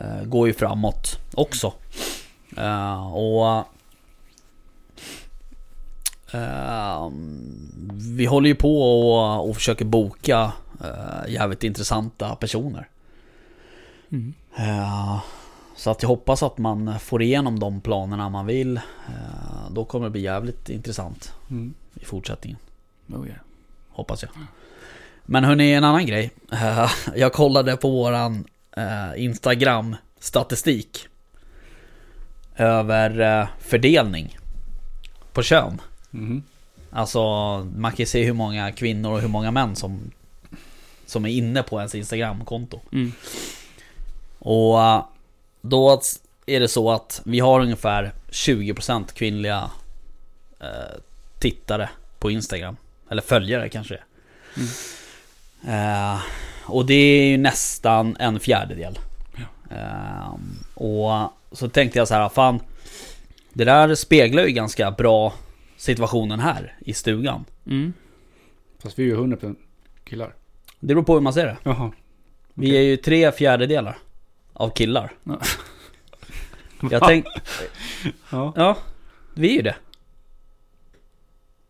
[SPEAKER 1] eh, går ju framåt också. Eh, och eh, vi håller ju på och, och försöker boka eh, jävligt intressanta personer.
[SPEAKER 4] Mm.
[SPEAKER 1] Eh, Så att jag hoppas att man får igenom de planerna man vill. Eh, Då kommer det bli jävligt intressant
[SPEAKER 2] Mm.
[SPEAKER 1] i fortsättningen.
[SPEAKER 4] Oh yeah.
[SPEAKER 1] Hoppas jag. Men hörni, en annan grej. *laughs* Eh, Jag kollade på våran eh, Instagram-statistik. Över eh, fördelning. På kön.
[SPEAKER 2] Mhm.
[SPEAKER 1] Alltså, man kan ju se hur många kvinnor och hur många män som, som är inne på ens Instagram-konto.
[SPEAKER 4] Mm.
[SPEAKER 1] Och eh, då är det så att vi har ungefär 20% kvinnliga eh, tittare på Instagram. Eller följare kanske det
[SPEAKER 4] Mm.
[SPEAKER 1] är. eh, Och det är ju nästan en fjärdedel.
[SPEAKER 4] Ja.
[SPEAKER 1] Eh, och så tänkte jag så här, fan. Det där speglar ju ganska bra situationen här i stugan.
[SPEAKER 4] Mm.
[SPEAKER 2] Fast vi är ju 100% killar.
[SPEAKER 1] Det beror på hur man ser det.
[SPEAKER 2] Jaha.
[SPEAKER 1] Vi är ju tre fjärdedelar av killar.
[SPEAKER 4] Ja.
[SPEAKER 1] *laughs* Jag tänk,
[SPEAKER 2] *laughs* Ja.
[SPEAKER 1] ja, vi är ju det.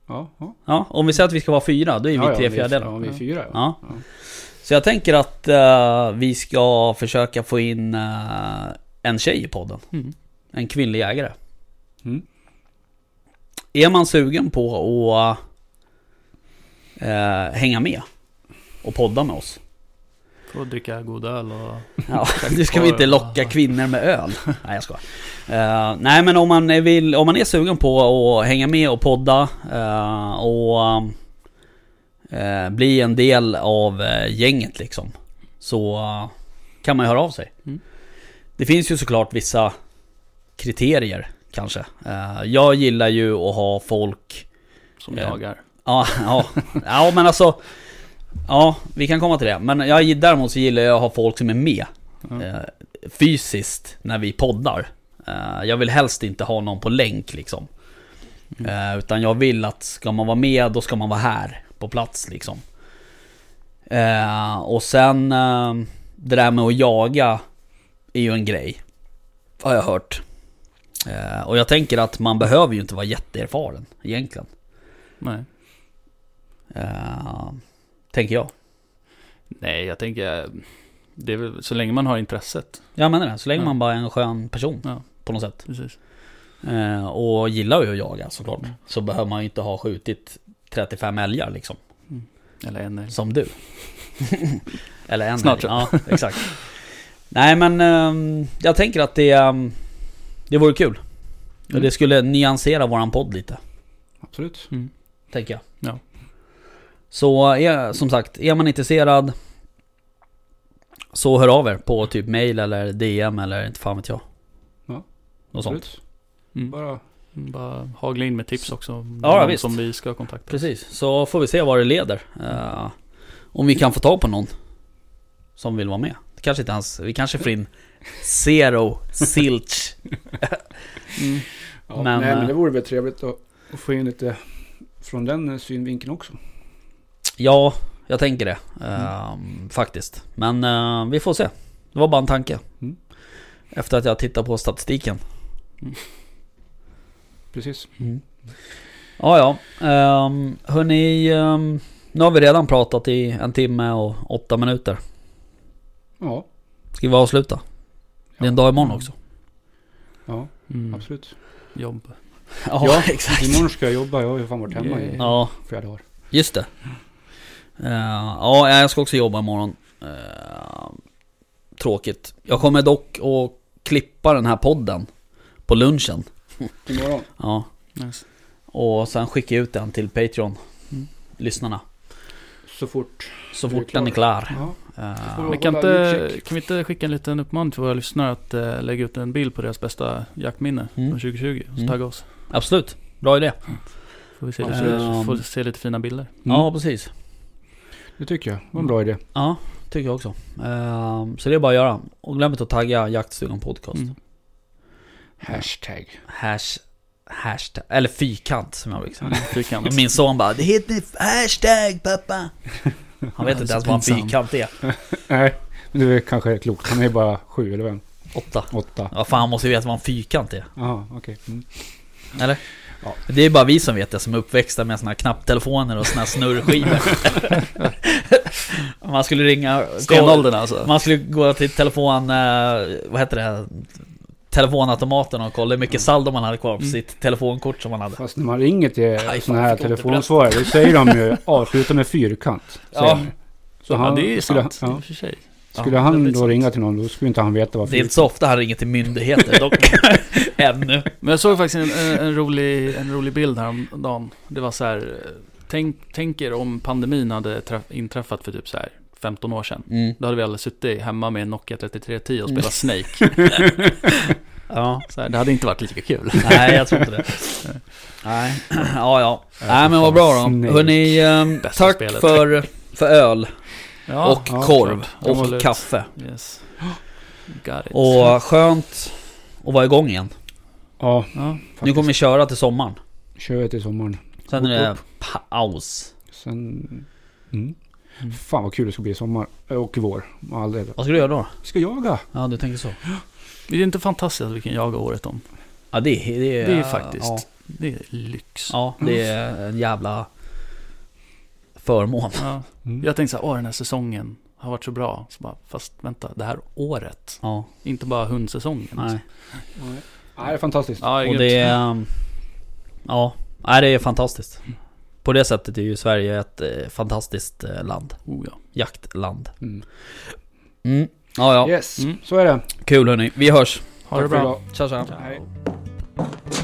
[SPEAKER 2] Ja. ja.
[SPEAKER 1] Ja, om vi säger att vi ska vara fyra, då är vi
[SPEAKER 2] Ja, ja,
[SPEAKER 1] tre
[SPEAKER 2] Ja,
[SPEAKER 1] fjärdedelar.
[SPEAKER 2] vi är fyra ja.
[SPEAKER 1] Ja. Så jag tänker att eh, vi ska försöka få in eh, en tjej i podden.
[SPEAKER 4] Mm.
[SPEAKER 1] En kvinnlig jägare.
[SPEAKER 2] Mm.
[SPEAKER 1] Är man sugen på att eh, hänga med och podda med oss?
[SPEAKER 4] Får dricka god öl och...
[SPEAKER 1] Ja, nu ska vi inte locka kvinnor med öl. Nej, jag skojar. Eh, nej, men om man, vill, om man är sugen på att hänga med och podda eh, och eh, bli en del av eh, gänget liksom. Så eh, kan man ju höra av sig.
[SPEAKER 4] Mm.
[SPEAKER 1] Det finns ju såklart vissa kriterier kanske. Eh, jag gillar ju att ha folk
[SPEAKER 4] Som
[SPEAKER 1] Eh,
[SPEAKER 4] jagar.
[SPEAKER 1] Ja, ja. ja men alltså Ja, vi kan komma till det. Men jag, däremot så gillar jag att ha folk som är med
[SPEAKER 2] Ja.
[SPEAKER 1] eh, Fysiskt när vi poddar eh, Jag vill helst inte ha någon på länk liksom eh, Utan jag vill att ska man vara med, då ska man vara här på plats liksom eh, Och sen eh, Det där med att jaga Är ju en grej Har jag hört eh, Och jag tänker att man behöver ju inte vara jätteerfaren egentligen
[SPEAKER 4] Nej.
[SPEAKER 1] Eh, tänker jag.
[SPEAKER 4] Nej, jag tänker... eh, Det är väl så länge man har intresset.
[SPEAKER 1] Jag menar det, så länge
[SPEAKER 4] Ja.
[SPEAKER 1] man bara är en skön person
[SPEAKER 4] Ja.
[SPEAKER 1] på något sätt.
[SPEAKER 4] Precis.
[SPEAKER 1] Eh, och gillar ju att jaga såklart.
[SPEAKER 4] Mm.
[SPEAKER 1] Så behöver man ju inte ha skjutit 35 älgar liksom.
[SPEAKER 4] Eller en eller...
[SPEAKER 1] Som
[SPEAKER 4] *laughs*
[SPEAKER 1] du. Eller en
[SPEAKER 4] Snart,
[SPEAKER 1] älg. Ja, exakt. Nej men ehm, jag tänker att det, ehm, det vore kul. Och
[SPEAKER 4] Mm.
[SPEAKER 1] Det skulle nyansera våran podd lite.
[SPEAKER 2] Absolut.
[SPEAKER 4] Mm.
[SPEAKER 1] Tänker jag.
[SPEAKER 4] Ja.
[SPEAKER 1] Så är, som sagt, är man intresserad så hör av er på typ mail eller DM eller inte fan vet jag.
[SPEAKER 2] Ja.
[SPEAKER 1] Något sånt.
[SPEAKER 2] Absolut.
[SPEAKER 4] Mm.
[SPEAKER 2] Bara
[SPEAKER 4] Bara hagla in med tips också. om
[SPEAKER 1] Ja,
[SPEAKER 4] någon
[SPEAKER 1] visst.
[SPEAKER 4] Som vi ska kontakta.
[SPEAKER 1] Precis, så får vi se vad det leder. Eh, om vi kan få tag på någon som vill vara med. Det kanske inte ens, vi kanske får in Zero Silch.
[SPEAKER 4] Mm.
[SPEAKER 2] Ja,
[SPEAKER 1] Men,
[SPEAKER 2] nej,
[SPEAKER 1] eh,
[SPEAKER 2] men det vore väl trevligt att, att få in lite från den eh, synvinkeln också.
[SPEAKER 1] Ja, jag tänker det. eh, Faktiskt. Men eh, vi får se. Det var bara en tanke.
[SPEAKER 2] Mm.
[SPEAKER 1] Efter att jag tittat på statistiken.
[SPEAKER 2] Precis.
[SPEAKER 1] Mm. Ja, ja. Um, hörni, ehm, nu har vi redan pratat i en timme och åtta minuter.
[SPEAKER 2] Ja,
[SPEAKER 1] Ska vi avsluta? Det är en dag imorgon också.
[SPEAKER 2] ja
[SPEAKER 4] Mm.
[SPEAKER 2] absolut.
[SPEAKER 4] Jobb.
[SPEAKER 1] Ja,
[SPEAKER 2] Imorgon ska jag jobba. Jag har ju fan varit hemma i
[SPEAKER 4] Yeah.
[SPEAKER 1] Ja,
[SPEAKER 2] flera dagar.
[SPEAKER 1] just det. Eh, ja, jag ska också jobba imorgon. Eh, tråkigt. Jag kommer dock att klippa den här podden på lunchen.
[SPEAKER 2] Imorgon.
[SPEAKER 1] Ja,
[SPEAKER 4] Nice.
[SPEAKER 1] och sen skickar jag ut den till Patreon.
[SPEAKER 4] Mm.
[SPEAKER 1] Lyssnarna.
[SPEAKER 2] Så fort.
[SPEAKER 1] Så
[SPEAKER 2] Det är
[SPEAKER 1] fort den är
[SPEAKER 2] klart.
[SPEAKER 1] klar.
[SPEAKER 2] Ja.
[SPEAKER 1] Eh,
[SPEAKER 2] Får
[SPEAKER 4] Men kan,
[SPEAKER 2] hålla
[SPEAKER 4] inte,
[SPEAKER 2] utkik.
[SPEAKER 4] kan vi inte skicka en liten uppmaning till våra lyssnare att eh, lägga ut en bild på deras bästa jaktminne
[SPEAKER 1] Mm.
[SPEAKER 4] från 2020 och så
[SPEAKER 1] Mm.
[SPEAKER 4] tagga oss?
[SPEAKER 1] absolut, bra idé.
[SPEAKER 4] Får vi se lite,
[SPEAKER 1] Absolut.
[SPEAKER 4] får se lite fina bilder.
[SPEAKER 2] Mm.
[SPEAKER 1] Ja, precis.
[SPEAKER 2] Det tycker jag. Det var en bra idé.
[SPEAKER 1] Ja, tycker jag också. Ehm, så det är bara att göra. Och glöm inte att tagga Jaktstugan Podcast.
[SPEAKER 4] Mm.
[SPEAKER 2] Hashtag.
[SPEAKER 1] Hash, hashtag, eller fyrkant som jag brukar säga.
[SPEAKER 4] Mm, Fyrkant.
[SPEAKER 1] Min son bara Det heter hashtag pappa. Han vet
[SPEAKER 4] Ja,
[SPEAKER 1] inte
[SPEAKER 4] så
[SPEAKER 1] ens vad en
[SPEAKER 4] pinsam.
[SPEAKER 1] fyrkant är.
[SPEAKER 2] Nej, men det är kanske klokt. Han är bara sju eller vem?
[SPEAKER 1] Åtta.
[SPEAKER 2] Åtta.
[SPEAKER 1] Ja, fan han måste ju veta vad en fyrkant är.
[SPEAKER 2] Jaha, okej. Mm.
[SPEAKER 1] Det är bara vi som vet det som är uppväxta med såna här knapptelefoner och såna här snurrskivor.
[SPEAKER 4] *laughs*
[SPEAKER 1] Om man skulle ringa...
[SPEAKER 4] Stenåldern alltså.
[SPEAKER 1] Man skulle gå till telefon... eh, Vad heter det? Telefonautomaten och kolla hur mycket saldo man hade kvar på sitt telefonkort som man hade.
[SPEAKER 2] Fast när man ringer till
[SPEAKER 1] fan,
[SPEAKER 2] sådana här
[SPEAKER 1] fick jag
[SPEAKER 2] telefonsvarare, då säger de ju avsluta med fyrkant.
[SPEAKER 1] Ja.
[SPEAKER 2] Ja. Så
[SPEAKER 4] ja, det är ju
[SPEAKER 2] skulle,
[SPEAKER 4] sant.
[SPEAKER 2] Ja,
[SPEAKER 4] I och för sig.
[SPEAKER 2] skulle
[SPEAKER 1] Ja,
[SPEAKER 2] han
[SPEAKER 4] väldigt
[SPEAKER 2] då
[SPEAKER 4] sant.
[SPEAKER 2] ringa till någon då skulle inte han veta vad
[SPEAKER 1] Det är inte så ofta han ringer till myndigheter dock. Ännu.
[SPEAKER 4] Men jag såg faktiskt en, en, en, rolig, en rolig bild häromdagen. Det var så här, tänk, tänk er om pandemin hade träff, inträffat för typ så här 15 år sedan.
[SPEAKER 1] Mm.
[SPEAKER 4] Då hade vi alla suttit hemma med en Nokia 3310 och spelat Snake.
[SPEAKER 1] Ja.
[SPEAKER 4] Mm. Så här, det hade inte varit lika kul.
[SPEAKER 1] Nej, jag tror inte det. Nej, *clears throat* ja ja. Nej men vad bra då.
[SPEAKER 2] Snake.
[SPEAKER 1] Hörni, ehm,
[SPEAKER 4] Bästa
[SPEAKER 1] tack
[SPEAKER 4] spelet.
[SPEAKER 1] för, för öl
[SPEAKER 4] Ja,
[SPEAKER 1] och
[SPEAKER 2] ja,
[SPEAKER 1] korv
[SPEAKER 4] klart.
[SPEAKER 1] och
[SPEAKER 4] Absolut.
[SPEAKER 1] kaffe.
[SPEAKER 4] Yes. *gasps* Got it.
[SPEAKER 1] Och skönt att vara igång igen.
[SPEAKER 2] Ja,
[SPEAKER 4] ja,
[SPEAKER 1] Nu
[SPEAKER 2] faktiskt.
[SPEAKER 1] kommer vi köra till sommaren.
[SPEAKER 2] Kör jag till sommaren.
[SPEAKER 1] Sen är det
[SPEAKER 2] Upp,
[SPEAKER 1] paus.
[SPEAKER 2] Sen... Mm.
[SPEAKER 4] Mm.
[SPEAKER 2] Fan vad kul det ska bli i sommar. Eh, Och i vår. Och all del.
[SPEAKER 1] Vad ska du göra då?
[SPEAKER 2] Vi ska jaga.
[SPEAKER 1] Ja, du tänker så.
[SPEAKER 4] det är inte fantastiskt att vi kan jaga året om.
[SPEAKER 1] Ja, det, är- det är...
[SPEAKER 4] Det är faktiskt,
[SPEAKER 1] Ja,
[SPEAKER 4] det är lyx.
[SPEAKER 1] ja det är en jävla förmån.
[SPEAKER 4] Ja.
[SPEAKER 2] Mm.
[SPEAKER 4] Jag tänkte så här, åh den här säsongen har varit så bra. Så bara, fast vänta, det här året.
[SPEAKER 1] Ja,
[SPEAKER 4] Inte bara hundsäsongen.
[SPEAKER 1] nej.
[SPEAKER 2] Ja, det är fantastiskt.
[SPEAKER 4] Ja,
[SPEAKER 1] Och
[SPEAKER 4] grymt.
[SPEAKER 1] det är... ehm, Ja, nej, det är fantastiskt. På det sättet är ju Sverige ett eh, fantastiskt eh, land.
[SPEAKER 4] Oh, ja.
[SPEAKER 1] Jaktland.
[SPEAKER 2] Mm.
[SPEAKER 1] Mm. Ja, ja.
[SPEAKER 2] Yes,
[SPEAKER 4] Mm.
[SPEAKER 2] så är det.
[SPEAKER 1] Kul hörni. Vi hörs.
[SPEAKER 4] Ha det
[SPEAKER 2] Tack för
[SPEAKER 4] bra.
[SPEAKER 2] idag.
[SPEAKER 1] Tja, tja.
[SPEAKER 2] Hej.